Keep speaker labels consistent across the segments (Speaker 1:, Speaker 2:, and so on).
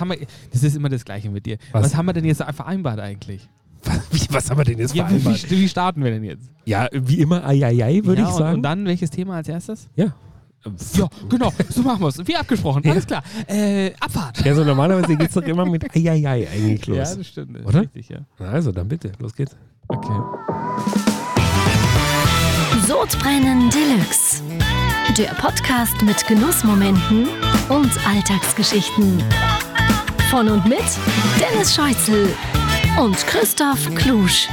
Speaker 1: haben wir, das ist immer das Gleiche mit dir. Was,
Speaker 2: Was?
Speaker 1: haben wir denn jetzt vereinbart eigentlich?
Speaker 2: Was, wie, was haben wir denn jetzt
Speaker 1: Ja, wie,
Speaker 2: vereinbart?
Speaker 1: wie, wie starten wir denn jetzt?
Speaker 2: Ja, wie immer, ai, ai, ai, würde
Speaker 1: ja,
Speaker 2: ich
Speaker 1: und,
Speaker 2: sagen.
Speaker 1: Und dann welches Thema als erstes?
Speaker 2: ja.
Speaker 1: Ja, genau, so machen wir es. Wie abgesprochen, alles klar. Äh, Abfahrt.
Speaker 2: ja, so normalerweise geht es doch immer mit ai, ai, ai eigentlich los.
Speaker 1: stimmt. Das
Speaker 2: Oder?
Speaker 1: Richtig, ja.
Speaker 2: Na also, dann bitte, los geht's.
Speaker 1: Okay.
Speaker 3: Sodbrennen Deluxe. Der Podcast mit Genussmomenten und Alltagsgeschichten. Von und mit Dennis Scheuzel und Christoph Klusch.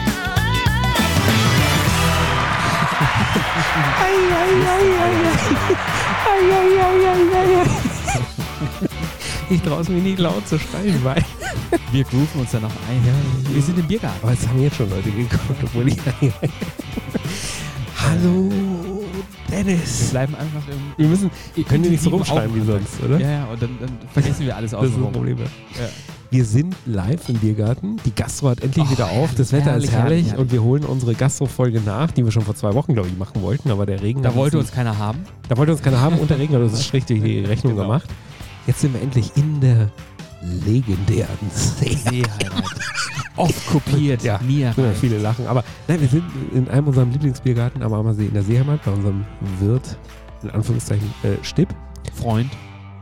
Speaker 2: Ich traue es mir nicht laut zu schreien, weil.
Speaker 1: Wir grooven uns dann noch ein. Wir sind im Biergarten.
Speaker 2: Aber es haben jetzt schon Leute geguckt, obwohl ich. ai, ai. Hallo,
Speaker 1: Wir
Speaker 2: Dennis.
Speaker 1: bleiben einfach im.
Speaker 2: Wir müssen. Können wir nicht so
Speaker 1: intensiven
Speaker 2: rumschreien wie
Speaker 1: Augenkontakt.
Speaker 2: sonst, oder?
Speaker 1: Ja, ja, und dann, dann vergessen wir alles
Speaker 2: Das ist das
Speaker 1: außenrum.
Speaker 2: Problem. ja.
Speaker 1: Ja.
Speaker 2: Wir sind live im Biergarten. Die Gastro hat endlich
Speaker 1: Oh,
Speaker 2: wieder auf. Das
Speaker 1: herrlich,
Speaker 2: Wetter ist herrlich,
Speaker 1: herrlich, herrlich.
Speaker 2: und wir holen unsere Gastro-Folge nach, die wir schon vor zwei Wochen, glaube ich, machen wollten. Aber der Regen
Speaker 1: Da
Speaker 2: hat
Speaker 1: wollte
Speaker 2: uns
Speaker 1: uns keiner haben.
Speaker 2: Da wollte uns keiner haben, unter Regen hat uns schlecht durch die Rechnung
Speaker 1: Genau.
Speaker 2: gemacht. Jetzt sind wir endlich in der legendären See.
Speaker 1: Seeheim. Oft kopiert.
Speaker 2: Ja.
Speaker 1: Mir.
Speaker 2: Können ja viele lachen, aber nein, wir sind in einem unserem Lieblingsbiergarten am Ammersee in der Seeheimat bei unserem Wirt, in Anführungszeichen äh, Stipp.
Speaker 1: Freund.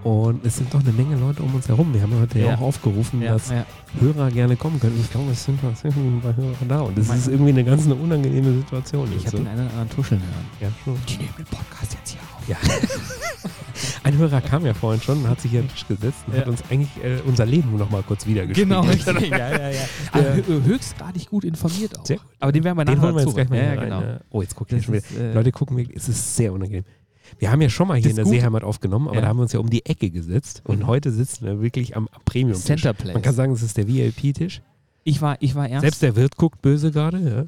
Speaker 2: Und es sind doch eine Menge Leute um uns herum. Wir haben ja heute ja
Speaker 1: Ja.
Speaker 2: auch aufgerufen,
Speaker 1: Ja,
Speaker 2: dass
Speaker 1: ja.
Speaker 2: Hörer gerne kommen können. Ich glaube, es sind was bei Hörer da. Und das
Speaker 1: Mein-
Speaker 2: ist irgendwie eine ganz eine unangenehme Situation.
Speaker 1: Ich
Speaker 2: jetzt,
Speaker 1: habe
Speaker 2: so.
Speaker 1: den einen oder anderen tuscheln hören.
Speaker 2: ja, schon.
Speaker 1: Die nehmen den Podcast jetzt hier auf.
Speaker 2: Ja. Ein Hörer kam ja vorhin schon und hat sich hier an den Tisch gesetzt und
Speaker 1: Ja.
Speaker 2: hat uns eigentlich äh, unser Leben nochmal kurz wiedergespiegelt.
Speaker 1: Genau,
Speaker 2: Den
Speaker 1: richtig. ja, ja, ja. Aber hö- höchstgradig gut informiert auch.
Speaker 2: Sehr gut.
Speaker 1: Aber den werden wir nachher
Speaker 2: holen wir jetzt
Speaker 1: dazu.
Speaker 2: gleich mal
Speaker 1: ja,
Speaker 2: hier
Speaker 1: ja,
Speaker 2: rein.
Speaker 1: genau.
Speaker 2: ja. Oh, jetzt guckt
Speaker 1: Das
Speaker 2: ihr schon wieder.
Speaker 1: ist, äh,
Speaker 2: Leute gucken wirklich, es ist sehr unangenehm. Wir haben ja schon mal hier
Speaker 1: Das
Speaker 2: in der
Speaker 1: Gute-
Speaker 2: Seeheimat aufgenommen, aber
Speaker 1: Ja.
Speaker 2: da haben wir uns ja Mhm. um die Ecke gesetzt und heute sitzen wir wirklich am premium -Tisch.
Speaker 1: Center Place.
Speaker 2: Man kann sagen, es ist der VIP-Tisch.
Speaker 1: Ich war, ich war erst,
Speaker 2: Selbst der Wirt guckt böse gerade.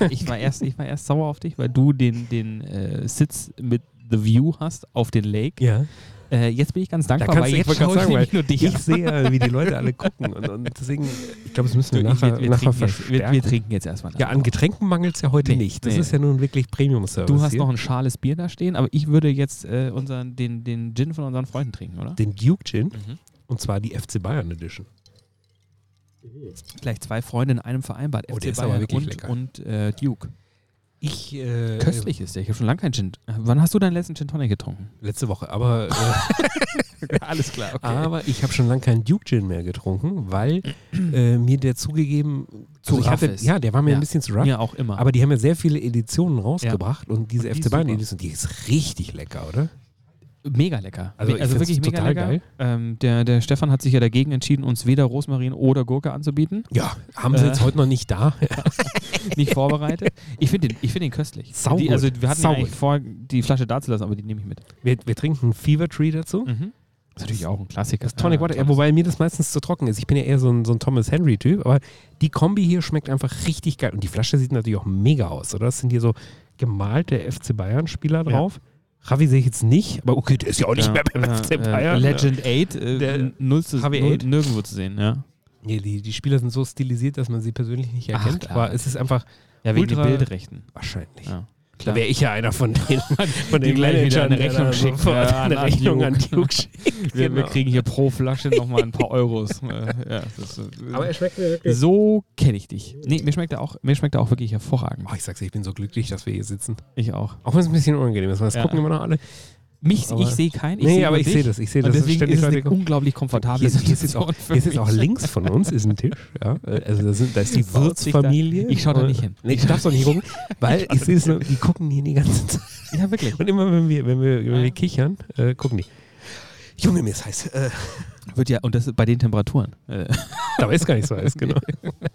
Speaker 2: Ja.
Speaker 1: ich war erst, ich war erst sauer auf dich, weil du den, den äh, Sitz mit The View hast auf den Lake.
Speaker 2: ja.
Speaker 1: Äh, jetzt bin ich ganz dankbar,
Speaker 2: kannst
Speaker 1: weil
Speaker 2: du- ich
Speaker 1: jetzt
Speaker 2: wollte gerade
Speaker 1: schaue ich
Speaker 2: sagen,
Speaker 1: nämlich nur dich
Speaker 2: Ich
Speaker 1: an.
Speaker 2: sehe ja, wie die Leute alle gucken und, und deswegen, ich glaube, das müssen
Speaker 1: Du,
Speaker 2: wir
Speaker 1: ich-
Speaker 2: nachher,
Speaker 1: wir,
Speaker 2: nachher
Speaker 1: trinken jetzt, wir, wir
Speaker 2: verstärken.
Speaker 1: trinken jetzt erstmal.
Speaker 2: Ja, an Getränken mangelt es ja heute
Speaker 1: Nee,
Speaker 2: nicht. Das
Speaker 1: nee.
Speaker 2: ist ja nun wirklich Premium-Service.
Speaker 1: Du hast
Speaker 2: hier.
Speaker 1: noch ein schales Bier da stehen, aber ich würde jetzt äh, unseren, den, den Gin von unseren Freunden trinken, oder?
Speaker 2: den Duke Gin und zwar die FC Bayern Edition.
Speaker 1: Gleich zwei Freunde in einem vereinbart.
Speaker 2: Oh,
Speaker 1: FC
Speaker 2: der ist aber
Speaker 1: Bayern
Speaker 2: wirklich
Speaker 1: und,
Speaker 2: lecker.
Speaker 1: und äh, Duke.
Speaker 2: Ich äh,
Speaker 1: Köstlich ist der. Ich habe schon lange keinen Gin. äh, Wann hast du deinen letzten Gin Tonic getrunken?
Speaker 2: letzte Woche, aber äh,
Speaker 1: Alles klar,
Speaker 2: Aber ich habe schon lange keinen Duke Gin mehr getrunken, weil äh, mir der zugegeben also
Speaker 1: Zu
Speaker 2: ich
Speaker 1: rough
Speaker 2: hatte,
Speaker 1: ist.
Speaker 2: Ja, der war mir
Speaker 1: Ja.
Speaker 2: ein bisschen zu rough.
Speaker 1: Mir auch immer.
Speaker 2: Aber die haben ja sehr viele Editionen rausgebracht und diese
Speaker 1: Und die
Speaker 2: FC Bayern
Speaker 1: ist
Speaker 2: Edition, die ist richtig lecker, oder?
Speaker 1: mega lecker.
Speaker 2: Also
Speaker 1: Me-
Speaker 2: ich
Speaker 1: also
Speaker 2: find's
Speaker 1: wirklich mega
Speaker 2: total
Speaker 1: lecker.
Speaker 2: geil.
Speaker 1: Ähm, der, der Stefan hat sich ja dagegen entschieden, uns weder Rosmarin oder Gurke anzubieten.
Speaker 2: Ja, haben sie
Speaker 1: Äh.
Speaker 2: jetzt heute noch nicht da.
Speaker 1: Nicht vorbereitet. Ich finde den, ich find den köstlich.
Speaker 2: Saugut.
Speaker 1: Die, also wir hatten ja
Speaker 2: Saugut.
Speaker 1: eigentlich vor, die Flasche da zu lassen, aber die nehme ich mit.
Speaker 2: Wir, wir trinken Fever Tree dazu.
Speaker 1: Das ist natürlich auch ein Klassiker.
Speaker 2: Das Tonic Water, ja, wobei mir das meistens zu trocken ist. Ich bin ja eher so ein, so ein Thomas Henry-Typ, aber die Kombi hier schmeckt einfach richtig geil. Und die Flasche sieht natürlich auch mega aus, oder? Es sind hier so gemalte FC Bayern-Spieler drauf. Ravi sehe ich jetzt nicht, aber okay, der ist ja auch nicht
Speaker 1: Ja,
Speaker 2: mehr beim
Speaker 1: ja,
Speaker 2: FC
Speaker 1: Äh,
Speaker 2: Bayern. ne?
Speaker 1: Legend 8, äh,
Speaker 2: Der
Speaker 1: null zu,
Speaker 2: HW8.
Speaker 1: null, nirgendwo zu sehen. Ja,
Speaker 2: Nee, die, die Spieler sind so stilisiert, dass man sie persönlich nicht
Speaker 1: Ach,
Speaker 2: erkennt.
Speaker 1: klar.
Speaker 2: aber es ist einfach
Speaker 1: ja wegen den
Speaker 2: Ultra-
Speaker 1: Bildrechten.
Speaker 2: wahrscheinlich.
Speaker 1: Ja.
Speaker 2: Da wäre ich ja einer von den, von
Speaker 1: Ah, Die
Speaker 2: den
Speaker 1: gleich wieder
Speaker 2: Managern,
Speaker 1: eine
Speaker 2: der
Speaker 1: Rechnung
Speaker 2: da
Speaker 1: schickt.
Speaker 2: sofort
Speaker 1: Ja,
Speaker 2: eine
Speaker 1: an
Speaker 2: Rechnung
Speaker 1: Duke.
Speaker 2: an Duke schickt.
Speaker 1: Wir, wir
Speaker 2: Genau.
Speaker 1: kriegen hier pro Flasche nochmal ein paar Euros. Äh, ja, das ist, äh,
Speaker 2: aber er schmeckt mir wirklich.
Speaker 1: so kenne ich dich. Nee, mir schmeckt er auch, mir schmeckt er auch wirklich hervorragend.
Speaker 2: Oh, ich sag's, dir, ich bin so glücklich, dass wir hier sitzen.
Speaker 1: Ich auch.
Speaker 2: Auch wenn es ein bisschen unangenehm ist, weil es
Speaker 1: Ja.
Speaker 2: gucken immer noch alle.
Speaker 1: Mich,
Speaker 2: Aber-
Speaker 1: ich sehe keinen. Ich
Speaker 2: nee,
Speaker 1: sehe
Speaker 2: aber
Speaker 1: nur
Speaker 2: ich
Speaker 1: dich.
Speaker 2: sehe das. Ich sehe
Speaker 1: Und
Speaker 2: das. dass
Speaker 1: deswegen
Speaker 2: ständig
Speaker 1: ist es
Speaker 2: Leute
Speaker 1: eine
Speaker 2: kommen.
Speaker 1: unglaublich komfortable
Speaker 2: Hier, hier ist auch,
Speaker 1: Situation für
Speaker 2: hier ist auch
Speaker 1: mich.
Speaker 2: links von uns ist ein Tisch. Ja? Äh, Also da, sind, da ist die
Speaker 1: Baut sich da-
Speaker 2: Wirtsfamilie.
Speaker 1: Ich schau da
Speaker 2: Und-
Speaker 1: nicht hin.
Speaker 2: Nee, ich darf doch nicht gucken, weil ich sehe es nur, die gucken hier die ganze Zeit.
Speaker 1: Ja, wirklich.
Speaker 2: Und immer wenn wir, wenn wir, wenn
Speaker 1: Ja.
Speaker 2: wir kichern, äh, gucken die. Junge, mir ist heiß. Äh,
Speaker 1: Wird ja, und das bei den Temperaturen. Äh,
Speaker 2: dabei ist gar nicht so heiß, genau.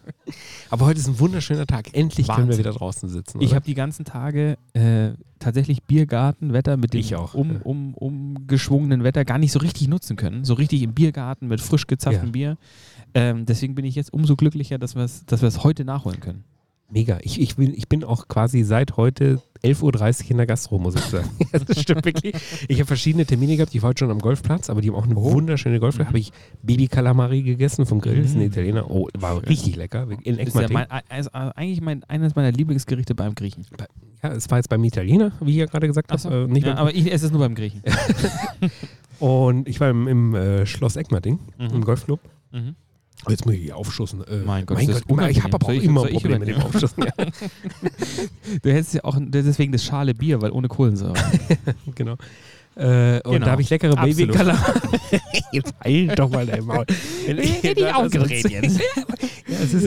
Speaker 2: Aber heute ist ein wunderschöner Tag. Endlich können wir
Speaker 1: Wahnsinn.
Speaker 2: wieder draußen sitzen.
Speaker 1: Ich
Speaker 2: oder?
Speaker 1: habe die ganzen Tage äh, tatsächlich Biergartenwetter mit dem
Speaker 2: Ich auch,
Speaker 1: um,
Speaker 2: ja.
Speaker 1: um, umgeschwungenen Wetter gar nicht so richtig nutzen können. So richtig im Biergarten mit frisch gezapftem
Speaker 2: Ja.
Speaker 1: Bier. Ähm, deswegen bin ich jetzt umso glücklicher, dass wir es dass wir's heute nachholen können.
Speaker 2: Mega. Ich, ich, bin, ich bin auch quasi seit heute 11.30 Uhr in der Gastro, muss ich sagen. das stimmt wirklich. Ich habe verschiedene Termine gehabt. Ich war heute schon am Golfplatz, aber die haben auch eine wunderschöne Golfplatz. Habe ich Baby Calamari gegessen vom Grill. Das ist ein Italiener. Oh, war richtig lecker. In
Speaker 1: Das ist ja
Speaker 2: Eckmatik. Ja,
Speaker 1: mein, also eigentlich mein, eines meiner Lieblingsgerichte beim Griechen.
Speaker 2: es war jetzt beim Italiener, wie ich ja gerade gesagt
Speaker 1: Ach so.
Speaker 2: habe. Äh, nicht
Speaker 1: ja,
Speaker 2: beim-
Speaker 1: aber ich esse es nur beim Griechen.
Speaker 2: Und ich war im, im äh, Schloss Eckmating, im Golfclub.
Speaker 1: Mhm.
Speaker 2: Oh, Jetzt muss ich hier aufschussen. Äh,
Speaker 1: Mein Gott, ist das
Speaker 2: immer, ich habe aber auch
Speaker 1: unangenehm. Soll ich- soll
Speaker 2: immer
Speaker 1: ich
Speaker 2: Probleme mit dem
Speaker 1: übernehmen?
Speaker 2: Aufschussen. Ja,
Speaker 1: Du hättest ja auch deswegen das schale Bier, weil ohne Kohlensäure.
Speaker 2: genau. Äh, und
Speaker 1: Genau.
Speaker 2: da habe ich leckere
Speaker 1: Absolut.
Speaker 2: Babykalamari. jetzt heil doch mal dein Maul.
Speaker 1: jetzt.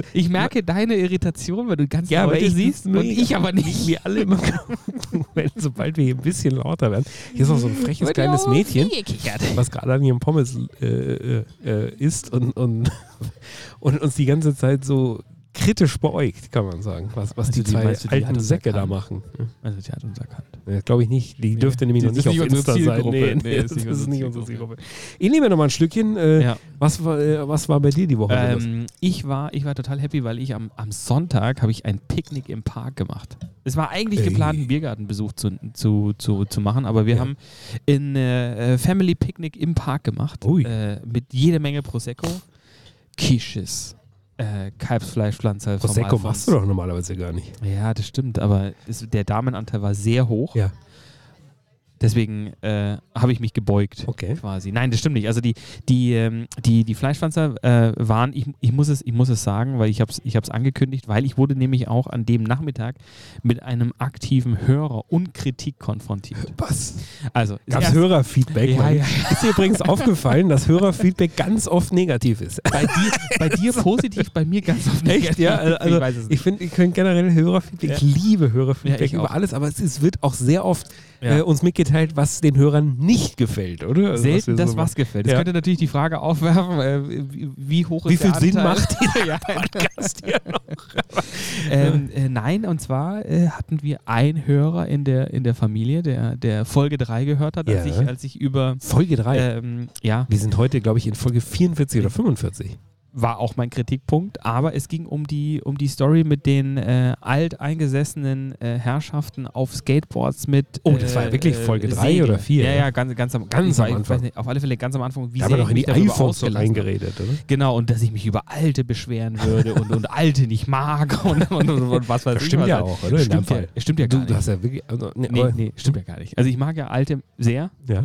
Speaker 1: ich merke deine Irritation, weil du ganz
Speaker 2: Ja,
Speaker 1: Leute
Speaker 2: weil ich-
Speaker 1: siehst und ich aber nicht.
Speaker 2: Wir alle immer, wenn, sobald wir hier ein bisschen lauter werden. Hier ist noch so ein freches kleines Mädchen. was gerade an ihrem Pommes äh, äh, äh, isst und, und, und uns die ganze Zeit so kritisch beäugt, kann man sagen, was, was
Speaker 1: Also
Speaker 2: die
Speaker 1: die
Speaker 2: zwei
Speaker 1: meinst du, die hat
Speaker 2: alten
Speaker 1: uns
Speaker 2: Säcke da
Speaker 1: erkannt?
Speaker 2: machen.
Speaker 1: Also die hat uns erkannt.
Speaker 2: Ja, Glaube ich nicht. Die dürfte nämlich
Speaker 1: Die
Speaker 2: noch nicht
Speaker 1: ist
Speaker 2: auf
Speaker 1: nicht unsere
Speaker 2: Insta sein.
Speaker 1: Zielgruppe.
Speaker 2: Nee,
Speaker 1: Nee,
Speaker 2: das
Speaker 1: ist nicht
Speaker 2: ist
Speaker 1: unsere
Speaker 2: nicht unsere Zielgruppe.
Speaker 1: Zielgruppe.
Speaker 2: Ich nehme noch mal ein Stückchen. Äh,
Speaker 1: Ja.
Speaker 2: was, war, äh, was war bei dir die Woche? los?
Speaker 1: Ähm, ich, war, ich war total happy, weil ich am, am Sonntag habe ich ein Picknick im Park gemacht. Es war eigentlich
Speaker 2: Ey.
Speaker 1: geplant, einen Biergartenbesuch zu, zu, zu, zu machen, aber wir
Speaker 2: Ja.
Speaker 1: haben ein äh, äh, Family Picknick im Park gemacht.
Speaker 2: Ui.
Speaker 1: Äh, mit jede Menge Prosecco, Quiches, äh, Kalbsfleischpflanze.
Speaker 2: Prosecco machst du doch normalerweise gar nicht.
Speaker 1: Ja, das stimmt, aber es, der Damenanteil war sehr hoch.
Speaker 2: Ja.
Speaker 1: Deswegen äh, habe ich mich gebeugt
Speaker 2: Okay.
Speaker 1: quasi. Nein, das stimmt nicht. Also die, die, ähm, die, die Fleischpflanzer äh, waren, ich, ich, muss es, ich muss es sagen, weil ich habe es ich hab's angekündigt, weil ich wurde nämlich auch an dem Nachmittag mit einem aktiven Hörer und Kritik konfrontiert.
Speaker 2: Was?
Speaker 1: Also das
Speaker 2: Gab's
Speaker 1: erste-
Speaker 2: Hörerfeedback?
Speaker 1: Ja,
Speaker 2: Mann?
Speaker 1: ja.
Speaker 2: Ist dir übrigens aufgefallen, dass Hörerfeedback ganz oft negativ ist.
Speaker 1: bei dir, bei dir positiv, bei mir ganz auf
Speaker 2: Echt? Ja, also,
Speaker 1: ich weiß es
Speaker 2: Ich
Speaker 1: nicht.
Speaker 2: finde, ich könnt generell Hörerfeedback,
Speaker 1: Ja.
Speaker 2: ich liebe Hörerfeedback
Speaker 1: Ja, ich
Speaker 2: über
Speaker 1: auch.
Speaker 2: alles, aber es, ist- wird auch sehr oft
Speaker 1: Ja.
Speaker 2: äh, uns mitgeteilt, was den Hörern nicht gefällt, oder? Also,
Speaker 1: Selten
Speaker 2: wir
Speaker 1: das,
Speaker 2: so
Speaker 1: was gefällt. Das
Speaker 2: Ja.
Speaker 1: könnte natürlich die Frage aufwerfen, äh, wie- wie hoch
Speaker 2: machen.
Speaker 1: ist
Speaker 2: Wie viel
Speaker 1: der
Speaker 2: Sinn
Speaker 1: Anteil?
Speaker 2: macht dieser
Speaker 1: Ja.
Speaker 2: Podcast hier noch?
Speaker 1: Ähm, äh, nein, und zwar äh, hatten wir einen Hörer in der, in der Familie, der, der Folge 3 gehört hat, als,
Speaker 2: Ja.
Speaker 1: ich, als ich über,
Speaker 2: Folge 3.
Speaker 1: ähm, ja,
Speaker 2: wir sind heute, glaube ich, in Folge 44 oder 45.
Speaker 1: war auch mein Kritikpunkt, aber es ging um die, um die Story mit den äh, alteingesessenen äh, Herrschaften auf Skateboards mit.
Speaker 2: Oh, das war ja wirklich Folge drei
Speaker 1: Segeln.
Speaker 2: oder vier,
Speaker 1: Ja,
Speaker 2: ja.
Speaker 1: ja, ganz, ganz am,
Speaker 2: Ganz
Speaker 1: ich
Speaker 2: am
Speaker 1: weiß-
Speaker 2: Anfang.
Speaker 1: Weiß nicht, auf alle Fälle ganz am Anfang. Wie
Speaker 2: Da haben
Speaker 1: sehr
Speaker 2: wir doch
Speaker 1: ich
Speaker 2: in
Speaker 1: mich
Speaker 2: die
Speaker 1: darüber
Speaker 2: iPhones
Speaker 1: ausgelassen habe.
Speaker 2: reingeredet, oder?
Speaker 1: Genau, und dass ich mich über Alte beschweren würde und, und Alte nicht mag und, und, und, und was weiß
Speaker 2: Das
Speaker 1: ich.
Speaker 2: stimmt
Speaker 1: was
Speaker 2: ja
Speaker 1: halt.
Speaker 2: auch, oder? In
Speaker 1: Stimmt
Speaker 2: deinem
Speaker 1: ja-
Speaker 2: Fall.
Speaker 1: stimmt ja
Speaker 2: du,
Speaker 1: gar
Speaker 2: Du
Speaker 1: nicht.
Speaker 2: hast ja wirklich. Also, nee,
Speaker 1: Nee,
Speaker 2: aber-
Speaker 1: nee, stimmt ja gar nicht. Also ich mag ja Alte sehr.
Speaker 2: Ja.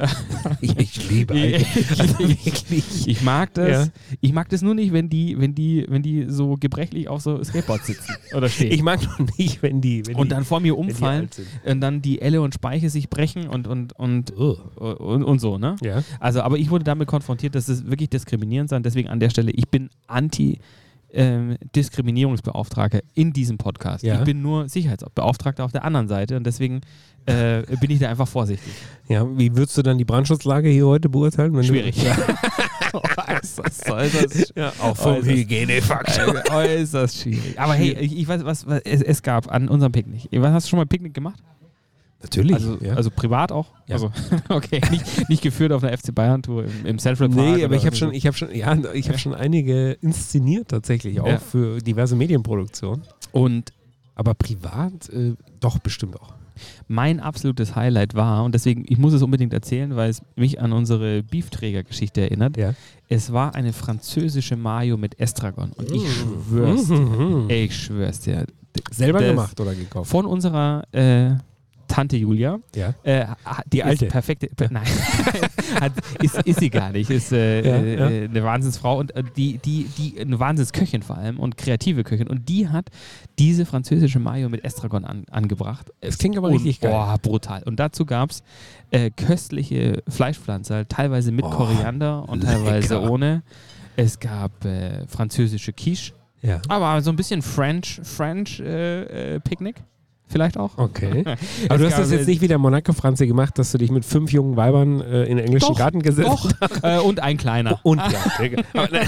Speaker 2: ich, ich liebe Alter. Also wirklich.
Speaker 1: Ich mag das.
Speaker 2: Ja.
Speaker 1: Ich mag das nur nicht, wenn die, wenn die, wenn die so gebrechlich auf so Skateboards sitzen oder stehen.
Speaker 2: Ich mag noch nicht, wenn die. Wenn
Speaker 1: und
Speaker 2: die,
Speaker 1: dann vor mir
Speaker 2: wenn die
Speaker 1: umfallen
Speaker 2: alt sind.
Speaker 1: und dann die Elle und Speiche sich brechen und und und
Speaker 2: Oh.
Speaker 1: und, und so, ne?
Speaker 2: Ja.
Speaker 1: Also, aber ich wurde damit konfrontiert, dass es wirklich diskriminierend sein. Deswegen an der Stelle, ich bin anti ähm, Diskriminierungsbeauftragter in diesem Podcast.
Speaker 2: Ja.
Speaker 1: Ich bin nur Sicherheitsbeauftragter auf der anderen Seite und deswegen äh, bin ich da einfach vorsichtig.
Speaker 2: Ja, wie würdest du dann die Brandschutzlage hier heute beurteilen? Wenn
Speaker 1: Schwierig. Oh,
Speaker 2: Du,
Speaker 1: äußerst, äußerst,
Speaker 2: ja, Also auch
Speaker 1: vom
Speaker 2: Hygienefaktor.
Speaker 1: äh, äußerst schwierig. Aber hey, ich, ich weiß, was, was es, es gab an unserem Picknick. Was hast du schon mal Picknick gemacht?
Speaker 2: Natürlich.
Speaker 1: Also, also privat auch?
Speaker 2: Ja.
Speaker 1: Also, okay, nicht, nicht geführt auf einer FC Bayern-Tour im, im Central Park.
Speaker 2: nee,
Speaker 1: oder
Speaker 2: aber ich
Speaker 1: irgendwie
Speaker 2: habe schon,
Speaker 1: so.
Speaker 2: ich habe schon, ja, ich habe schon einige inszeniert tatsächlich auch
Speaker 1: Ja.
Speaker 2: für diverse Medienproduktionen.
Speaker 1: Und
Speaker 2: Aber privat äh, doch bestimmt auch.
Speaker 1: mein absolutes Highlight war, und deswegen, ich muss es unbedingt erzählen, weil es mich an unsere Beefträger-Geschichte erinnert.
Speaker 2: Ja.
Speaker 1: Es war eine französische Mayo mit Estragon. Und ich schwör's,
Speaker 2: Mhm.
Speaker 1: ey, ich schwör's dir. d-
Speaker 2: Selber
Speaker 1: das-
Speaker 2: gemacht oder gekauft?
Speaker 1: Von unserer äh, Tante Julia.
Speaker 2: Ja.
Speaker 1: Äh, ha- die
Speaker 2: alte.
Speaker 1: Ist perfekte. Per, nein. Hat, ist, ist sie gar nicht. Ist äh,
Speaker 2: Ja,
Speaker 1: äh, eine Wahnsinnsfrau und äh, die, die, die, eine Wahnsinnsköchin vor allem und kreative Köchin. Und die hat diese französische Mayo mit Estragon an, angebracht. Äh,
Speaker 2: Das klingt aber
Speaker 1: Und-
Speaker 2: richtig geil.
Speaker 1: Boah, brutal. Und dazu gab es äh, köstliche Fleischpflanzer, teilweise mit
Speaker 2: Oh,
Speaker 1: Koriander und teilweise
Speaker 2: lecker.
Speaker 1: ohne. Es gab äh, französische Quiche,
Speaker 2: Ja.
Speaker 1: aber so ein bisschen French, French äh, äh, Picknick vielleicht auch.
Speaker 2: Okay. Aber du hast
Speaker 1: gab,
Speaker 2: das jetzt
Speaker 1: äh,
Speaker 2: nicht wie der Monaco-Franze gemacht, dass du dich mit fünf jungen Weibern äh, in den englischen
Speaker 1: Doch,
Speaker 2: Garten gesetzt
Speaker 1: Doch. äh, und ein kleiner.
Speaker 2: Und, ja, Digga. Aber, ne,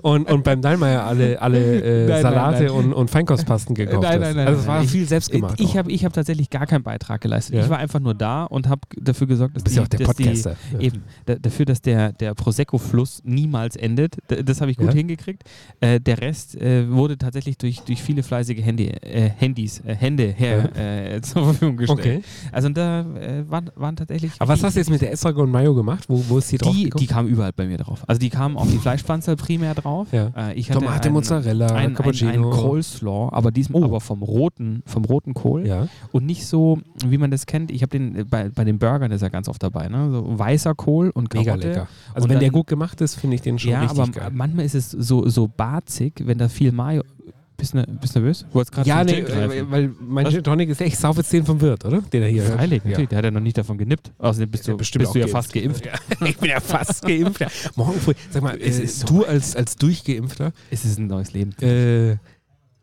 Speaker 2: und, und beim Dallmeier alle, alle äh,
Speaker 1: Nein, nein,
Speaker 2: Salate
Speaker 1: nein. Äh,
Speaker 2: Und, und Feinkostpasten gekauft
Speaker 1: Nein, nein,
Speaker 2: hast.
Speaker 1: nein,
Speaker 2: Also es
Speaker 1: nein,
Speaker 2: war
Speaker 1: nein. Ich-
Speaker 2: viel selbst gemacht.
Speaker 1: Ich
Speaker 2: auch.
Speaker 1: habe ich hab tatsächlich gar keinen Beitrag geleistet.
Speaker 2: Ja.
Speaker 1: Ich war einfach nur da und habe dafür gesorgt, dass
Speaker 2: du bist
Speaker 1: die,
Speaker 2: ja auch der
Speaker 1: dass die-
Speaker 2: Podcaster. Ja.
Speaker 1: Eben, da, dafür, dass der, der Prosecco-Fluss niemals endet, D das habe ich gut
Speaker 2: Ja.
Speaker 1: hingekriegt. Äh, der Rest äh, wurde tatsächlich durch, durch viele fleißige Handy, äh, Handys, äh, Hände her, äh, äh, zur Verfügung gestellt.
Speaker 2: Okay.
Speaker 1: Also und da äh, waren, waren tatsächlich.
Speaker 2: Aber was hast du jetzt mit der Estragon Mayo gemacht? Wo, wo ist die drauf?
Speaker 1: die, die kamen überall bei mir drauf. Also die kamen auf die Fleischpanzer primär drauf.
Speaker 2: Ja.
Speaker 1: Äh, ich hatte
Speaker 2: Tomate,
Speaker 1: einen-
Speaker 2: Mozzarella,
Speaker 1: ein, ein,
Speaker 2: Äh, Cappuccino.
Speaker 1: ein Coleslaw, aber diesmal
Speaker 2: Oh.
Speaker 1: aber vom roten, vom roten Kohl
Speaker 2: Ja.
Speaker 1: und nicht so, wie man das kennt. Ich habe den äh, bei, bei den Burgern ist er ganz oft dabei, ne? So weißer Kohl und Karotte.
Speaker 2: Mega lecker. Also
Speaker 1: Und
Speaker 2: wenn der
Speaker 1: dann-
Speaker 2: gut gemacht ist, finde ich den schon
Speaker 1: ja,
Speaker 2: richtig
Speaker 1: aber
Speaker 2: geil.
Speaker 1: manchmal ist es so so barzig, wenn da viel Mayo. Bist du ne, bist nervös? Du wolltest gerade
Speaker 2: Ja,
Speaker 1: zum
Speaker 2: nee,
Speaker 1: Gin greifen.
Speaker 2: äh, weil mein
Speaker 1: Was?
Speaker 2: Gin Tonic ist echt, ich sauf jetzt den vom Wirt, oder? Den er hier hat.
Speaker 1: Freilich,
Speaker 2: ja.
Speaker 1: natürlich, der hat ja noch nicht davon genippt. Außerdem bist
Speaker 2: Der
Speaker 1: du, bist
Speaker 2: bestimmt
Speaker 1: du ja
Speaker 2: auch
Speaker 1: fast geimpft.
Speaker 2: Ja, ich bin ja fast geimpft. Ja. Morgen früh, sag mal,
Speaker 1: Es
Speaker 2: äh,
Speaker 1: ist so
Speaker 2: du als, als Durchgeimpfter,
Speaker 1: Es ist ein neues Leben.
Speaker 2: äh,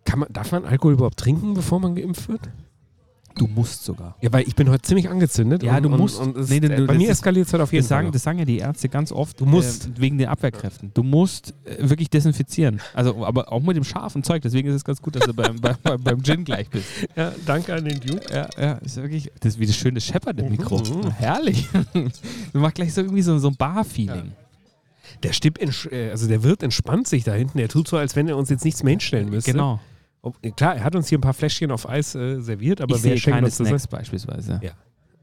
Speaker 2: kann man, darf man Alkohol überhaupt trinken, bevor man geimpft wird?
Speaker 1: Du musst sogar.
Speaker 2: Ja, weil ich bin heute ziemlich angezündet.
Speaker 1: Ja,
Speaker 2: und,
Speaker 1: du musst.
Speaker 2: Und, und es,
Speaker 1: Nee, denn
Speaker 2: äh,
Speaker 1: du-
Speaker 2: bei
Speaker 1: das
Speaker 2: mir
Speaker 1: ist-
Speaker 2: eskaliert es halt auf jeden
Speaker 1: Das sagen,
Speaker 2: Fall.
Speaker 1: das sagen ja die Ärzte ganz oft.
Speaker 2: Du
Speaker 1: Äh,
Speaker 2: musst.
Speaker 1: wegen den Abwehrkräften. Du musst äh, wirklich desinfizieren. Also, aber auch mit dem scharfen Zeug. Deswegen ist es ganz gut, dass du beim, beim, beim, beim Gin gleich bist.
Speaker 2: ja, danke an den Duke.
Speaker 1: Ja, ja, ist wirklich. Das ist wie das schöne Shepherd im Mikro.
Speaker 2: Mhm.
Speaker 1: Herrlich. Du machst gleich so irgendwie so, so ein Bar-Feeling.
Speaker 2: Der Stipp, entsch- äh, also der Wirt entspannt sich da hinten. Der tut so, als wenn er uns jetzt nichts mehr hinstellen müsste.
Speaker 1: Genau.
Speaker 2: Ob, klar, er hat uns hier ein paar Fläschchen auf Eis äh, serviert, aber
Speaker 1: ich
Speaker 2: wer
Speaker 1: sehe
Speaker 2: schenkt
Speaker 1: keine
Speaker 2: uns das?
Speaker 1: Snacks beispielsweise.
Speaker 2: Ja.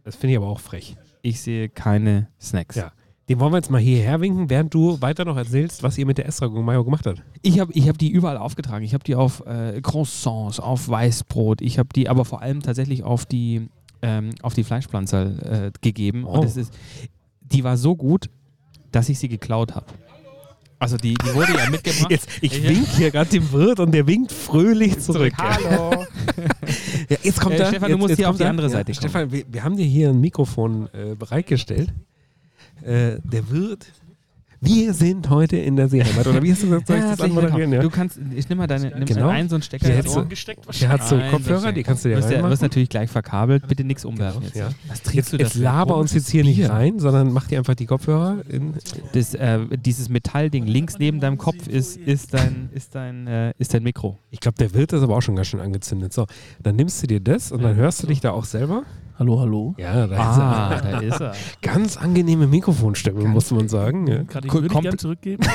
Speaker 2: Das finde ich aber auch frech.
Speaker 1: Ich sehe keine Snacks.
Speaker 2: Ja. Den wollen wir jetzt mal hierher winken, während du weiter noch erzählst, was ihr mit der Estragon Mayo gemacht habt.
Speaker 1: Ich habe ich hab die überall aufgetragen. Ich habe die auf äh, Croissants, auf Weißbrot. Ich habe die aber vor allem tatsächlich auf die, ähm, auf die Fleischpflanze äh, gegeben.
Speaker 2: Oh.
Speaker 1: Und es ist, die war so gut, dass ich sie geklaut habe. Also die, die wurde ja mitgebracht.
Speaker 2: Jetzt, ich
Speaker 1: Ja.
Speaker 2: wink hier gerade dem Wirt und der winkt fröhlich zurück.
Speaker 1: Hallo.
Speaker 2: Ja, jetzt kommt
Speaker 1: Äh,
Speaker 2: er.
Speaker 1: Stefan, du
Speaker 2: jetzt,
Speaker 1: musst
Speaker 2: jetzt
Speaker 1: hier auf
Speaker 2: kommt
Speaker 1: die
Speaker 2: er.
Speaker 1: andere Seite kommen.
Speaker 2: Stefan, wir, wir haben dir hier ein Mikrofon äh, bereitgestellt. Äh, der Wirt. Wir sind heute in der Seeheimat. Oder wie hast du gesagt? Soll ich das
Speaker 1: Herzlich willkommen.
Speaker 2: anmoderieren? Ja.
Speaker 1: Du kannst, ich nehme mal deine, nimm
Speaker 2: Genau.
Speaker 1: einen so einen Stecker.
Speaker 2: Die
Speaker 1: ins
Speaker 2: hättest du-
Speaker 1: Ohr.
Speaker 2: Der hat so
Speaker 1: Nein,
Speaker 2: Kopfhörer, die kannst du dir
Speaker 1: wirst, ja- wirst
Speaker 2: reinmachen. Genau,
Speaker 1: natürlich gleich verkabelt. Bitte nichts umwerfen jetzt.
Speaker 2: Ja.
Speaker 1: Was trinkst
Speaker 2: Jetzt,
Speaker 1: du das?
Speaker 2: jetzt laber uns jetzt hier nicht rein, sondern mach dir einfach die Kopfhörer in,
Speaker 1: Das, äh, dieses Metallding links neben deinem Kopf ist, ist, dein, ist, dein, äh, ist dein Mikro.
Speaker 2: Ich glaube, der Wirt ist aber auch schon ganz schön angezündet. So, dann nimmst du dir das und dann hörst du dich da auch selber.
Speaker 4: Hallo, hallo.
Speaker 2: Ja, da
Speaker 1: Ah, da ist er.
Speaker 2: ist ganz angenehme Mikrofonstimme, muss man sagen. Ja.
Speaker 4: Kann ich,
Speaker 1: Cool,
Speaker 4: würde ich
Speaker 1: kommt-
Speaker 4: gern zurückgeben?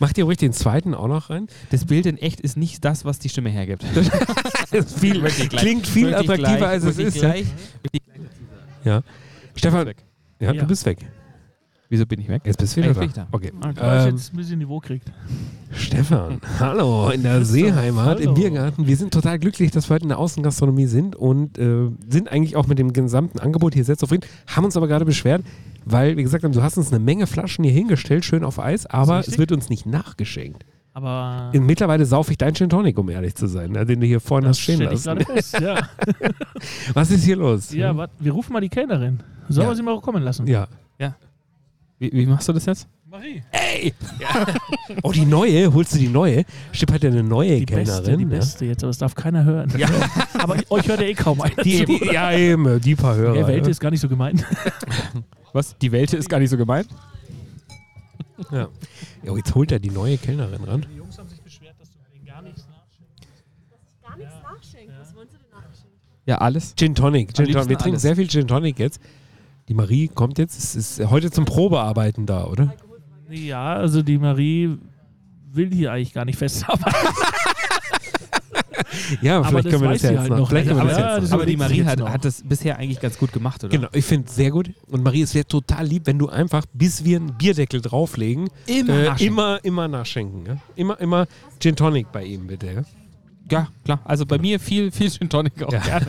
Speaker 2: Mach dir ruhig den zweiten auch noch rein.
Speaker 1: Das Bild in echt ist nicht das, was die Stimme hergibt.
Speaker 2: viel,
Speaker 1: Möchte ich gleich-
Speaker 2: klingt viel
Speaker 1: möchte ich
Speaker 2: attraktiver,
Speaker 1: gleich-
Speaker 2: als es
Speaker 1: möchte ich
Speaker 2: ist. Ja.
Speaker 1: Gleich,
Speaker 2: Stefan, ja,
Speaker 4: Ja.
Speaker 2: du bist weg.
Speaker 1: Wieso bin ich weg?
Speaker 2: Jetzt bist du wieder
Speaker 1: Jetzt
Speaker 2: da.
Speaker 1: bin ich da.
Speaker 2: Okay.
Speaker 4: Ah, klar, ich
Speaker 2: Ähm,
Speaker 4: jetzt ein bisschen Niveau kriegt.
Speaker 2: Stefan, hallo in der Seeheimat im
Speaker 4: hallo.
Speaker 2: Biergarten. Wir sind total glücklich, dass wir heute in der Außengastronomie sind und äh, sind eigentlich auch mit dem gesamten Angebot hier sehr zufrieden. Haben uns aber gerade beschwert, weil wir gesagt haben, du hast uns eine Menge Flaschen hier hingestellt, schön auf Eis, aber
Speaker 4: richtig. Ah.
Speaker 2: es wird uns nicht nachgeschenkt.
Speaker 4: Aber
Speaker 2: Und mittlerweile saufe ich deinen Gin Tonic, um ehrlich zu sein, ne, den du hier vorne hast stehen
Speaker 4: stell ich
Speaker 2: lassen.
Speaker 4: gerade fest. Ja,
Speaker 2: Was ist hier los?
Speaker 4: ja wat, wir rufen mal die Kellnerin. Sollen
Speaker 2: Ja.
Speaker 4: wir sie mal kommen lassen?
Speaker 2: Ja.
Speaker 1: Wie, wie machst du das jetzt?
Speaker 4: Marie.
Speaker 2: Oh, die neue, holst du die neue? Stipp hat ja eine neue
Speaker 4: Die
Speaker 2: Kellnerin. ne?
Speaker 4: beste, die
Speaker 2: ja.
Speaker 4: beste jetzt, aber das darf keiner hören. aber euch hört ja eh kaum einer
Speaker 2: Die,
Speaker 4: zu.
Speaker 2: die, ja, eben, die paar Hörer.
Speaker 4: Der Welt
Speaker 2: ja.
Speaker 4: ist gar nicht so gemeint.
Speaker 1: Was? Die Welt ist gar nicht so gemeint?
Speaker 2: Ja. Ja, jetzt holt er die neue Kellnerin ran.
Speaker 4: Die Jungs haben sich beschwert, dass du denen gar nichts nachschickst.
Speaker 5: gar nichts nachschenken. Was wollen Sie denn nachschenken?
Speaker 1: Ja, alles.
Speaker 2: Gin Tonic. Gin Tonic.
Speaker 1: liebsten
Speaker 2: Wir trinken
Speaker 1: alles.
Speaker 2: sehr viel Gin Tonic jetzt. Die Marie kommt jetzt. Es ist heute zum Probearbeiten da, oder?
Speaker 4: Ja, also die Marie will hier eigentlich gar nicht festarbeiten.
Speaker 2: Ja,
Speaker 4: Aber
Speaker 2: vielleicht
Speaker 4: das
Speaker 2: können wir das
Speaker 4: weiß
Speaker 2: ja
Speaker 4: sie
Speaker 2: jetzt
Speaker 4: halt
Speaker 2: noch.
Speaker 4: noch.
Speaker 2: Vielleicht können wir
Speaker 4: Also,
Speaker 2: das
Speaker 4: aber-
Speaker 2: jetzt noch.
Speaker 4: aber
Speaker 1: Aber die Marie
Speaker 4: jetzt
Speaker 1: hat,
Speaker 4: noch.
Speaker 1: hat das bisher eigentlich ganz gut gemacht, oder?
Speaker 2: Genau, ich finde es sehr gut. Und Marie, es wäre total lieb, wenn du einfach, bis wir einen Bierdeckel drauflegen, äh,
Speaker 1: Immer nachschenken.
Speaker 2: immer, immer nachschenken. Ja? Immer, immer Gin Tonic bei ihm, bitte. Ja?
Speaker 1: Ja, klar. Also bei mir viel, viel Gin Tonic auch
Speaker 2: Ja.
Speaker 1: gerne.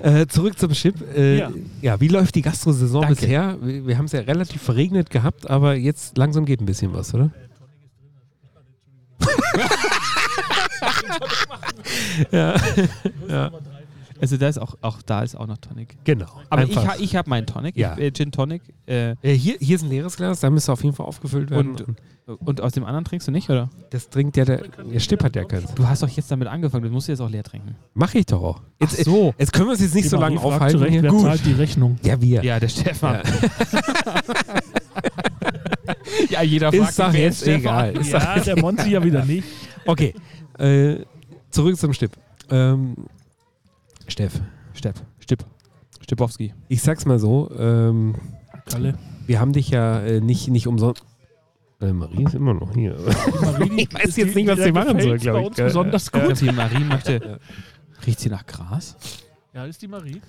Speaker 2: Äh, zurück zum Chip. Äh, ja.
Speaker 4: Ja.
Speaker 2: wie läuft die Gastro-Saison
Speaker 1: Danke.
Speaker 2: bisher? Wir, wir haben es ja relativ verregnet gehabt, aber jetzt langsam geht ein bisschen was, oder?
Speaker 1: Also da ist auch, auch da ist auch noch Tonic.
Speaker 2: Genau.
Speaker 1: Aber ich,
Speaker 2: Einfach.
Speaker 1: ha- ich habe meinen Tonic,
Speaker 2: Ja.
Speaker 1: ich, äh, Gin Tonic. Äh,
Speaker 2: Äh, hier, hier ist ein leeres Glas, da müsste auf jeden Fall aufgefüllt werden.
Speaker 1: und, und aus dem anderen trinkst du nicht, oder?
Speaker 2: Das trinkt ja der. Der Stipp hat ja keins.
Speaker 1: Du hast doch jetzt damit angefangen, das musst du jetzt auch leer trinken.
Speaker 2: Mach ich doch auch. Jetzt, äh,
Speaker 1: Ach so. Genau,
Speaker 2: jetzt können wir uns jetzt nicht
Speaker 4: Die
Speaker 2: so
Speaker 4: Marie
Speaker 2: lange
Speaker 4: fragt
Speaker 2: aufhalten.
Speaker 4: Zu Recht,
Speaker 2: hier.
Speaker 4: wer zahlt die Rechnung?
Speaker 2: Ja, wir.
Speaker 1: Ja, der Stefan. Ja, jeder
Speaker 2: Ist doch
Speaker 1: wer
Speaker 2: jetzt
Speaker 1: Stefan.
Speaker 2: egal. Ist doch-
Speaker 4: Ja, der Monty ja wieder nicht.
Speaker 2: Okay. Äh, zurück zum Stipp. Ähm, Steff,
Speaker 1: Stepp, Stipp, Stippowski.
Speaker 2: ich sag's mal so: ähm,
Speaker 4: Kalle.
Speaker 2: Wir haben dich ja äh, nicht, nicht umsonst. Äh, Marie ist immer noch hier.
Speaker 4: Ich
Speaker 1: äh,
Speaker 2: weiß jetzt nicht, was sie machen soll, glaub ich, gell?
Speaker 4: Besonders gut.
Speaker 1: Die Marie möchte, äh, Riecht sie nach Gras?
Speaker 4: Ja, ist die Marie.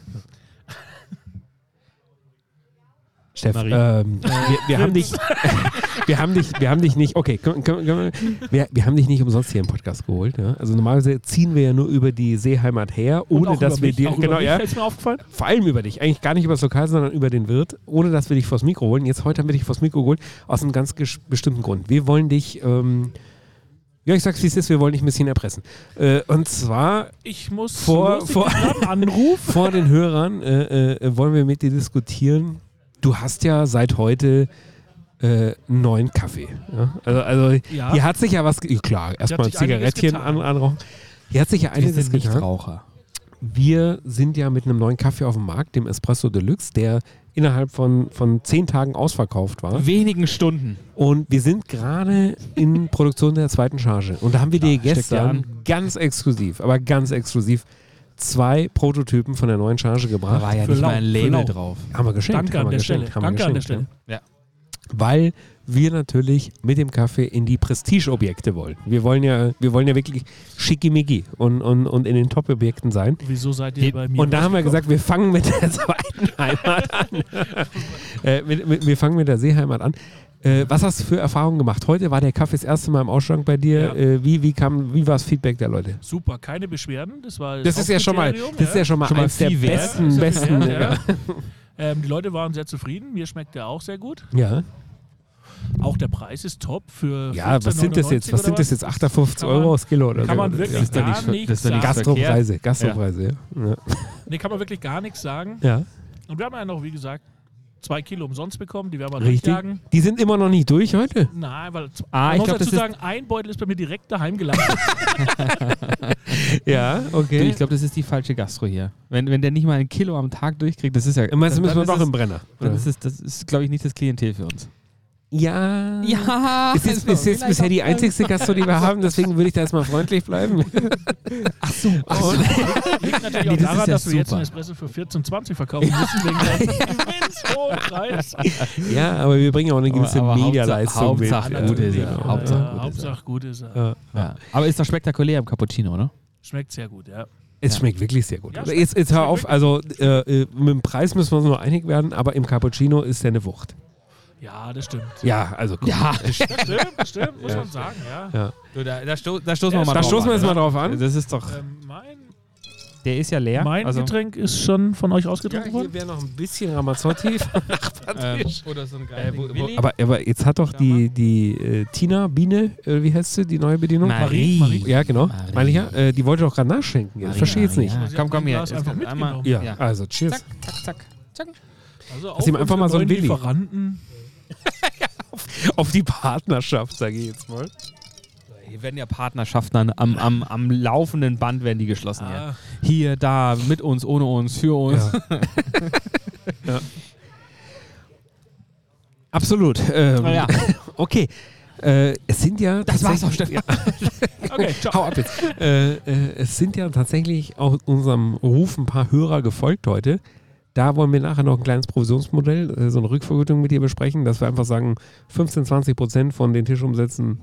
Speaker 2: Steff,
Speaker 4: Marie.
Speaker 2: ähm, wir, wir, haben dich, wir haben dich, wir haben dich nicht, okay, können, können, können, wir- wir, wir haben dich nicht umsonst hier im Podcast geholt. Ja? Also normalerweise ziehen wir ja nur über die Seeheimat her,
Speaker 4: Und
Speaker 2: ohne
Speaker 4: auch
Speaker 2: dass
Speaker 4: über
Speaker 2: wir
Speaker 4: mich,
Speaker 2: dir,
Speaker 4: auch über
Speaker 2: genau,
Speaker 4: mich,
Speaker 2: ja,
Speaker 4: Ist mir aufgefallen.
Speaker 2: vor allem über dich, eigentlich gar nicht über das Lokal, sondern über den Wirt, ohne dass wir dich vors Mikro holen. Jetzt heute haben wir dich vors Mikro geholt, aus einem ganz gesch- bestimmten Grund. Wir wollen dich, ähm, ja, ich sag's wie es ist, wir wollen dich ein bisschen erpressen. Äh, und zwar
Speaker 4: Ich muss
Speaker 2: Vor-
Speaker 4: los, ich
Speaker 2: vor-
Speaker 4: krieg grad einen Anruf.
Speaker 2: vor den Hörern äh, äh, wollen wir mit dir diskutieren. Du hast ja seit heute äh, einen neuen Kaffee. Ja? Also, also
Speaker 4: Ja.
Speaker 2: hier hat sich ja was. ge- Klar, erstmal
Speaker 4: sich einiges
Speaker 2: Zigarettchen
Speaker 4: getan.
Speaker 2: an, anrauchen. Hier hat sich ja
Speaker 1: Wir
Speaker 2: einiges
Speaker 1: sind
Speaker 2: getan.
Speaker 1: Nichtraucher.
Speaker 2: Wir sind ja mit einem neuen Kaffee auf dem Markt, dem Espresso Deluxe, der innerhalb von, von zehn Tagen ausverkauft war.
Speaker 1: Wenigen Stunden.
Speaker 2: Und wir sind gerade in Produktion der zweiten Charge. Und da haben wir dir
Speaker 1: steckt ja
Speaker 2: gestern ganz exklusiv, aber ganz exklusiv, zwei Prototypen von der neuen Charge gebracht.
Speaker 1: Da war ja
Speaker 4: Für
Speaker 1: nicht
Speaker 4: Lau,
Speaker 1: mal ein
Speaker 4: für
Speaker 1: Label
Speaker 4: Lau.
Speaker 1: drauf.
Speaker 2: Haben wir geschenkt.
Speaker 4: Danke
Speaker 2: haben
Speaker 4: an
Speaker 2: wir
Speaker 4: der
Speaker 2: geschenkt,
Speaker 4: Stelle.
Speaker 2: Haben
Speaker 4: Danke
Speaker 2: wir
Speaker 4: an der
Speaker 2: geschenkt,
Speaker 4: Stelle.
Speaker 2: Ja. Weil wir natürlich mit dem Kaffee in die Prestigeobjekte wollen. Wir wollen ja, wir wollen ja wirklich schickimicki und, und, und in den Top-Objekten sein.
Speaker 4: Wieso seid ihr bei mir?
Speaker 2: Und da haben wir gesagt, wir fangen mit der zweiten Heimat an. äh, mit, mit, wir fangen mit der Seeheimat an. Äh, was hast du für Erfahrungen gemacht? Heute war der Kaffee das erste Mal im Ausschank bei dir.
Speaker 4: Ja.
Speaker 2: Äh, wie, wie, kam, wie war das Feedback der Leute?
Speaker 4: Super, keine Beschwerden. Das war
Speaker 2: Das ist ja schon mal,
Speaker 4: Hauptkriterium,
Speaker 2: das ist ja schon mal
Speaker 1: Schon mal
Speaker 2: eins der
Speaker 1: viel wert.
Speaker 2: besten,
Speaker 4: Ja, ist ja
Speaker 2: besten.
Speaker 4: viel wert, ja. ähm, die Leute waren sehr zufrieden. Mir schmeckt der auch sehr gut.
Speaker 2: Ja,
Speaker 4: Auch der Preis ist top für.
Speaker 2: ja was sind das jetzt?
Speaker 4: 14,99
Speaker 2: Was sind
Speaker 4: oder
Speaker 2: das jetzt? 58
Speaker 4: Kann man-
Speaker 2: Euro das Kilo oder
Speaker 4: Kann
Speaker 2: so?
Speaker 4: man wirklich
Speaker 1: ist doch
Speaker 4: gar
Speaker 1: nicht ver- das
Speaker 4: nichts
Speaker 1: ist doch nicht
Speaker 4: sagen.
Speaker 2: Gastropreise, Gastropreise, ja. ja.
Speaker 4: Nee, kann man wirklich gar nichts sagen.
Speaker 2: ja.
Speaker 4: Und wir haben ja noch, wie gesagt, zwei Kilo umsonst bekommen. Die werden wir
Speaker 2: Richtig.
Speaker 4: durchjagen.
Speaker 2: Die sind immer noch nicht durch heute.
Speaker 4: Nein, weil z-
Speaker 1: Ah,
Speaker 4: man
Speaker 1: ich
Speaker 4: muss
Speaker 1: glaub, das
Speaker 4: dazu
Speaker 1: ist-
Speaker 4: sagen, ein Beutel ist bei mir direkt daheim gelandet.
Speaker 2: Ja,
Speaker 1: Du,
Speaker 2: okay.
Speaker 1: ich glaube, das ist die falsche Gastro hier. Wenn, wenn der nicht mal ein Kilo am Tag durchkriegt, das ist ja.
Speaker 2: Immerhin
Speaker 1: dann-
Speaker 2: müssen wir
Speaker 1: dann
Speaker 2: doch
Speaker 1: ist
Speaker 2: im Brenner.
Speaker 1: es- dann ist es, Das ist, glaube ich, nicht das Klientel für uns.
Speaker 2: Ja.
Speaker 1: Ja!
Speaker 2: Ist jetzt, ist jetzt bisher die einzigste Gastro, die wir haben, deswegen würde ich da erstmal freundlich bleiben.
Speaker 1: Ach so, ach so.
Speaker 4: Liegt natürlich
Speaker 1: Nee, das
Speaker 4: auch daran,
Speaker 1: ist ja
Speaker 4: dass wir jetzt
Speaker 1: super.
Speaker 4: einen Espresso für 14,20 verkaufen müssen, wegen des immens hohen Preis.
Speaker 2: Ja, aber wir bringen auch eine gewisse
Speaker 1: Aber- aber Hauptsa-
Speaker 2: Medialeistung
Speaker 1: Hauptsache
Speaker 2: mit.
Speaker 1: gut ist er,
Speaker 2: Ja,
Speaker 1: Hauptsache
Speaker 4: Hauptsache,
Speaker 1: gut ist
Speaker 4: ja,
Speaker 1: er.
Speaker 4: Hauptsache gut ist er.
Speaker 2: Ja.
Speaker 1: Ja. Aber ist doch spektakulär im Cappuccino, oder?
Speaker 4: Schmeckt sehr gut, ja.
Speaker 2: Es schmeckt wirklich sehr gut.
Speaker 4: Ja,
Speaker 2: Also
Speaker 4: schmeckt-
Speaker 2: jetzt, jetzt hör
Speaker 4: schmeckt
Speaker 2: auf, also äh, äh, mit dem Preis müssen wir uns nur einig werden, aber im Cappuccino ist der eine Wucht.
Speaker 4: Ja, das stimmt.
Speaker 2: Ja, also komm.
Speaker 1: Ja,
Speaker 4: Das stimmt, das stimmt, muss man sagen, ja.
Speaker 1: da, da, sto da stoßen
Speaker 4: Ja,
Speaker 1: wir mal
Speaker 2: da
Speaker 1: drauf
Speaker 2: stoßen wir
Speaker 1: an, Also,
Speaker 2: jetzt mal
Speaker 1: oder?
Speaker 2: drauf an.
Speaker 1: Das ist doch.
Speaker 4: Ähm, mein
Speaker 1: Der ist ja leer.
Speaker 4: mein
Speaker 1: also,
Speaker 4: Getränk ist schon von euch ausgetrunken worden?
Speaker 2: wäre noch ein bisschen Ramazzotti.
Speaker 1: ähm, oder so ein geiler
Speaker 4: wo- wo-
Speaker 1: Willi.
Speaker 2: aber, aber jetzt hat doch die, die äh, Tina Biene, äh, wie heißt sie, die neue Bedienung?
Speaker 1: Marie.
Speaker 4: Marie.
Speaker 2: Ja, genau.
Speaker 1: Marie.
Speaker 2: Meine ich ja, äh, die wollte doch gerade nachschenken. Jetzt.
Speaker 1: Maria,
Speaker 2: Verstehe jetzt nicht.
Speaker 1: ja.
Speaker 4: Sie
Speaker 1: Komm,
Speaker 4: hat
Speaker 1: komm
Speaker 4: den
Speaker 1: hier.
Speaker 4: Glas
Speaker 1: es
Speaker 4: einfach
Speaker 1: kommt einmal-
Speaker 4: mitgenommen.
Speaker 2: Ja,
Speaker 1: Ja.
Speaker 2: also cheers.
Speaker 1: Zack, zack, zack.
Speaker 4: Also
Speaker 2: Lass ihm
Speaker 4: auf
Speaker 2: einfach mal so
Speaker 4: unsere
Speaker 2: einen
Speaker 4: neuen
Speaker 2: Willi.
Speaker 4: Lieferanten.
Speaker 2: Auf die Partnerschaft, sage ich jetzt mal.
Speaker 1: Hier werden ja Partnerschaften an, am, am, am laufenden Band werden die geschlossen. hier.
Speaker 4: Ah,
Speaker 1: Hier, da, mit uns, ohne uns, für uns.
Speaker 2: Absolut. Ähm,
Speaker 1: Ja.
Speaker 2: Okay. Äh, es sind ja.
Speaker 1: Das war's auch,
Speaker 2: tatsächlich-
Speaker 1: Stefan.
Speaker 4: okay, ciao.
Speaker 2: Hau ab jetzt. äh, äh, es sind ja tatsächlich auch unserem Ruf ein paar Hörer gefolgt heute. Da wollen wir nachher noch ein kleines Provisionsmodell, äh, so eine Rückvergütung mit dir besprechen, dass wir einfach sagen, 15, 20 Prozent von den Tischumsätzen.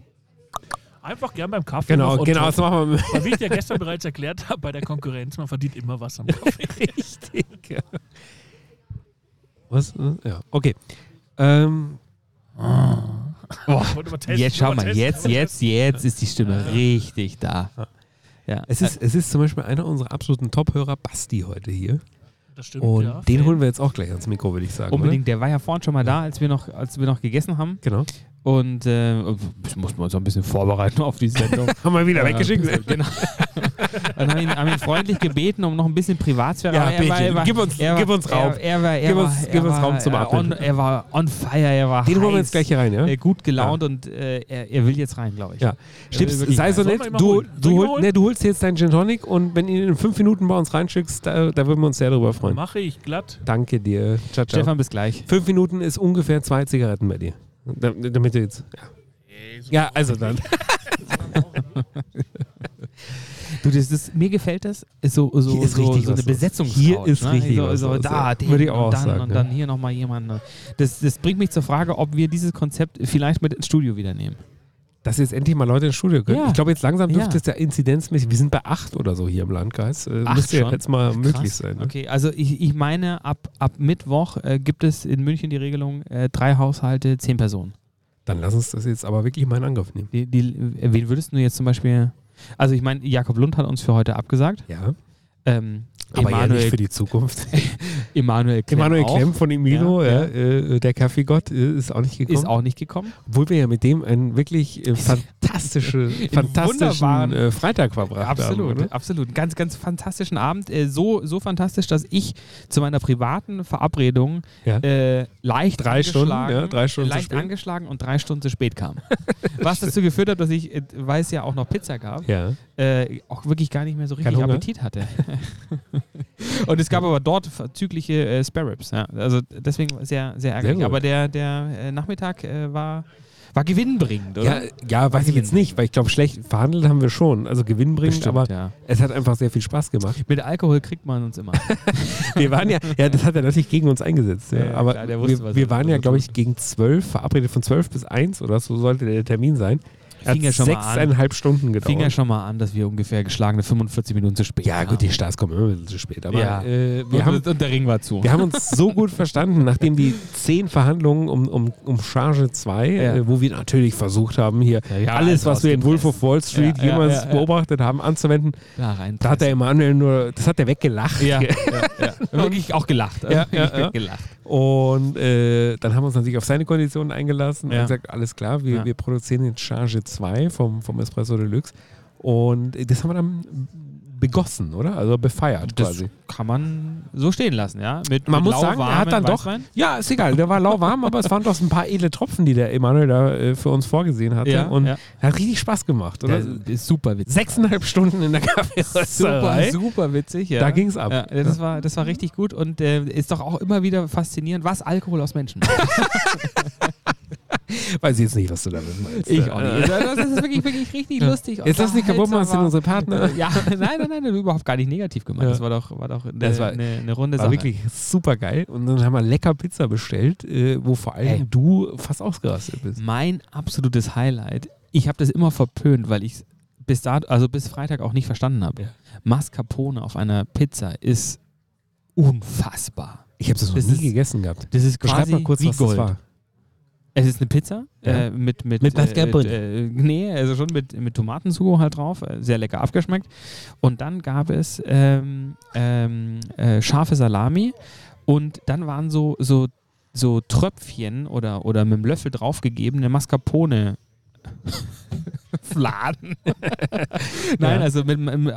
Speaker 4: Einfach gern beim Kaffee.
Speaker 2: Genau,
Speaker 4: noch on
Speaker 2: genau,
Speaker 4: top.
Speaker 2: das machen wir mit-
Speaker 4: Weil wie ich ja gestern bereits erklärt habe, bei der Konkurrenz, man verdient immer was am Kaffee.
Speaker 2: Richtig. ja. Was? äh? Ja, okay. Ähm,
Speaker 4: Wollte mal testen,
Speaker 1: Jetzt schau
Speaker 4: wollte
Speaker 1: mal,
Speaker 4: testen,
Speaker 1: jetzt,
Speaker 4: wollte
Speaker 1: jetzt, jetzt ist die Stimme richtig da. Ja.
Speaker 2: es, ist, es ist zum Beispiel einer unserer absoluten Top-Hörer, Basti, heute hier.
Speaker 4: testen. Das stimmt,
Speaker 2: Und
Speaker 4: ja.
Speaker 2: den holen wir jetzt auch gleich ans Mikro, würde ich sagen.
Speaker 1: Unbedingt, der war ja vorhin schon mal da, als wir noch, als wir noch gegessen haben.
Speaker 2: Oder? Genau.
Speaker 1: Und äh, das mussten wir uns so ein bisschen vorbereiten auf die Sendung.
Speaker 2: Haben wir wieder
Speaker 1: Ähm, Genau. Dann haben wir ihn, haben ihn freundlich gebeten, um noch ein bisschen Privatsphäre.
Speaker 2: Ja,
Speaker 1: aber er war-
Speaker 2: bitte.
Speaker 1: er war-
Speaker 2: Gib uns-
Speaker 1: er war-
Speaker 2: gib uns Raum.
Speaker 1: Er, er war, er
Speaker 2: Gib
Speaker 1: war,
Speaker 2: uns-
Speaker 1: er
Speaker 2: gib uns
Speaker 1: war,
Speaker 2: Raum zum
Speaker 1: er On,
Speaker 2: Atmen.
Speaker 1: er war on fire, er war
Speaker 2: Den holen wir
Speaker 1: heiß,
Speaker 2: jetzt gleich hier rein, ja?
Speaker 1: äh, gut gelaunt und äh, er, er will jetzt rein, glaube ich.
Speaker 2: Ja. Stips,
Speaker 1: wirklich
Speaker 2: sei so
Speaker 1: rein.
Speaker 2: nett,
Speaker 4: Sollen wir ihn mal
Speaker 2: du,
Speaker 4: holen? Soll
Speaker 2: du,
Speaker 4: ich ihn
Speaker 2: hol,
Speaker 4: holen?
Speaker 2: nee, du holst jetzt deinen Gin Tonic und wenn ihr ihn in fünf Minuten bei uns reinschickst, da, da würden wir uns sehr drüber freuen.
Speaker 4: Mache ich glatt.
Speaker 2: Danke dir. Ciao, ciao.
Speaker 1: Stefan, bis gleich.
Speaker 2: Fünf Minuten ist ungefähr zwei Zigaretten bei dir. Da- Damit du jetzt. Ja, ja also dann.
Speaker 1: Du, das ist, mir gefällt das. Ist so, so,
Speaker 2: Hier ist
Speaker 1: so,
Speaker 2: richtig
Speaker 1: so eine
Speaker 2: was los.
Speaker 1: Besetzungskraut.
Speaker 2: Hier ist
Speaker 1: ne?
Speaker 2: richtig
Speaker 1: so,
Speaker 2: was
Speaker 1: so,
Speaker 2: los,
Speaker 1: da,
Speaker 2: ja.
Speaker 1: den
Speaker 2: Würde ich auch
Speaker 1: und dann
Speaker 2: sagen,
Speaker 1: und
Speaker 2: ja.
Speaker 1: dann hier nochmal jemanden. Das, das bringt mich zur Frage, ob wir dieses Konzept vielleicht mit ins Studio wieder nehmen.
Speaker 2: dass jetzt endlich mal Leute ins Studio können.
Speaker 1: Ja.
Speaker 2: Ich glaube, jetzt langsam
Speaker 1: Ja.
Speaker 2: dürfte es ja inzidenzmäßig, wir sind bei acht oder so hier im Landkreis. Äh,
Speaker 1: Acht
Speaker 2: müsste ja
Speaker 1: schon?
Speaker 2: jetzt mal möglich
Speaker 1: Krass.
Speaker 2: sein. Ne?
Speaker 1: Okay, also ich, ich meine, ab, ab Mittwoch äh, gibt es in München die Regelung, äh, drei Haushalte, zehn Personen.
Speaker 2: Dann lass uns das jetzt aber wirklich mal in Angriff nehmen.
Speaker 1: Die, die, äh, wen würdest du jetzt zum Beispiel... Also ich meine, Jakob Lund hat uns für heute abgesagt.
Speaker 2: Ja,
Speaker 1: Ähm,
Speaker 2: aber ja nicht
Speaker 1: Emanuel,
Speaker 2: für die Zukunft.
Speaker 1: Emanuel Klemm,
Speaker 2: Emanuel
Speaker 1: auch,
Speaker 2: Klemm von Emilio,
Speaker 1: Ja,
Speaker 2: ja, Äh, der Kaffeegott, äh, ist auch nicht gekommen.
Speaker 1: ist auch nicht gekommen.
Speaker 2: Obwohl wir ja mit dem einen wirklich äh, fantastische, fantastischen
Speaker 1: wunderbaren-
Speaker 2: äh, Freitag verbracht haben.
Speaker 1: Absolut, ne?
Speaker 2: oder?
Speaker 1: Ähm, absolut. Ganz, ganz fantastischen Abend. Äh, so, so fantastisch, dass ich zu meiner privaten Verabredung
Speaker 2: Ja.
Speaker 1: äh, leicht,
Speaker 2: Drei Stunden,
Speaker 1: angeschlagen-
Speaker 2: ja, drei Stunden zu
Speaker 1: leicht
Speaker 2: spät.
Speaker 1: angeschlagen und drei Stunden zu spät kam. Was dazu geführt hat, dass ich, äh, weil es ja auch noch Pizza gab,
Speaker 2: Ja.
Speaker 1: äh, auch wirklich gar nicht mehr so richtig
Speaker 2: Hunger?
Speaker 1: Appetit hatte. und es gab aber dort verzügliche äh, Spare Ribs. Ja. Also deswegen sehr, sehr ärgerlich.
Speaker 2: gut.
Speaker 1: aber der, der äh, Nachmittag äh, war, war gewinnbringend,
Speaker 2: Ja,
Speaker 1: oder?
Speaker 2: ja, weiß ich jetzt nicht, weil ich glaube, schlecht verhandelt haben wir schon. Also gewinnbringend,
Speaker 1: Bestimmt,
Speaker 2: aber
Speaker 1: ja.
Speaker 2: es hat einfach sehr viel Spaß gemacht.
Speaker 1: Mit Alkohol kriegt man uns immer.
Speaker 2: Wir waren ja, ja, das hat er natürlich gegen uns eingesetzt. Ja,
Speaker 1: ja,
Speaker 2: aber
Speaker 1: klar, der wusste,
Speaker 2: wir,
Speaker 1: was er-
Speaker 2: wir waren
Speaker 1: was
Speaker 2: ja,
Speaker 1: er
Speaker 2: glaube
Speaker 1: tut.
Speaker 2: ich, gegen zwölf verabredet, von zwölf bis eins oder so sollte der Termin sein. Er
Speaker 1: Fing ja
Speaker 2: Hat
Speaker 1: schon mal an.
Speaker 2: sechseinhalb Stunden gedauert.
Speaker 1: Fing ja schon mal an, dass wir ungefähr geschlagene 45 Minuten zu spät
Speaker 2: ja, gut,
Speaker 1: kamen.
Speaker 2: die Stars kommen immer ein bisschen zu spät. Aber
Speaker 1: Ja.
Speaker 2: äh, wir
Speaker 1: und,
Speaker 2: haben
Speaker 1: und der Ring war zu.
Speaker 2: Wir haben uns so gut verstanden, nachdem die zehn Verhandlungen um, um, um Charge 2,
Speaker 1: Ja.
Speaker 2: äh, wo wir natürlich versucht haben, hier
Speaker 1: Ja, ja,
Speaker 2: alles, was
Speaker 1: also
Speaker 2: wir in Wolf of
Speaker 1: ausgepresst.
Speaker 2: Wall Street
Speaker 1: Ja, ja,
Speaker 2: jemals
Speaker 1: ja, ja.
Speaker 2: beobachtet haben, anzuwenden,
Speaker 1: Da rein.
Speaker 2: da hat der Emanuel nur, das hat er weggelacht.
Speaker 1: ja, ja, ja. wirklich auch gelacht. Also
Speaker 2: Ja, ja,
Speaker 1: wirklich
Speaker 2: ja.
Speaker 1: gelacht.
Speaker 2: Und äh, dann haben wir uns natürlich auf seine Konditionen eingelassen
Speaker 1: Ja.
Speaker 2: und gesagt, alles klar, wir,
Speaker 1: Ja.
Speaker 2: wir produzieren jetzt Charge 2 vom, vom Espresso Deluxe. Und äh, das haben wir dann begossen, oder? Also befeiert
Speaker 1: Das
Speaker 2: quasi.
Speaker 1: kann man so stehen lassen, ja. Mit,
Speaker 2: Man
Speaker 1: mit
Speaker 2: muss sagen, er hat
Speaker 1: lauwarmen
Speaker 2: dann doch.
Speaker 1: Weißwein.
Speaker 2: Ja, ist egal. Der war lauwarm, aber es waren doch so ein paar edle Tropfen, die der Emanuel da äh, für uns vorgesehen hatte.
Speaker 1: Ja,
Speaker 2: und
Speaker 1: ja.
Speaker 2: hat richtig Spaß gemacht, oder?
Speaker 1: Das ist super witzig.
Speaker 2: Sechseinhalb Stunden in der
Speaker 1: Super,
Speaker 2: Kaffeerösterei.
Speaker 1: super witzig, ja.
Speaker 2: Da ging's ab.
Speaker 1: Ja, das, war, das war richtig gut und äh, ist doch auch immer wieder faszinierend, was Alkohol aus Menschen macht.
Speaker 2: Weiß ich jetzt nicht, was du damit meinst.
Speaker 1: Also, Das ist wirklich, wirklich richtig lustig.
Speaker 2: Jetzt lass nicht kaputt machen, das sind
Speaker 1: unterhaltsam. äh,
Speaker 2: unsere Partner.
Speaker 1: Ja, nein, nein, nein, überhaupt gar nicht negativ gemeint.
Speaker 2: Ja.
Speaker 1: Das war doch, war doch eine,
Speaker 2: Das war-
Speaker 1: eine, eine runde
Speaker 2: War
Speaker 1: Sache.
Speaker 2: wirklich super geil. Und dann haben wir lecker Pizza bestellt, äh, wo vor allem
Speaker 1: Hey.
Speaker 2: du fast ausgerastet bist.
Speaker 1: Mein absolutes Highlight, ich habe das immer verpönt, weil ich es bis, da- also bis Freitag auch nicht verstanden habe.
Speaker 2: Ja.
Speaker 1: Mascarpone auf einer Pizza ist unfassbar.
Speaker 2: Ich habe das noch
Speaker 1: Das
Speaker 2: nie
Speaker 1: ist-
Speaker 2: gegessen gehabt.
Speaker 1: Das ist
Speaker 2: Beschreib
Speaker 1: quasi
Speaker 2: mal kurz,
Speaker 1: wie
Speaker 2: was
Speaker 1: Gold.
Speaker 2: das war.
Speaker 1: Es ist eine Pizza
Speaker 2: Ja.
Speaker 1: äh, mit mit
Speaker 2: Mit Mascarpone.
Speaker 1: Äh, äh, nee, also schon mit mit Tomatensugo halt drauf, äh, sehr lecker abgeschmeckt. Und dann gab es ähm, ähm, äh, scharfe Salami und dann waren so so so Tröpfchen oder oder mit dem Löffel draufgegeben eine Mascarpone. Fladen. Nein,
Speaker 2: Ja.
Speaker 1: also mit, mit,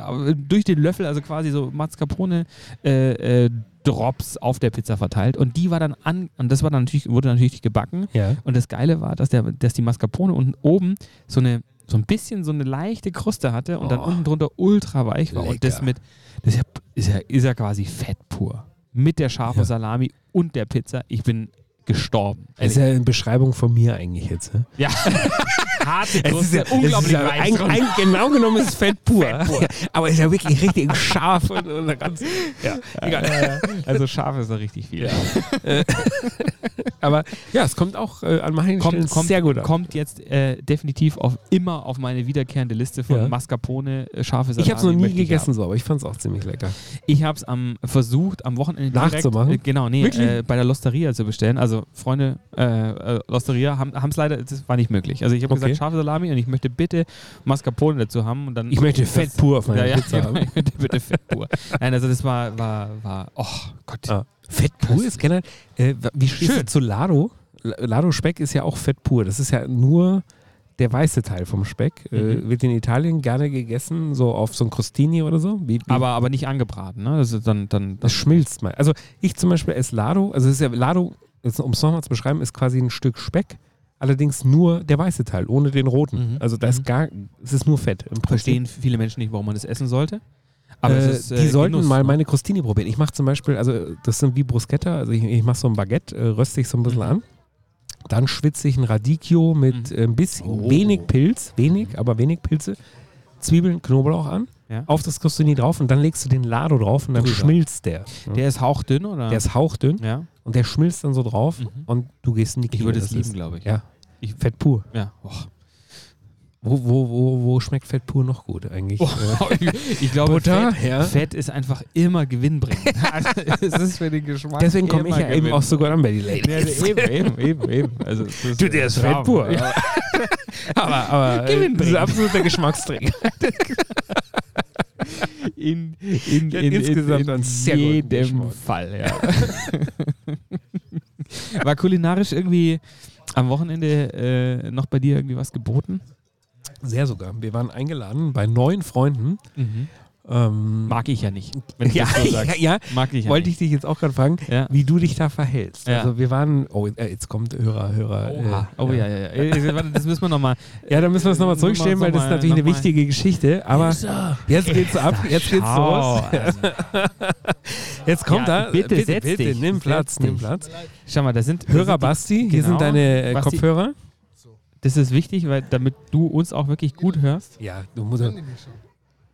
Speaker 1: durch den Löffel, also quasi so Mascarpone äh, äh, Drops auf der Pizza verteilt und die war dann an und das war dann natürlich wurde natürlich gebacken
Speaker 2: Ja.
Speaker 1: und das Geile war, dass, der, dass die Mascarpone unten oben so eine so ein bisschen so eine leichte Kruste hatte und dann
Speaker 2: Oh.
Speaker 1: unten drunter ultra weich war. Und das
Speaker 2: Lecker.
Speaker 1: mit, das ist ja, ist ja, ist ja quasi Fett pur. Mit der scharfen
Speaker 2: Ja.
Speaker 1: Salami und der Pizza. Ich bin gestorben. Also,
Speaker 2: Das ist ja eine Beschreibung von mir eigentlich jetzt. Ne?
Speaker 1: ja. Harte Kruste,
Speaker 2: Es ist ja es ist
Speaker 1: unglaublich
Speaker 2: ja
Speaker 1: weich.
Speaker 2: ein,
Speaker 1: drin.
Speaker 2: ein, genau genommen ist es Fett pur. Ja, aber ist ja wirklich richtig scharf und, und ganz. Ja, egal.
Speaker 1: also scharf ist ja richtig viel.
Speaker 2: Aber ja, es kommt auch äh, an manchen
Speaker 1: Kommt,
Speaker 2: Stellen
Speaker 1: kommt,
Speaker 2: sehr gut an.
Speaker 1: kommt jetzt äh, definitiv auf, immer auf meine wiederkehrende Liste von
Speaker 2: Ja.
Speaker 1: Mascarpone, äh, scharfe Salami.
Speaker 2: ich habe es noch nie
Speaker 1: möchte ich
Speaker 2: gegessen, so, aber ich fand es auch ziemlich lecker.
Speaker 1: Ich habe es am versucht am Wochenende
Speaker 2: Nachzumachen?
Speaker 1: Direkt, äh, genau, nee,
Speaker 2: Wirklich?
Speaker 1: äh, bei der Losteria zu bestellen. Also Freunde, äh, äh, Losteria haben es leider, das war nicht möglich. Also ich habe
Speaker 2: Okay.
Speaker 1: gesagt scharfe Salami und ich möchte bitte Mascarpone dazu haben und dann
Speaker 2: Ich möchte Fett pur auf
Speaker 1: ja,
Speaker 2: meiner
Speaker 1: ja,
Speaker 2: Pizza
Speaker 1: genau,
Speaker 2: haben.
Speaker 1: ich möchte bitte Fett pur. Nein, also das war war war oh Gott.
Speaker 2: Ah. Fett pur ist generell. Äh, wie stehst du zu Lado? La- Lado Speck ist ja auch Fett pur. Das ist ja nur der weiße Teil vom Speck.
Speaker 1: Mhm.
Speaker 2: Äh, wird in Italien gerne gegessen, so auf so ein Crostini oder so. Wie, wie
Speaker 1: Aber aber nicht angebraten, ne? Das ist dann dann
Speaker 2: Das schmilzt mal. Also ich zum Beispiel esse Lado, also es ist ja Lado, jetzt, um es nochmal zu beschreiben, ist quasi ein Stück Speck, allerdings nur der weiße Teil, ohne den roten.
Speaker 1: Mhm.
Speaker 2: Also da ist gar, es ist nur Fett. Im Prinzip.
Speaker 1: verstehen viele Menschen nicht, warum man das essen sollte. Aber
Speaker 2: äh,
Speaker 1: es ist, äh,
Speaker 2: die sollten
Speaker 1: Genuss,
Speaker 2: mal
Speaker 1: ne?
Speaker 2: meine Crostini probieren. Ich mache zum Beispiel, also das sind wie Bruschetta, also ich, ich mache so ein Baguette, äh, röste ich so ein bisschen
Speaker 1: Mhm.
Speaker 2: an. Dann schwitze ich ein Radicchio mit äh, ein bisschen
Speaker 1: Oh. Mhm.
Speaker 2: wenig Pilz, wenig, aber wenig Pilze, Zwiebeln, Knoblauch an,
Speaker 1: Ja.
Speaker 2: auf das Crostini drauf und dann legst du den Lado drauf und dann
Speaker 1: Drüber.
Speaker 2: schmilzt der.
Speaker 1: Der ist hauchdünn oder?
Speaker 2: Der ist hauchdünn.
Speaker 1: ja.
Speaker 2: Und der schmilzt dann so drauf
Speaker 1: Mhm.
Speaker 2: und du gehst in die Knie.
Speaker 1: Ich würde es
Speaker 2: Das
Speaker 1: lieben,
Speaker 2: ist-
Speaker 1: glaube ich.
Speaker 2: Ja.
Speaker 1: Ich-
Speaker 2: Fett pur.
Speaker 1: Ja. Och.
Speaker 2: Wo, wo, wo, wo schmeckt Fett pur noch gut eigentlich?
Speaker 1: Oh.
Speaker 2: Äh,
Speaker 1: ich glaube,
Speaker 2: Butter,
Speaker 1: Fett,
Speaker 2: ja.
Speaker 1: Fett ist einfach immer gewinnbringend. Also, es ist für den Geschmack.
Speaker 2: Deswegen komme ich
Speaker 1: immer
Speaker 2: ja eben
Speaker 1: gewinnbringend.
Speaker 2: auch so gut an bei die Ladies.
Speaker 1: eh Ja, also eben, eben, eben, eben. Also, es ist-
Speaker 2: Du, der ist
Speaker 1: Traum.
Speaker 2: fett pur. aber aber äh,
Speaker 1: Gewinn
Speaker 2: das ist
Speaker 1: bringen.
Speaker 2: absoluter Geschmacksträger.
Speaker 1: In, in,
Speaker 2: Ja,
Speaker 1: in, in,
Speaker 2: insgesamt
Speaker 1: in
Speaker 2: einen sehr guten
Speaker 1: jedem
Speaker 2: Geschmack.
Speaker 1: Fall, ja. War kulinarisch irgendwie am Wochenende äh, noch bei dir irgendwie was geboten?
Speaker 2: Sehr sogar. Wir waren eingeladen bei neun Freunden. Ähm,
Speaker 1: Mag ich Mhm. ja nicht, wenn du
Speaker 2: ja,
Speaker 1: das so
Speaker 2: ja,
Speaker 1: sagst.
Speaker 2: ja,
Speaker 1: Mag ich ja
Speaker 2: wollte ich
Speaker 1: nicht.
Speaker 2: dich jetzt auch gerade fragen,
Speaker 1: Ja.
Speaker 2: wie du dich da verhältst.
Speaker 1: Ja.
Speaker 2: Also wir waren, oh, äh, jetzt kommt Hörer, Hörer.
Speaker 1: Oha.
Speaker 2: Äh,
Speaker 1: Oh ja, Äh, ja, ja. Äh, warte, Das müssen wir nochmal.
Speaker 2: Ja, da müssen wir es nochmal zurückstellen, weil das ist natürlich eine wichtige Geschichte. Aber jetzt geht's ab, jetzt geht's los.
Speaker 1: Also,
Speaker 2: Jetzt kommt
Speaker 1: Ja,
Speaker 2: da.
Speaker 1: bitte setz
Speaker 2: bitte,
Speaker 1: dich,
Speaker 2: nimm
Speaker 1: setz
Speaker 2: Platz, nimm
Speaker 1: dich.
Speaker 2: Platz.
Speaker 1: Schau mal, da sind da
Speaker 2: Hörer
Speaker 1: sind die-
Speaker 2: Basti, hier
Speaker 1: genau.
Speaker 2: sind deine äh,
Speaker 1: Basti-
Speaker 2: Kopfhörer.
Speaker 1: Das ist wichtig, weil damit du uns auch wirklich gut hörst.
Speaker 2: Ja, du musst.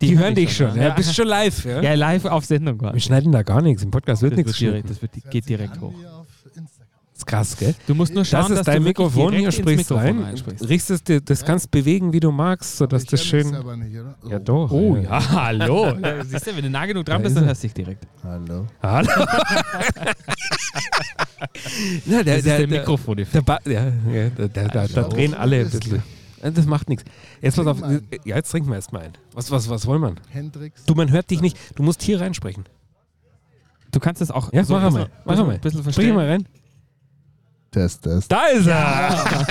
Speaker 2: Die, hören dich schon. Ja, bist schon live. Ja?
Speaker 1: ja, live auf Sendung
Speaker 2: Wir
Speaker 1: quasi.
Speaker 2: schneiden da gar nichts. Im Podcast wird
Speaker 1: Das,
Speaker 2: nichts
Speaker 1: wird
Speaker 2: geschnitten.
Speaker 1: direkt,
Speaker 2: Das
Speaker 1: das wird, geht direkt hoch.
Speaker 2: ist krass, gell?
Speaker 1: Du musst nur schauen,
Speaker 2: Das ist
Speaker 1: dass
Speaker 2: dein
Speaker 1: du wirklich
Speaker 2: Mikrofon,
Speaker 1: direkt
Speaker 2: hier
Speaker 1: ins
Speaker 2: sprichst
Speaker 1: Mikrofon
Speaker 2: rein.
Speaker 1: reinsprichst.
Speaker 2: Riechst es dir, das kannst bewegen, wie du magst, sodass das schön.
Speaker 6: Selber nicht, oder?
Speaker 2: Ja, doch.
Speaker 1: Oh ja, hallo. Siehst du, wenn du nah genug dran
Speaker 2: Da
Speaker 1: bist,
Speaker 2: ist
Speaker 1: dann
Speaker 2: er.
Speaker 1: hörst du dich direkt.
Speaker 6: Hallo.
Speaker 2: Hallo. Na, der,
Speaker 1: Das ist
Speaker 2: der,
Speaker 1: der
Speaker 2: der,
Speaker 1: mikrofon
Speaker 2: der ba ja, ja, da, da, da, da
Speaker 6: Schlau.
Speaker 2: drehen alle ein
Speaker 6: Ist
Speaker 2: bisschen. Äh, Das macht nichts. Jetzt pass auf. äh,
Speaker 6: Trink mal
Speaker 2: Ja, jetzt trinken wir erstmal ein. Was, was, was wollen wir?
Speaker 6: Hendrix.
Speaker 2: Du, man hört dich nicht. Du musst hier reinsprechen.
Speaker 1: Du kannst das auch
Speaker 2: Ja,
Speaker 1: so
Speaker 2: mach
Speaker 1: ein
Speaker 2: einmal.
Speaker 1: bisschen-
Speaker 2: Mach einmal.
Speaker 1: Ein bisschen
Speaker 2: Sprich
Speaker 1: verstehen.
Speaker 2: mal rein.
Speaker 6: Test, Test.
Speaker 2: Da ist er!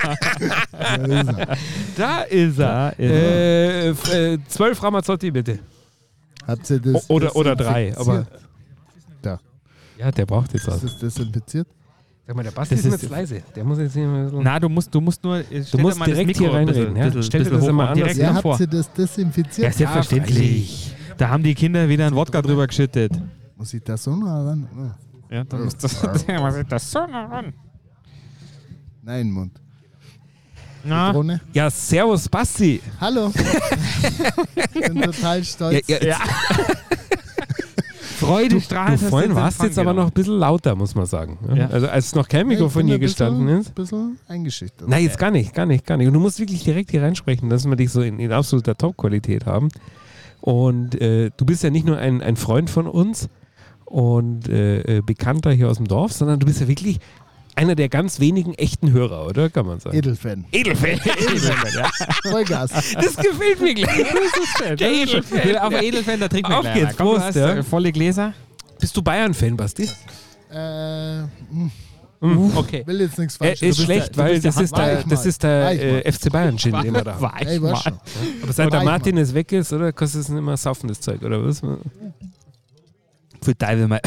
Speaker 6: Da ist er.
Speaker 1: Da ist er.
Speaker 2: Äh, f- äh, zwölf Ramazzotti bitte.
Speaker 6: Hat sie das
Speaker 2: O- oder- oder drei,
Speaker 6: desinfiziert?
Speaker 2: Ja, der braucht jetzt
Speaker 6: Ist das desinfiziert?
Speaker 2: Sag mal, der Basti
Speaker 1: Das
Speaker 2: ist
Speaker 1: ist-
Speaker 2: jetzt leise. Der muss jetzt hier mal so.
Speaker 1: Na, du musst, du musst nur. äh, stell dir
Speaker 2: musst
Speaker 1: mal das
Speaker 2: direkt
Speaker 1: Mikro
Speaker 2: hier
Speaker 1: ein bisschen-
Speaker 2: reinreden, ja.
Speaker 1: bisschen-
Speaker 2: Stell dir
Speaker 1: bisschen
Speaker 2: das
Speaker 1: hoch
Speaker 2: immer
Speaker 1: und direkt
Speaker 2: anders
Speaker 6: Ja,
Speaker 1: nach vor.
Speaker 6: habt ihr das
Speaker 1: Ja,
Speaker 6: desinfiziert?
Speaker 1: selbstverständlich. Da haben die Kinder wieder ein Wodka drüber geschüttet.
Speaker 6: Muss ich das so noch ran?
Speaker 1: Ja, dann ist das, was ist das so nah ran?
Speaker 6: Nein, Mund.
Speaker 2: Ah.
Speaker 1: Na,
Speaker 6: Krone.
Speaker 2: Ja, servus Basti.
Speaker 6: Hallo. ich bin total stolz.
Speaker 2: ja.
Speaker 1: Freude strahlt.
Speaker 2: Du
Speaker 1: hast
Speaker 2: vorhin warst
Speaker 1: Empfang
Speaker 2: jetzt aber noch
Speaker 1: genommen.
Speaker 2: ein bisschen lauter, muss man sagen. ne?
Speaker 1: genau. Ja.
Speaker 2: Also als noch kein
Speaker 6: Ich bin
Speaker 2: Mikrofon
Speaker 6: ein
Speaker 2: hier
Speaker 6: bisschen-
Speaker 2: gestanden ist.
Speaker 6: bisschen eingeschüchtert.
Speaker 2: Nein, jetzt gar nicht, gar nicht, gar nicht. Und du musst wirklich direkt hier reinsprechen, dass wir dich so in, in absoluter Top-Qualität haben. Und äh, du bist ja nicht nur ein, ein Freund von uns und äh, äh, Bekannter hier aus dem Dorf, sondern du bist ja wirklich einer der ganz wenigen echten Hörer, oder? Kann man sagen.
Speaker 6: Edelfan.
Speaker 2: Edelfan.
Speaker 6: Vollgas.
Speaker 2: Das gefällt mir gleich. Der Edelfan.
Speaker 1: eh Auf Edelfan, da trinken wir
Speaker 2: Auf
Speaker 1: gleich
Speaker 2: geht's,
Speaker 1: einer. Komm, du
Speaker 2: Prost,
Speaker 1: hast,
Speaker 2: ja.
Speaker 1: äh, Volle Gläser.
Speaker 2: Bist du Bayern-Fan, Basti?
Speaker 6: äh, hm,
Speaker 2: Okay.
Speaker 6: will jetzt nichts
Speaker 2: Er
Speaker 6: falsch.
Speaker 2: Äh, ist schlecht, weil das ist
Speaker 6: War
Speaker 2: der,
Speaker 6: ich mal.
Speaker 2: das ist
Speaker 6: War
Speaker 2: der
Speaker 6: ich mal.
Speaker 2: äh, FC Bayern-Gin, den wir da haben.
Speaker 1: War
Speaker 6: Ey,
Speaker 1: ich
Speaker 6: war
Speaker 1: mal.
Speaker 6: schon.
Speaker 2: Aber seit der
Speaker 6: War ich mal.
Speaker 2: Martin jetzt weg ist, oder? Kostet es nicht mehr saufendes Zeug, oder was?
Speaker 1: Für Teufel mal.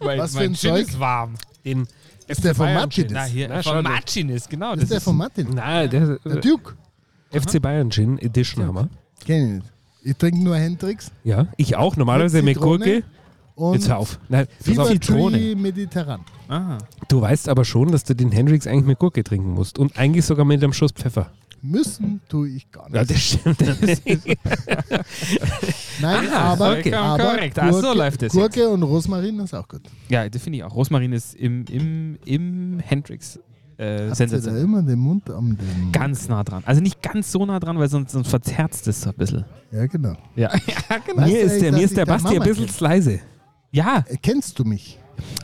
Speaker 6: Was für ein Zeug?
Speaker 1: warm.
Speaker 2: Den
Speaker 6: Ist der von Martin?
Speaker 1: Na, hier,
Speaker 2: Na, schau
Speaker 1: von
Speaker 2: doch.
Speaker 1: Martin ist, genau.
Speaker 6: Ist
Speaker 1: Das
Speaker 6: der
Speaker 1: ist,
Speaker 6: von Martin?
Speaker 2: Na, der,
Speaker 6: Der Duke.
Speaker 2: FC Bayern Gin Edition haben wir.
Speaker 6: Kenn ich nicht. Ich trinke nur Hendrix
Speaker 2: Ja, ich auch. Normalerweise
Speaker 6: Mit
Speaker 2: mit Gurke.
Speaker 6: und
Speaker 2: Jetzt hör auf. Nein, pass
Speaker 6: Fever
Speaker 2: auf.
Speaker 6: Tree Mediterran.
Speaker 1: aha.
Speaker 2: Du weißt aber schon, dass du den Hendrix eigentlich mit Gurke trinken musst. Und eigentlich sogar mit einem Schuss Pfeffer.
Speaker 6: Müssen tue ich gar nicht.
Speaker 2: Ja, das stimmt.
Speaker 6: Nein,
Speaker 1: Ah,
Speaker 6: aber,
Speaker 1: okay.
Speaker 6: aber
Speaker 1: Korrekt. Ach, so läuft das
Speaker 6: Gurke und Rosmarin ist auch gut.
Speaker 1: Ja, das finde ich auch. Rosmarin ist im, im, im Hendrix äh,
Speaker 6: Habt ihr da
Speaker 1: sensationell.
Speaker 6: immer den Mund am den
Speaker 1: Ganz nah dran. Also nicht ganz so nah dran, weil sonst, sonst verzerrt es das so ein bisschen.
Speaker 6: Ja, genau.
Speaker 1: Ja, genau.
Speaker 6: Weißt
Speaker 2: mir
Speaker 6: du
Speaker 2: ist
Speaker 6: eigentlich,
Speaker 2: der,
Speaker 6: dass
Speaker 2: mir ist der Basti
Speaker 6: ich deine
Speaker 2: ein
Speaker 6: Mama
Speaker 2: bisschen zu leise.
Speaker 1: ja
Speaker 6: kenn? Äh, Kennst du mich?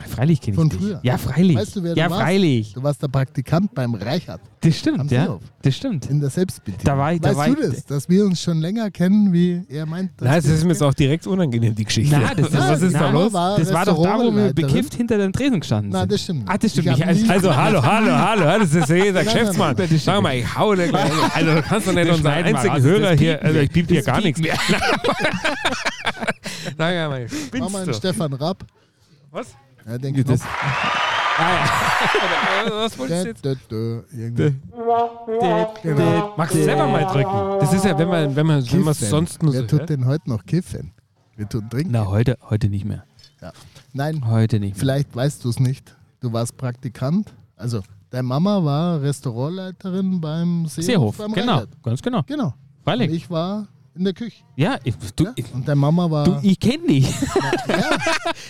Speaker 1: freilich kenne ich
Speaker 6: Von
Speaker 1: dich.
Speaker 6: früher.
Speaker 1: Ja, freilich.
Speaker 6: Weißt du, wer du
Speaker 1: ja,
Speaker 6: warst?
Speaker 1: freilich.
Speaker 6: Du warst der Praktikant beim Reichert
Speaker 1: Das
Speaker 6: Am
Speaker 1: stimmt, ja.
Speaker 6: Seehof.
Speaker 1: Das stimmt.
Speaker 6: in der Selbstbedienung.
Speaker 1: Da war ich- da
Speaker 6: weißt
Speaker 1: war
Speaker 6: du
Speaker 1: ich-
Speaker 6: das? Dass wir uns schon länger kennen, wie er meint. dass
Speaker 2: Na, das
Speaker 6: wir-
Speaker 2: ist mir jetzt auch direkt unangenehm, die Geschichte.
Speaker 1: Na, das ist,
Speaker 6: Nein,
Speaker 1: was ist
Speaker 6: na,
Speaker 1: da los?
Speaker 6: war
Speaker 1: das war doch da, wo wir
Speaker 6: Restaurantleiterin.
Speaker 1: bekifft hinter dem Tresen gestanden sind.
Speaker 6: ne? Nein, das stimmt nicht.
Speaker 1: Ah, das stimmt
Speaker 6: Ich
Speaker 1: nicht.
Speaker 6: hab nie-
Speaker 2: Also, hallo, hallo, hallo, das ist ja jeder
Speaker 6: nein,
Speaker 2: Geschäftsmann.
Speaker 6: nein,
Speaker 2: Sag mal, ich hau dir gleich. Also, du kannst doch nicht
Speaker 1: Das
Speaker 2: unseren
Speaker 1: schneiden wir
Speaker 2: einzigen
Speaker 1: raus, das
Speaker 2: Hörer hier.
Speaker 1: piepen
Speaker 2: Also,
Speaker 1: wir.
Speaker 2: ich piep dir
Speaker 1: Das
Speaker 2: gar nichts.
Speaker 1: piepen
Speaker 2: Sag mal,
Speaker 6: Mach mal
Speaker 2: spinnst
Speaker 6: einen
Speaker 2: du?
Speaker 6: ne? Stefan Rapp.
Speaker 2: Was?
Speaker 6: Ja, den
Speaker 1: Das-
Speaker 6: Knopf.
Speaker 2: Was wolltest du
Speaker 6: Dö,
Speaker 2: jetzt?
Speaker 6: dö, dö, irgendwie. Genau.
Speaker 2: Magst du selber mal drücken? Das ist ja, wenn man, wenn man, wenn man
Speaker 6: Kiffen.
Speaker 2: sonst nur so
Speaker 6: Wer tut
Speaker 2: hört.
Speaker 6: denn heute noch kiffen? Wir tun trinken.
Speaker 1: Na, heute, heute nicht mehr.
Speaker 6: Ja. Nein,
Speaker 1: Heute nicht mehr.
Speaker 6: Vielleicht weißt du es nicht. Du warst Praktikant. Also, deine Mama war Restaurantleiterin beim Seehof.
Speaker 1: Seehof,
Speaker 6: beim
Speaker 1: genau.
Speaker 6: Rheinland.
Speaker 1: Ganz genau.
Speaker 6: Genau. Und
Speaker 1: Freilich.
Speaker 6: ich war in der Küche. ne?
Speaker 1: ja, ich, du,
Speaker 6: ja?
Speaker 1: ich,
Speaker 6: Und deine Mama war.
Speaker 1: du, ich kenne dich.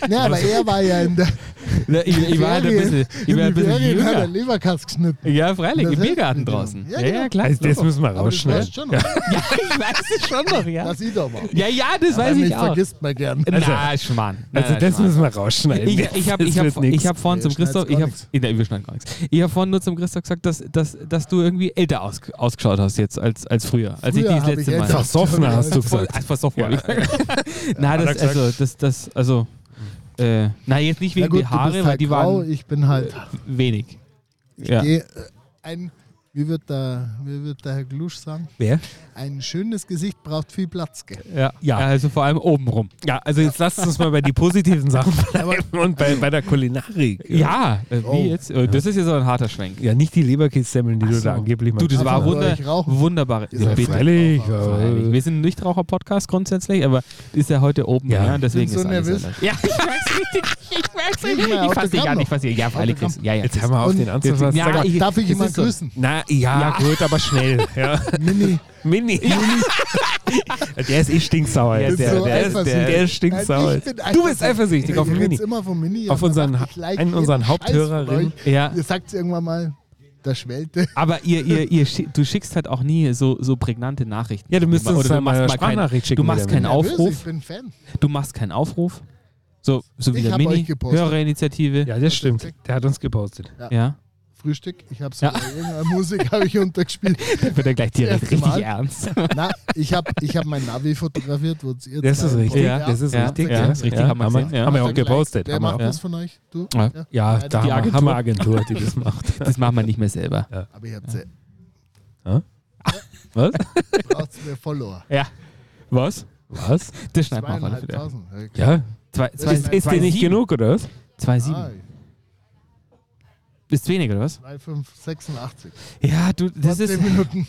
Speaker 6: ja, aber er war ja in der,
Speaker 1: Na, ich, ich war halt ein bisschen, ich war ein bisschen
Speaker 6: Ferien hat er
Speaker 1: jünger.
Speaker 6: Leberkass geschnitten.
Speaker 1: Ja, freilich,
Speaker 6: Das
Speaker 1: im
Speaker 6: heißt-
Speaker 1: Biergarten draußen.
Speaker 6: Ja,
Speaker 1: Ja, ja,
Speaker 6: genau.
Speaker 1: klar.
Speaker 2: Also das müssen wir
Speaker 6: Aber das
Speaker 2: rausschneiden.
Speaker 6: weißt schon noch.
Speaker 1: Ja, ich weiß es schon noch, ja.
Speaker 6: Das sieht doch mal.
Speaker 1: Ja, ja, das weiß
Speaker 6: Weil mich
Speaker 1: ich auch. Äh,
Speaker 6: vergisst man gern.
Speaker 1: Na, Schmarrn. Na,
Speaker 2: Also
Speaker 1: na,
Speaker 2: das
Speaker 1: Schmarrn.
Speaker 2: müssen wir rausschneiden.
Speaker 1: Ich, ich habe
Speaker 2: Das
Speaker 1: ich hab,
Speaker 2: wird
Speaker 1: vor-
Speaker 2: nix.
Speaker 1: ich hab vorhin
Speaker 6: Wir
Speaker 1: zum
Speaker 6: schneiden's
Speaker 1: Christoph,
Speaker 6: gar
Speaker 1: ich habe
Speaker 6: nix.
Speaker 1: wir schneiden gar nichts. Ich habe vorhin nur zum Christoph gesagt, dass, dass, dass du irgendwie älter aus, ausgeschaut hast jetzt als, als früher, als
Speaker 6: Früher
Speaker 1: ich dich
Speaker 6: hab
Speaker 1: das letzte
Speaker 6: ich
Speaker 1: Mal.
Speaker 6: älter-
Speaker 2: Versoffener hast du
Speaker 1: Voll-
Speaker 2: gesagt.
Speaker 1: ach, versoffen. hab ich gesagt. Na, das
Speaker 2: gesagt.
Speaker 1: also das das also äh, na jetzt nicht
Speaker 6: Na
Speaker 1: wegen
Speaker 6: gut,
Speaker 1: der
Speaker 6: du
Speaker 1: Haare,
Speaker 6: bist
Speaker 1: weil
Speaker 6: halt
Speaker 1: die
Speaker 6: grau,
Speaker 1: waren
Speaker 6: ich bin halt
Speaker 1: wenig. Ja.
Speaker 6: eh, äh, ein, wie wird, der, wie wird der Herr Glusch sagen?
Speaker 2: Wer?
Speaker 6: Ein schönes Gesicht braucht viel Platz, gell?
Speaker 1: Ja.
Speaker 2: Ja.
Speaker 1: also vor allem oben rum.
Speaker 2: Ja, also jetzt lasst uns mal bei die positiven Sachen bleiben und bei, bei der Kulinarik.
Speaker 1: Ja, äh,
Speaker 6: Oh.
Speaker 1: wie jetzt? Äh, Das ist jetzt so ein harter Schwenk.
Speaker 2: Ja, nicht die Leberkässemmeln, die du da angeblich machst.
Speaker 1: Du, das
Speaker 6: Also,
Speaker 1: war
Speaker 6: soll
Speaker 1: wunder,
Speaker 6: ich rauchen?
Speaker 1: wunderbare.
Speaker 6: Ihr seid
Speaker 1: Bitte.
Speaker 2: Freilich. ja.
Speaker 1: Freilich. Wir sind ein Nichtraucher-Podcast grundsätzlich, aber ist ja heute oben.
Speaker 2: Ja.
Speaker 1: Ja, deswegen
Speaker 6: Ich bin so
Speaker 1: ist alles
Speaker 6: nervös.
Speaker 1: anders. Ja, ich weiß richtig. Ich weiß
Speaker 6: Kriegen wir
Speaker 1: Ich fasse dich
Speaker 6: Autogramm
Speaker 1: an, ich
Speaker 6: noch?
Speaker 1: fasse dich an. Ja, freilich.
Speaker 6: Autogramm.
Speaker 1: Chris. Ja, ja.
Speaker 2: Jetzt hör mal auf,
Speaker 6: Und-
Speaker 2: den anzufassen.
Speaker 1: Ja,
Speaker 2: Sag mal,
Speaker 1: ich-
Speaker 6: Darf ich
Speaker 1: das
Speaker 6: jemanden
Speaker 1: ist so.
Speaker 6: grüßen?
Speaker 2: Na, ja,
Speaker 1: Ja.
Speaker 2: gut, aber schnell. Ja.
Speaker 6: Mini,
Speaker 2: Mini. Der ist eh stinksauer.
Speaker 1: Der
Speaker 2: Der,
Speaker 1: ist
Speaker 2: der,
Speaker 6: so
Speaker 2: der, ist, der,
Speaker 6: eifersüchtig.
Speaker 2: der ist stinksauer.
Speaker 6: Nein, ich
Speaker 2: du
Speaker 6: bin
Speaker 2: bist
Speaker 6: eifersüchtig.
Speaker 2: eifersüchtig auf
Speaker 6: ihr
Speaker 2: Mini.
Speaker 6: redet's immer von Mini.
Speaker 2: Auf
Speaker 6: aber
Speaker 2: unseren-
Speaker 6: macht gleich
Speaker 2: einen unserer
Speaker 6: jeden Scheiß
Speaker 2: Haupthörerinnen.
Speaker 6: von euch.
Speaker 1: Ja,
Speaker 6: Ihr sagt es irgendwann mal, der schwellte.
Speaker 1: aber ihr, ihr, ihr, schi- du schickst halt auch nie so, so prägnante Nachrichten.
Speaker 2: Ja, du müsstest
Speaker 1: Oder
Speaker 2: uns dann mal eine
Speaker 1: keinen-
Speaker 2: Sprachnachricht schicken
Speaker 1: Du machst
Speaker 2: wieder, wenn
Speaker 1: keinen
Speaker 2: du-
Speaker 6: Nervös,
Speaker 1: Aufruf.
Speaker 6: Ich bin Fan.
Speaker 1: Du machst keinen Aufruf. So, so wie
Speaker 6: Ich
Speaker 1: der
Speaker 6: hab euch
Speaker 1: Mini.
Speaker 6: gepostet.
Speaker 1: Hörerinitiative. Ja.
Speaker 2: Ja, das stimmt. Der hat uns gepostet.
Speaker 1: ja.
Speaker 6: Frühstück, ich habe
Speaker 1: Ja.
Speaker 6: ja. irgendeine Musik habe ich untergespielt.
Speaker 1: Da wird er gleich direkt
Speaker 6: erste
Speaker 1: richtig
Speaker 6: Mal.
Speaker 1: ernst.
Speaker 6: Na, ich habe ich hab mein Navi fotografiert, wo ihr
Speaker 2: Das ist
Speaker 6: zwei im
Speaker 2: richtig.
Speaker 6: Podcast-
Speaker 1: Ja,
Speaker 2: Das ist
Speaker 1: ja,
Speaker 2: richtig.
Speaker 1: ja, ist richtig, haben wir
Speaker 2: haben,
Speaker 1: gesehen, ja.
Speaker 2: haben wir auch
Speaker 6: Vergleich.
Speaker 2: gepostet.
Speaker 6: Wer
Speaker 2: Haben wir
Speaker 6: macht
Speaker 2: auch.
Speaker 6: das von euch? Du?
Speaker 1: Ja.
Speaker 2: Ja, da
Speaker 1: Die
Speaker 2: haben wir- haben wir Agentur, die das macht.
Speaker 1: Das machen wir nicht mehr selber.
Speaker 6: Aber ihr habt ja.
Speaker 2: Was?
Speaker 6: braucht mehr Follower.
Speaker 1: Was?
Speaker 2: Was?
Speaker 1: Das schneiden wir auch alles wieder.
Speaker 6: 2.500.
Speaker 2: Ja.
Speaker 1: Zwei, zwei,
Speaker 6: Ist-
Speaker 2: Ist dir nicht genug, oder was?
Speaker 1: Zwei,
Speaker 6: Ah,
Speaker 1: sieben. Ist wenig, oder was?
Speaker 6: 3,586.
Speaker 1: Ja, du, das
Speaker 6: Vor
Speaker 1: ist.
Speaker 6: zehn Minuten.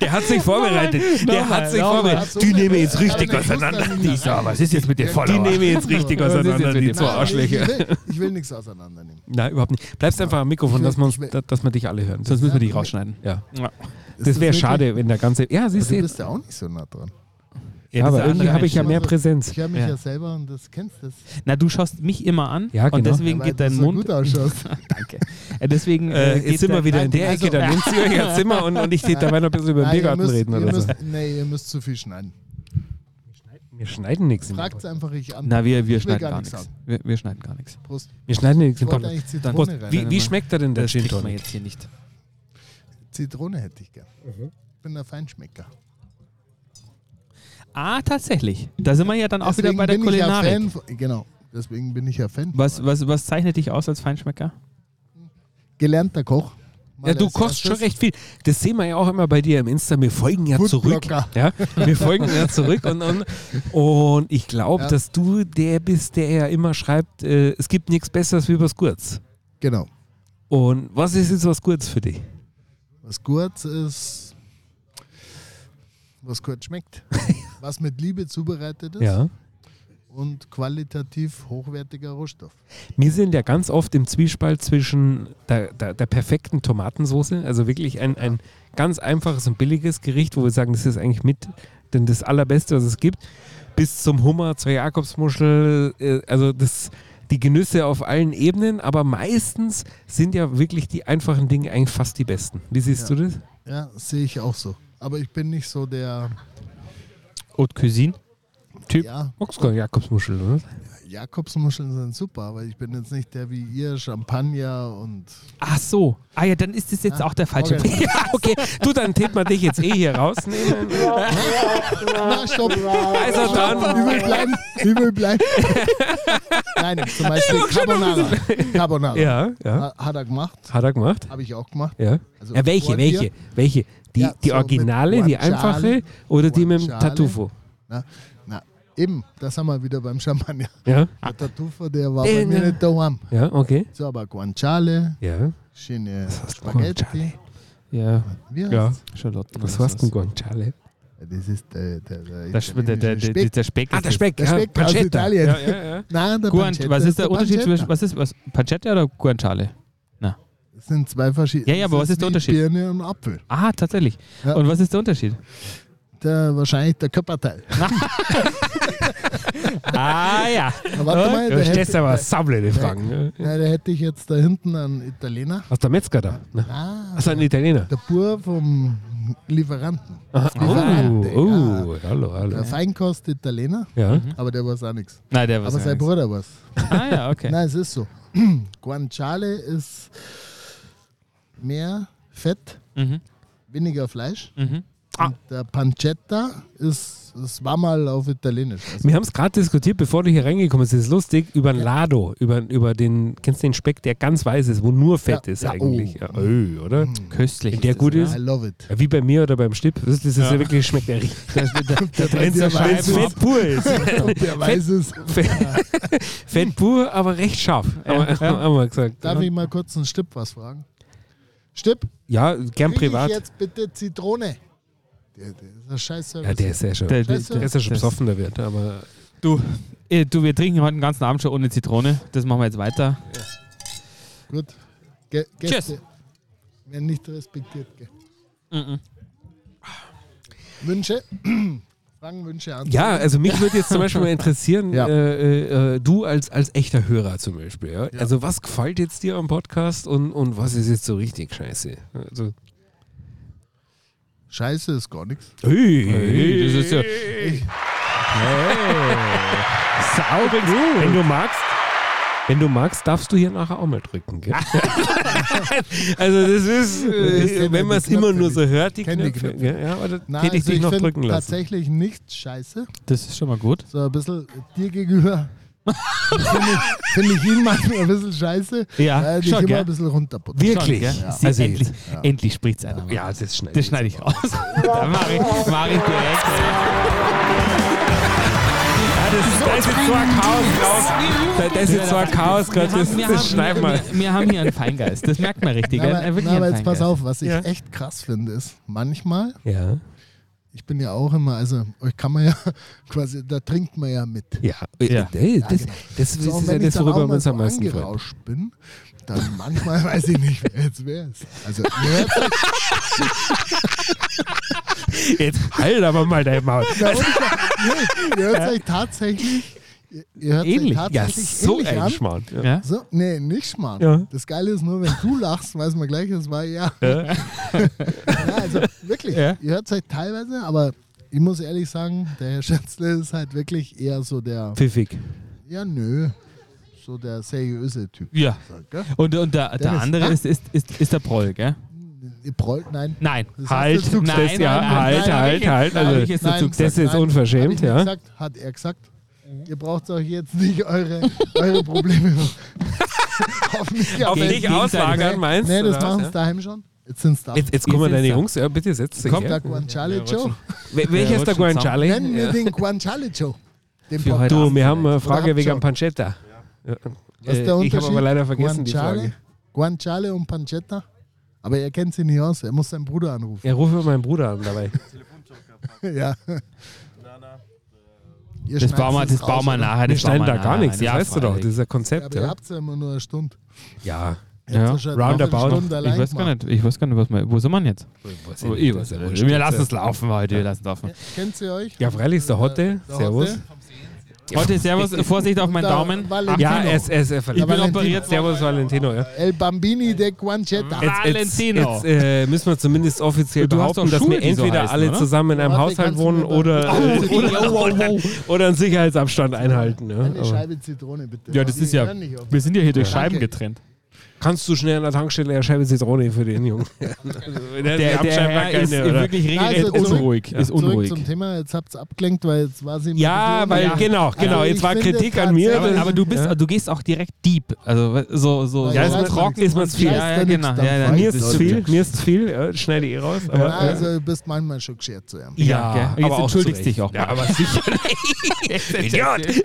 Speaker 2: Der hat sich vorbereitet. Der hat sich
Speaker 1: nochmal.
Speaker 2: vorbereitet. Die nehmen jetzt richtig auseinander.
Speaker 6: Die sag, was ist jetzt mit den
Speaker 2: Die nehmen jetzt richtig
Speaker 1: Was ist jetzt
Speaker 2: auseinander,
Speaker 1: mit
Speaker 2: die
Speaker 1: dem
Speaker 2: zwei
Speaker 1: Namen?
Speaker 2: Arschlöcher.
Speaker 6: Ich will, ich will nichts auseinandernehmen.
Speaker 2: Nein, überhaupt nicht. Bleibst einfach am Mikrofon,
Speaker 6: Ich will-
Speaker 2: dass man, uns-
Speaker 6: ich will-
Speaker 2: da- dass man dich alle hören. Das,
Speaker 1: Sonst müssen wir dich rausschneiden.
Speaker 2: ja.
Speaker 1: Ja.
Speaker 6: Ist
Speaker 2: das wäre
Speaker 6: wirklich-
Speaker 2: schade, wenn der ganze. Ja,
Speaker 6: Aber
Speaker 2: siehst
Speaker 6: Also, Du
Speaker 2: du.
Speaker 6: bist ja auch nicht so nah dran.
Speaker 2: Ja,
Speaker 1: das ist
Speaker 2: aber
Speaker 1: eine
Speaker 2: irgendwie
Speaker 1: andere
Speaker 2: habe ich ja mehr
Speaker 6: Einstellung.
Speaker 2: Präsenz.
Speaker 6: Ich höre mich
Speaker 1: Ja.
Speaker 6: ja. selber und das kennst das.
Speaker 1: Na, du schaust mich immer an
Speaker 2: Ja,
Speaker 1: und
Speaker 2: genau.
Speaker 1: deswegen
Speaker 6: Weil
Speaker 1: geht
Speaker 6: du
Speaker 1: dein
Speaker 6: so
Speaker 1: Mund.
Speaker 6: gut ausschaust.
Speaker 1: Danke. Äh, deswegen
Speaker 2: Äh,
Speaker 1: äh,
Speaker 2: jetzt
Speaker 1: geht
Speaker 2: sind wir
Speaker 1: dein-
Speaker 2: wieder in der
Speaker 6: also-
Speaker 2: Ecke, dann nimmst du euch ein Zimmer und, und ich tät dabei noch ein bisschen über den
Speaker 6: Nein, ihr
Speaker 2: Biergarten
Speaker 6: müsst-
Speaker 2: reden
Speaker 6: ihr
Speaker 2: oder so.
Speaker 6: müsst, Nee, ihr müsst zu viel schneiden.
Speaker 2: Wir schneiden nichts. im
Speaker 6: Fragt
Speaker 2: Podcast.
Speaker 6: einfach ich an.
Speaker 1: Na, wir, wir
Speaker 6: Ich will
Speaker 1: schneiden
Speaker 6: gar
Speaker 1: gar
Speaker 6: nichts
Speaker 1: nichts. Wir, wir schneiden gar nichts.
Speaker 6: Prost.
Speaker 2: Wir schneiden nichts
Speaker 6: Ich
Speaker 2: im
Speaker 6: wollte
Speaker 2: Podcast.
Speaker 6: eigentlich Zitrone
Speaker 1: Prost.
Speaker 6: rein.
Speaker 2: Wie,
Speaker 1: Nein,
Speaker 2: wie
Speaker 1: nein.
Speaker 2: schmeckt da denn der
Speaker 1: Das
Speaker 2: Gin
Speaker 1: kriegt man
Speaker 2: Tonic?
Speaker 1: jetzt hier nicht.
Speaker 6: Zitrone hätte ich gern.
Speaker 2: Mhm.
Speaker 6: Ich bin der Feinschmecker.
Speaker 1: Ah, tatsächlich. Da sind wir ja dann auch wieder
Speaker 6: Deswegen
Speaker 1: bei der
Speaker 6: bin ich ja
Speaker 1: Kulinarik.
Speaker 6: Fan von, genau, deswegen bin ich ja Fan.
Speaker 1: Was,
Speaker 6: von-
Speaker 1: was, was zeichnet dich aus als Feinschmecker?
Speaker 6: Gelernter Koch. Mal
Speaker 2: Ja, du
Speaker 6: als
Speaker 2: kochst schon
Speaker 6: erstes.
Speaker 2: recht viel. Das sehen wir ja auch immer bei dir im Insta. Wir folgen ja zurück.
Speaker 6: Foodblocker.
Speaker 2: Ja, wir folgen ja zurück. Und, und, und ich glaube,
Speaker 6: Ja.
Speaker 2: dass du der bist, der ja immer schreibt, äh, es gibt nichts Besseres wie was Kurz.
Speaker 6: Genau.
Speaker 2: Und was ist jetzt was Kurz für dich?
Speaker 6: Was kurz ist, was kurz schmeckt. was mit Liebe zubereitet ist und qualitativ hochwertiger Rohstoff.
Speaker 2: Wir sind ja ganz oft im Zwiespalt zwischen der, der, der perfekten Tomatensoße, also wirklich ein, ein ganz einfaches und billiges Gericht, wo wir sagen, das ist eigentlich mit denn das Allerbeste, was es gibt, bis zum Hummer, zur Jakobsmuschel, äh, also das, die Genüsse auf allen Ebenen, aber meistens sind ja wirklich die einfachen Dinge eigentlich fast die besten. Wie siehst
Speaker 6: Ja.
Speaker 2: du das?
Speaker 6: Ja, sehe ich auch so. Aber ich bin nicht so der
Speaker 1: Haute Cuisine? Typ.
Speaker 6: ja,
Speaker 2: Magst du Jakobsmuschel, oder?
Speaker 6: Jakobsmuscheln sind super, aber ich bin jetzt nicht der wie ihr Champagner und
Speaker 1: Ach so. Ah ja, dann ist das jetzt
Speaker 6: Ja.
Speaker 1: auch der falsche.
Speaker 6: Okay.
Speaker 2: Ja, okay. Du, dann tippt man dich jetzt eh hier rausnehmen.
Speaker 6: Na, stopp.
Speaker 2: ist er dran.
Speaker 6: Übel bleiben. Übel bleiben. Nein, zum Beispiel Carbonara. Carbonara.
Speaker 2: Ja, ja.
Speaker 6: Ha- Hat er gemacht.
Speaker 2: Hat er gemacht.
Speaker 6: Habe ich auch gemacht.
Speaker 2: Ja.
Speaker 6: Also
Speaker 2: ja, welche,
Speaker 6: vor
Speaker 2: welche,
Speaker 6: dir.
Speaker 2: welche? Die,
Speaker 6: Ja,
Speaker 2: die
Speaker 6: so
Speaker 2: Originale,
Speaker 6: mit
Speaker 2: die
Speaker 6: Guanciale,
Speaker 2: einfache oder die mit dem
Speaker 6: Guanciale.
Speaker 2: Tartufo?
Speaker 6: Na, na, eben, das haben wir wieder beim Champagner.
Speaker 2: Ja,
Speaker 6: Der Tartufo, der war
Speaker 2: Den,
Speaker 6: bei mir
Speaker 2: ja.
Speaker 6: nicht daheim.
Speaker 2: ja, okay.
Speaker 6: So, aber Guanciale,
Speaker 2: Ja.
Speaker 6: schöne
Speaker 2: heißt
Speaker 6: Spaghetti.
Speaker 2: Guanciale?
Speaker 1: Ja,
Speaker 6: Wie heißt's?
Speaker 2: Ja.
Speaker 1: Charlotte.
Speaker 2: Was war's denn, Guanciale?
Speaker 6: Das ist der, der, der,
Speaker 1: Der, Sp- der, der, der,
Speaker 6: italienische Speck.
Speaker 1: der Speck. ist das.
Speaker 6: Ah, Der Speck aus Italien.
Speaker 2: Ja, ja, ja.
Speaker 6: Nein, der
Speaker 1: Guan,
Speaker 6: Pancetta
Speaker 1: was ist der, Unterschied
Speaker 6: Pancetta.
Speaker 1: zwischen, was ist, was, Pancetta oder Guanciale?
Speaker 6: Das sind zwei verschiedene.
Speaker 1: Ja, ja, aber
Speaker 6: das
Speaker 1: was ist der
Speaker 6: wie
Speaker 1: Unterschied?
Speaker 6: Birne und Apfel.
Speaker 1: Ah, tatsächlich.
Speaker 6: Ja.
Speaker 1: Und was ist der Unterschied?
Speaker 6: der, wahrscheinlich der Körperteil.
Speaker 2: Ah ja.
Speaker 6: Na, warte mal,
Speaker 2: Du
Speaker 6: der
Speaker 2: stellst
Speaker 6: hätte,
Speaker 2: aber saubleide Fragen. ne?
Speaker 6: na, der hätte ich jetzt da hinten einen Italiener.
Speaker 2: Hast du einen Metzger da? Ne?
Speaker 6: Ah,
Speaker 2: Hast du einen Italiener?
Speaker 6: der Bur vom Lieferanten.
Speaker 2: Oh,
Speaker 6: Lieferante,
Speaker 2: oh, hallo, hallo.
Speaker 6: Der Mhm. Feinkost-Italiener,
Speaker 2: Ja.
Speaker 6: aber der war auch nichts.
Speaker 1: Nein, der war
Speaker 6: Aber sein Bruder war es.
Speaker 1: Ah ja, okay.
Speaker 6: Nein, es ist so. Guanciale ist mehr Fett,
Speaker 1: Mhm.
Speaker 6: weniger Fleisch.
Speaker 1: Mhm.
Speaker 2: Ah.
Speaker 6: Und der Pancetta ist, es war mal auf Italienisch. Also,
Speaker 2: Wir haben es gerade diskutiert, bevor du hier reingekommen bist. Das ist lustig, über den Lado, über, über den, kennst du den Speck, der ganz weiß ist, wo nur Fett
Speaker 6: Ja,
Speaker 2: ist
Speaker 6: ja, Mhm.
Speaker 2: eigentlich. Ja, oh, oder?
Speaker 1: Köstlich.
Speaker 2: Wenn der
Speaker 1: ist
Speaker 2: gut
Speaker 1: das,
Speaker 2: ist,
Speaker 6: Also, I love it.
Speaker 2: Ja, wie bei mir oder beim Stipp. Das, das ist ja wirklich, schmeckt der richtig.
Speaker 6: Der
Speaker 2: Wenn's
Speaker 6: der
Speaker 2: wenn's
Speaker 6: weiß es.
Speaker 2: Fett pur ist.
Speaker 6: Der weiß es.
Speaker 2: Fett, Fett pur, aber recht scharf. Aber, haben wir gesagt.
Speaker 6: Darf ich mal kurz einen Stipp was fragen? Stipp,
Speaker 2: Ja, gern
Speaker 6: krieg ich
Speaker 2: privat.
Speaker 6: jetzt bitte Zitrone? Der, der ist ein scheiß
Speaker 2: Ja,
Speaker 6: Service.
Speaker 2: der ist sehr schön.
Speaker 1: Der,
Speaker 2: Der
Speaker 1: der,
Speaker 6: Weißt du,
Speaker 1: der,
Speaker 2: ist ja schon
Speaker 1: das-
Speaker 2: besoffen, der Wirt. Aber
Speaker 1: Du, äh, du, wir trinken heute den ganzen Abend schon ohne Zitrone. Das machen wir jetzt weiter.
Speaker 6: Gut. Ge
Speaker 1: Tschüss.
Speaker 6: Gäste werden nicht respektiert. Gell?
Speaker 2: Mhm.
Speaker 6: Wünsche? Fragen, Wünsche, Antworten.
Speaker 2: Ja, also mich würde jetzt zum Beispiel mal interessieren,
Speaker 6: Ja.
Speaker 2: äh, äh, du als, als echter Hörer zum Beispiel. Ja? Also was gefällt jetzt dir am Podcast und, und was ist jetzt so richtig scheiße? Also,
Speaker 6: Scheiße ist gar nichts.
Speaker 1: Hey, das ist ja-
Speaker 2: Sau gut. Wenn du magst, wenn du magst, darfst du hier nachher auch mal drücken. Gell? also das ist,
Speaker 6: Das ist ja
Speaker 2: äh, wenn
Speaker 6: die
Speaker 2: man es
Speaker 6: Knöpfe
Speaker 2: immer nur
Speaker 6: nicht.
Speaker 2: so hört, die
Speaker 6: Kenn die
Speaker 2: Knöpfe.
Speaker 6: Knöpfe.
Speaker 2: Ja, ja, aber das
Speaker 6: Nein, also
Speaker 2: hätte ich dich
Speaker 6: ich
Speaker 2: noch
Speaker 6: find
Speaker 2: drücken lassen.
Speaker 6: tatsächlich nicht scheiße.
Speaker 1: Das ist schon mal gut.
Speaker 6: So ein bisschen dir gegenüber. Finde ich, find ich ihn manchmal ein bisschen scheiße, Äh,
Speaker 1: Ja,
Speaker 6: weil ich
Speaker 1: schon,
Speaker 6: immer
Speaker 1: gell?
Speaker 6: ein bisschen runterputzen.
Speaker 2: Wirklich?
Speaker 1: Schon, gell?
Speaker 2: Ja.
Speaker 1: Sie-
Speaker 2: Also
Speaker 1: endlich,
Speaker 2: jetzt.
Speaker 1: endlich spricht es einer. mal.
Speaker 2: Ja, das schneide
Speaker 1: Das schneide ich raus. da mache ich, mach ich direkt.
Speaker 2: Das, das ist jetzt so ein Chaos, Klaus. Das ist jetzt so ein Chaos, Gott.
Speaker 1: Wir haben-
Speaker 2: Das,
Speaker 1: wir
Speaker 2: das
Speaker 1: haben-
Speaker 2: schneiden wir.
Speaker 1: Wir, wir haben hier einen Feingeist. Das merkt man richtig.
Speaker 6: Na,
Speaker 1: gell?
Speaker 6: aber,
Speaker 1: Wirklich
Speaker 6: na, aber
Speaker 1: einen
Speaker 6: jetzt pass
Speaker 1: Feingeist.
Speaker 6: auf, was ich
Speaker 2: Ja.
Speaker 6: echt krass finde, ist manchmal,
Speaker 2: Ja.
Speaker 6: ich bin ja auch immer, also euch kann man ja quasi, da trinkt man ja mit.
Speaker 2: Ja. ja. Das,
Speaker 6: genau.
Speaker 2: das
Speaker 6: So, und
Speaker 2: ist ja
Speaker 6: wenn ich
Speaker 2: das,
Speaker 6: dann
Speaker 2: worüber
Speaker 6: auch
Speaker 2: wir
Speaker 6: mal
Speaker 2: uns
Speaker 6: so
Speaker 2: am meisten freuen.
Speaker 6: angerauscht bin, dann manchmal weiß ich nicht, wer jetzt wer ist. Also, ihr hört's euch-
Speaker 2: Jetzt halt aber mal dein Maul.
Speaker 6: ja, und ich- nee, ihr hört euch tatsächlich, ihr- ihr hört euch
Speaker 2: Ähnlich. Ja,
Speaker 6: tatsächlich
Speaker 2: so
Speaker 6: ähnlich
Speaker 2: ein
Speaker 6: an.
Speaker 2: Schmarrn. Ja.
Speaker 1: Ja?
Speaker 6: So, nee, nicht schmarrn.
Speaker 2: Ja.
Speaker 6: Das Geile ist nur, wenn du lachst, weiß man gleich, das war ja. ja also wirklich,
Speaker 1: Ja.
Speaker 6: ihr hört es halt teilweise, aber ich muss ehrlich sagen, der Herr Schätzle ist halt wirklich eher so der,
Speaker 2: Pfiffig.
Speaker 6: ja nö, so der seriöse Typ.
Speaker 1: ja.
Speaker 6: So, gell?
Speaker 1: Und, und der, der
Speaker 6: Dennis,
Speaker 1: andere
Speaker 6: ah.
Speaker 1: ist, ist, ist, ist der Proll, gell?
Speaker 6: Ihr prollt, nein.
Speaker 1: Nein.
Speaker 6: Das hast
Speaker 2: Halt,
Speaker 6: du gesagt.
Speaker 2: das, ja,
Speaker 1: Nein, nein,
Speaker 2: halt,
Speaker 1: nein,
Speaker 2: halt,
Speaker 1: nein,
Speaker 2: halt.
Speaker 1: nein,
Speaker 2: Also,
Speaker 1: ich jetzt- dazu
Speaker 2: gesagt. Das ist
Speaker 6: Nein,
Speaker 2: unverschämt,
Speaker 6: hab ich nicht
Speaker 2: ja.
Speaker 6: Gesagt, hat er gesagt. Ihr braucht euch jetzt nicht eure, eure Probleme auf mich
Speaker 2: auf dich
Speaker 1: Gegenteil.
Speaker 2: auslagern, meinst du?
Speaker 6: Nee,
Speaker 2: oder
Speaker 6: das
Speaker 2: was,
Speaker 6: machen
Speaker 2: ja?
Speaker 6: sie daheim schon. Jetzt sind sie da.
Speaker 2: Jetzt, jetzt kommen
Speaker 1: Jetzt
Speaker 2: deine
Speaker 1: ist er.
Speaker 2: Jungs. Ja, bitte setzt dich.
Speaker 6: Kommt
Speaker 2: ja.
Speaker 6: der Guanciale
Speaker 1: Ja,
Speaker 6: Joe.
Speaker 2: Wel- Welcher ist der
Speaker 1: Rutschen
Speaker 2: Guanciale?
Speaker 6: Nennen wir
Speaker 2: Ja.
Speaker 6: den Guanciale Joe. Den
Speaker 1: Für heute
Speaker 2: Du, wir haben eine
Speaker 6: habt
Speaker 2: Frage
Speaker 6: ihr
Speaker 2: wegen
Speaker 6: schon?
Speaker 2: am Pancetta. Ja.
Speaker 6: Was ist der
Speaker 2: Äh, Ich habe
Speaker 6: Unterschied?
Speaker 2: aber leider vergessen die
Speaker 6: Guanciale,
Speaker 2: Frage.
Speaker 6: Guanciale und Pancetta. Aber er kennt sie nicht aus. Er muss seinen Bruder anrufen.
Speaker 2: Ja, rufe meinen Bruder an dabei.
Speaker 6: ja. Ihr
Speaker 1: Das
Speaker 6: schneidet
Speaker 1: bauen wir,
Speaker 6: es
Speaker 1: das
Speaker 6: raus,
Speaker 1: bauen wir
Speaker 6: oder?
Speaker 1: nachher.
Speaker 2: Wir
Speaker 1: das
Speaker 2: schneiden
Speaker 1: bauen wir
Speaker 2: da gar
Speaker 1: nachher
Speaker 2: nichts,
Speaker 1: rein.
Speaker 2: das
Speaker 1: Ja,
Speaker 2: weißt du doch. Das ist ein
Speaker 6: Ja,
Speaker 2: Konzept,
Speaker 6: aber ihr
Speaker 2: ja.
Speaker 6: habt ja immer nur eine Stunde.
Speaker 2: Ja.
Speaker 6: Ihr habt's
Speaker 1: Ja.
Speaker 6: schon eine
Speaker 2: Roundabout.
Speaker 6: Viertelstunde allein
Speaker 1: Ich weiß gar
Speaker 6: gemacht.
Speaker 1: nicht, ich weiß gar nicht, was wir, wo sind wir denn jetzt?
Speaker 2: Oh,
Speaker 1: Ich
Speaker 2: ich
Speaker 1: weiß
Speaker 2: weiß ja
Speaker 1: nicht.
Speaker 2: wohl.
Speaker 1: wir lassen es laufen heute, wir lassen es laufen.
Speaker 6: Kennt ihr euch?
Speaker 2: Ja, freilich ist der Hotte.
Speaker 6: Der
Speaker 2: Servus.
Speaker 6: Hotte.
Speaker 1: Heute Servus, Vorsicht auf meinen
Speaker 6: Und da
Speaker 1: Daumen.
Speaker 6: Valentino.
Speaker 2: Ja, es, es, er
Speaker 1: Ich
Speaker 2: verliert.
Speaker 1: bin
Speaker 6: Valentino.
Speaker 1: operiert.
Speaker 2: Servus, Valentino. Ja.
Speaker 6: El Bambini de Guancetta.
Speaker 1: Jetzt- Valentino.
Speaker 2: Jetzt, äh, müssen wir zumindest offiziell
Speaker 1: Du hast doch
Speaker 2: behaupten, dass
Speaker 1: Schuhe,
Speaker 2: wir
Speaker 1: die so
Speaker 2: entweder
Speaker 1: heißen,
Speaker 2: alle
Speaker 1: oder?
Speaker 2: zusammen in einem
Speaker 6: Warte,
Speaker 2: Haushalt
Speaker 6: kannst du
Speaker 2: wohnen
Speaker 6: mir
Speaker 2: oder,
Speaker 6: mal-
Speaker 2: äh, oder, oder, oder einen Sicherheitsabstand einhalten. Ja.
Speaker 6: Eine
Speaker 2: Aber
Speaker 6: Scheibe Zitrone, bitte.
Speaker 1: Ja, das
Speaker 6: Die
Speaker 1: ist ja,
Speaker 6: hören nicht auf.
Speaker 1: wir sind ja hier durch Scheiben
Speaker 6: Danke.
Speaker 1: getrennt.
Speaker 2: Kannst du schnell an der Tankstelle eine Scheibe Zitrone für den Jungen? der
Speaker 1: wirklich
Speaker 6: regelrecht Also zurück-
Speaker 1: unruhig. Ist
Speaker 6: Zurück
Speaker 1: unruhig.
Speaker 6: zum Thema. Jetzt habt ihr abgelenkt, weil jetzt war sie...
Speaker 2: Ja, weil
Speaker 1: Ja.
Speaker 2: genau, genau.
Speaker 6: Also
Speaker 2: jetzt
Speaker 6: ich
Speaker 2: war
Speaker 6: finde
Speaker 2: Kritik an mir.
Speaker 6: tatsächlich-
Speaker 1: aber, aber du bist,
Speaker 2: Ja.
Speaker 1: du gehst auch direkt deep. Also so, so,
Speaker 6: Ja,
Speaker 1: so
Speaker 6: ist mir-
Speaker 2: ist mir zu viel.
Speaker 1: Ja, ja,
Speaker 6: Scheiß da
Speaker 1: genau.
Speaker 6: nix,
Speaker 1: Ja,
Speaker 6: dann
Speaker 1: ja,
Speaker 6: frei.
Speaker 2: mir
Speaker 1: ja,
Speaker 2: ist es zu
Speaker 6: Leute.
Speaker 2: viel, mir ist zu viel. Ja, Schneide ich eh raus. Aber,
Speaker 6: Ja, also du bist manchmal schon geschert zu ihm.
Speaker 2: Ja,
Speaker 1: gell? Jetzt
Speaker 2: aber auch
Speaker 1: entschuldigst
Speaker 2: zu Recht.
Speaker 1: dich auch mal.
Speaker 2: Ja, aber sicher. Idiot!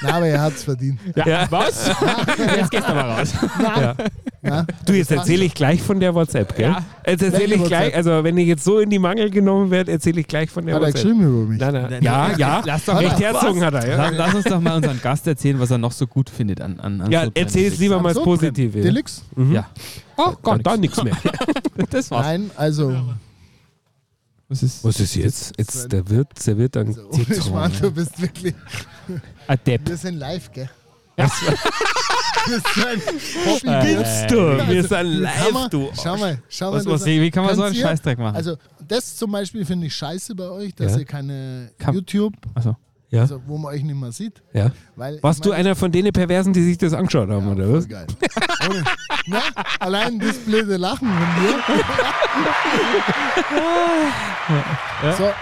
Speaker 6: Na, aber er hat es verdient.
Speaker 1: ja. Was? Jetzt gehst du mal raus.
Speaker 2: Ja.
Speaker 6: Ja?
Speaker 2: Du, jetzt erzähle ich gleich von der WhatsApp, gell?
Speaker 1: Ja.
Speaker 2: Jetzt erzähle
Speaker 6: Welche
Speaker 2: ich gleich,
Speaker 6: WhatsApp?
Speaker 2: also wenn ich jetzt so in die Mangel genommen werde, erzähle ich gleich von der
Speaker 6: Hat er
Speaker 2: WhatsApp.
Speaker 6: geschrieben über mich?
Speaker 2: Nein, nein. Ja, ja.
Speaker 1: Lass doch
Speaker 2: Recht
Speaker 1: mal.
Speaker 2: herzogen hat er, ja.
Speaker 1: Lass, lass uns doch mal unseren Gast erzählen, was er noch so gut findet an an, an
Speaker 2: Ja,
Speaker 1: so
Speaker 2: erzähl es lieber mal das
Speaker 6: So,
Speaker 2: Positive.
Speaker 6: Deluxe?
Speaker 1: Mhm. Ja,
Speaker 2: Ah, Oh Gott, da nichts mehr.
Speaker 1: das war's.
Speaker 6: Nein, also
Speaker 1: Was ist?
Speaker 2: Was ist jetzt? Jetzt der wird, der wird dann
Speaker 6: Also, ohne Schmarrn, du
Speaker 2: Zitrone.
Speaker 6: bist wirklich.
Speaker 1: Adept.
Speaker 6: Wir sind live, gell?
Speaker 2: Was?
Speaker 6: Das ist so ein Hobby. Also,
Speaker 2: Spinnst du? Wir sind
Speaker 6: Schau mal,
Speaker 2: live, du.
Speaker 6: Schau mal, schau
Speaker 1: Was,
Speaker 6: mal.
Speaker 1: was,
Speaker 6: das
Speaker 1: wie kann man so einen
Speaker 6: Kannst ihr-
Speaker 1: Scheißdreck machen?
Speaker 6: Also, das zum Beispiel finde ich scheiße bei euch, dass
Speaker 2: Ja.
Speaker 6: ihr keine
Speaker 1: Kam-
Speaker 6: YouTube,
Speaker 1: Achso.
Speaker 2: Ja?
Speaker 6: also wo man euch nicht mehr sieht.
Speaker 2: ja.
Speaker 6: Weil,
Speaker 2: Warst
Speaker 6: ich
Speaker 2: du
Speaker 6: mein,
Speaker 2: einer von denen Perversen, die sich das angeschaut haben,
Speaker 6: ja,
Speaker 2: oder
Speaker 6: voll
Speaker 2: was?
Speaker 6: Geil. Ohne- Na, allein das blöde Lachen von mir. So, äh,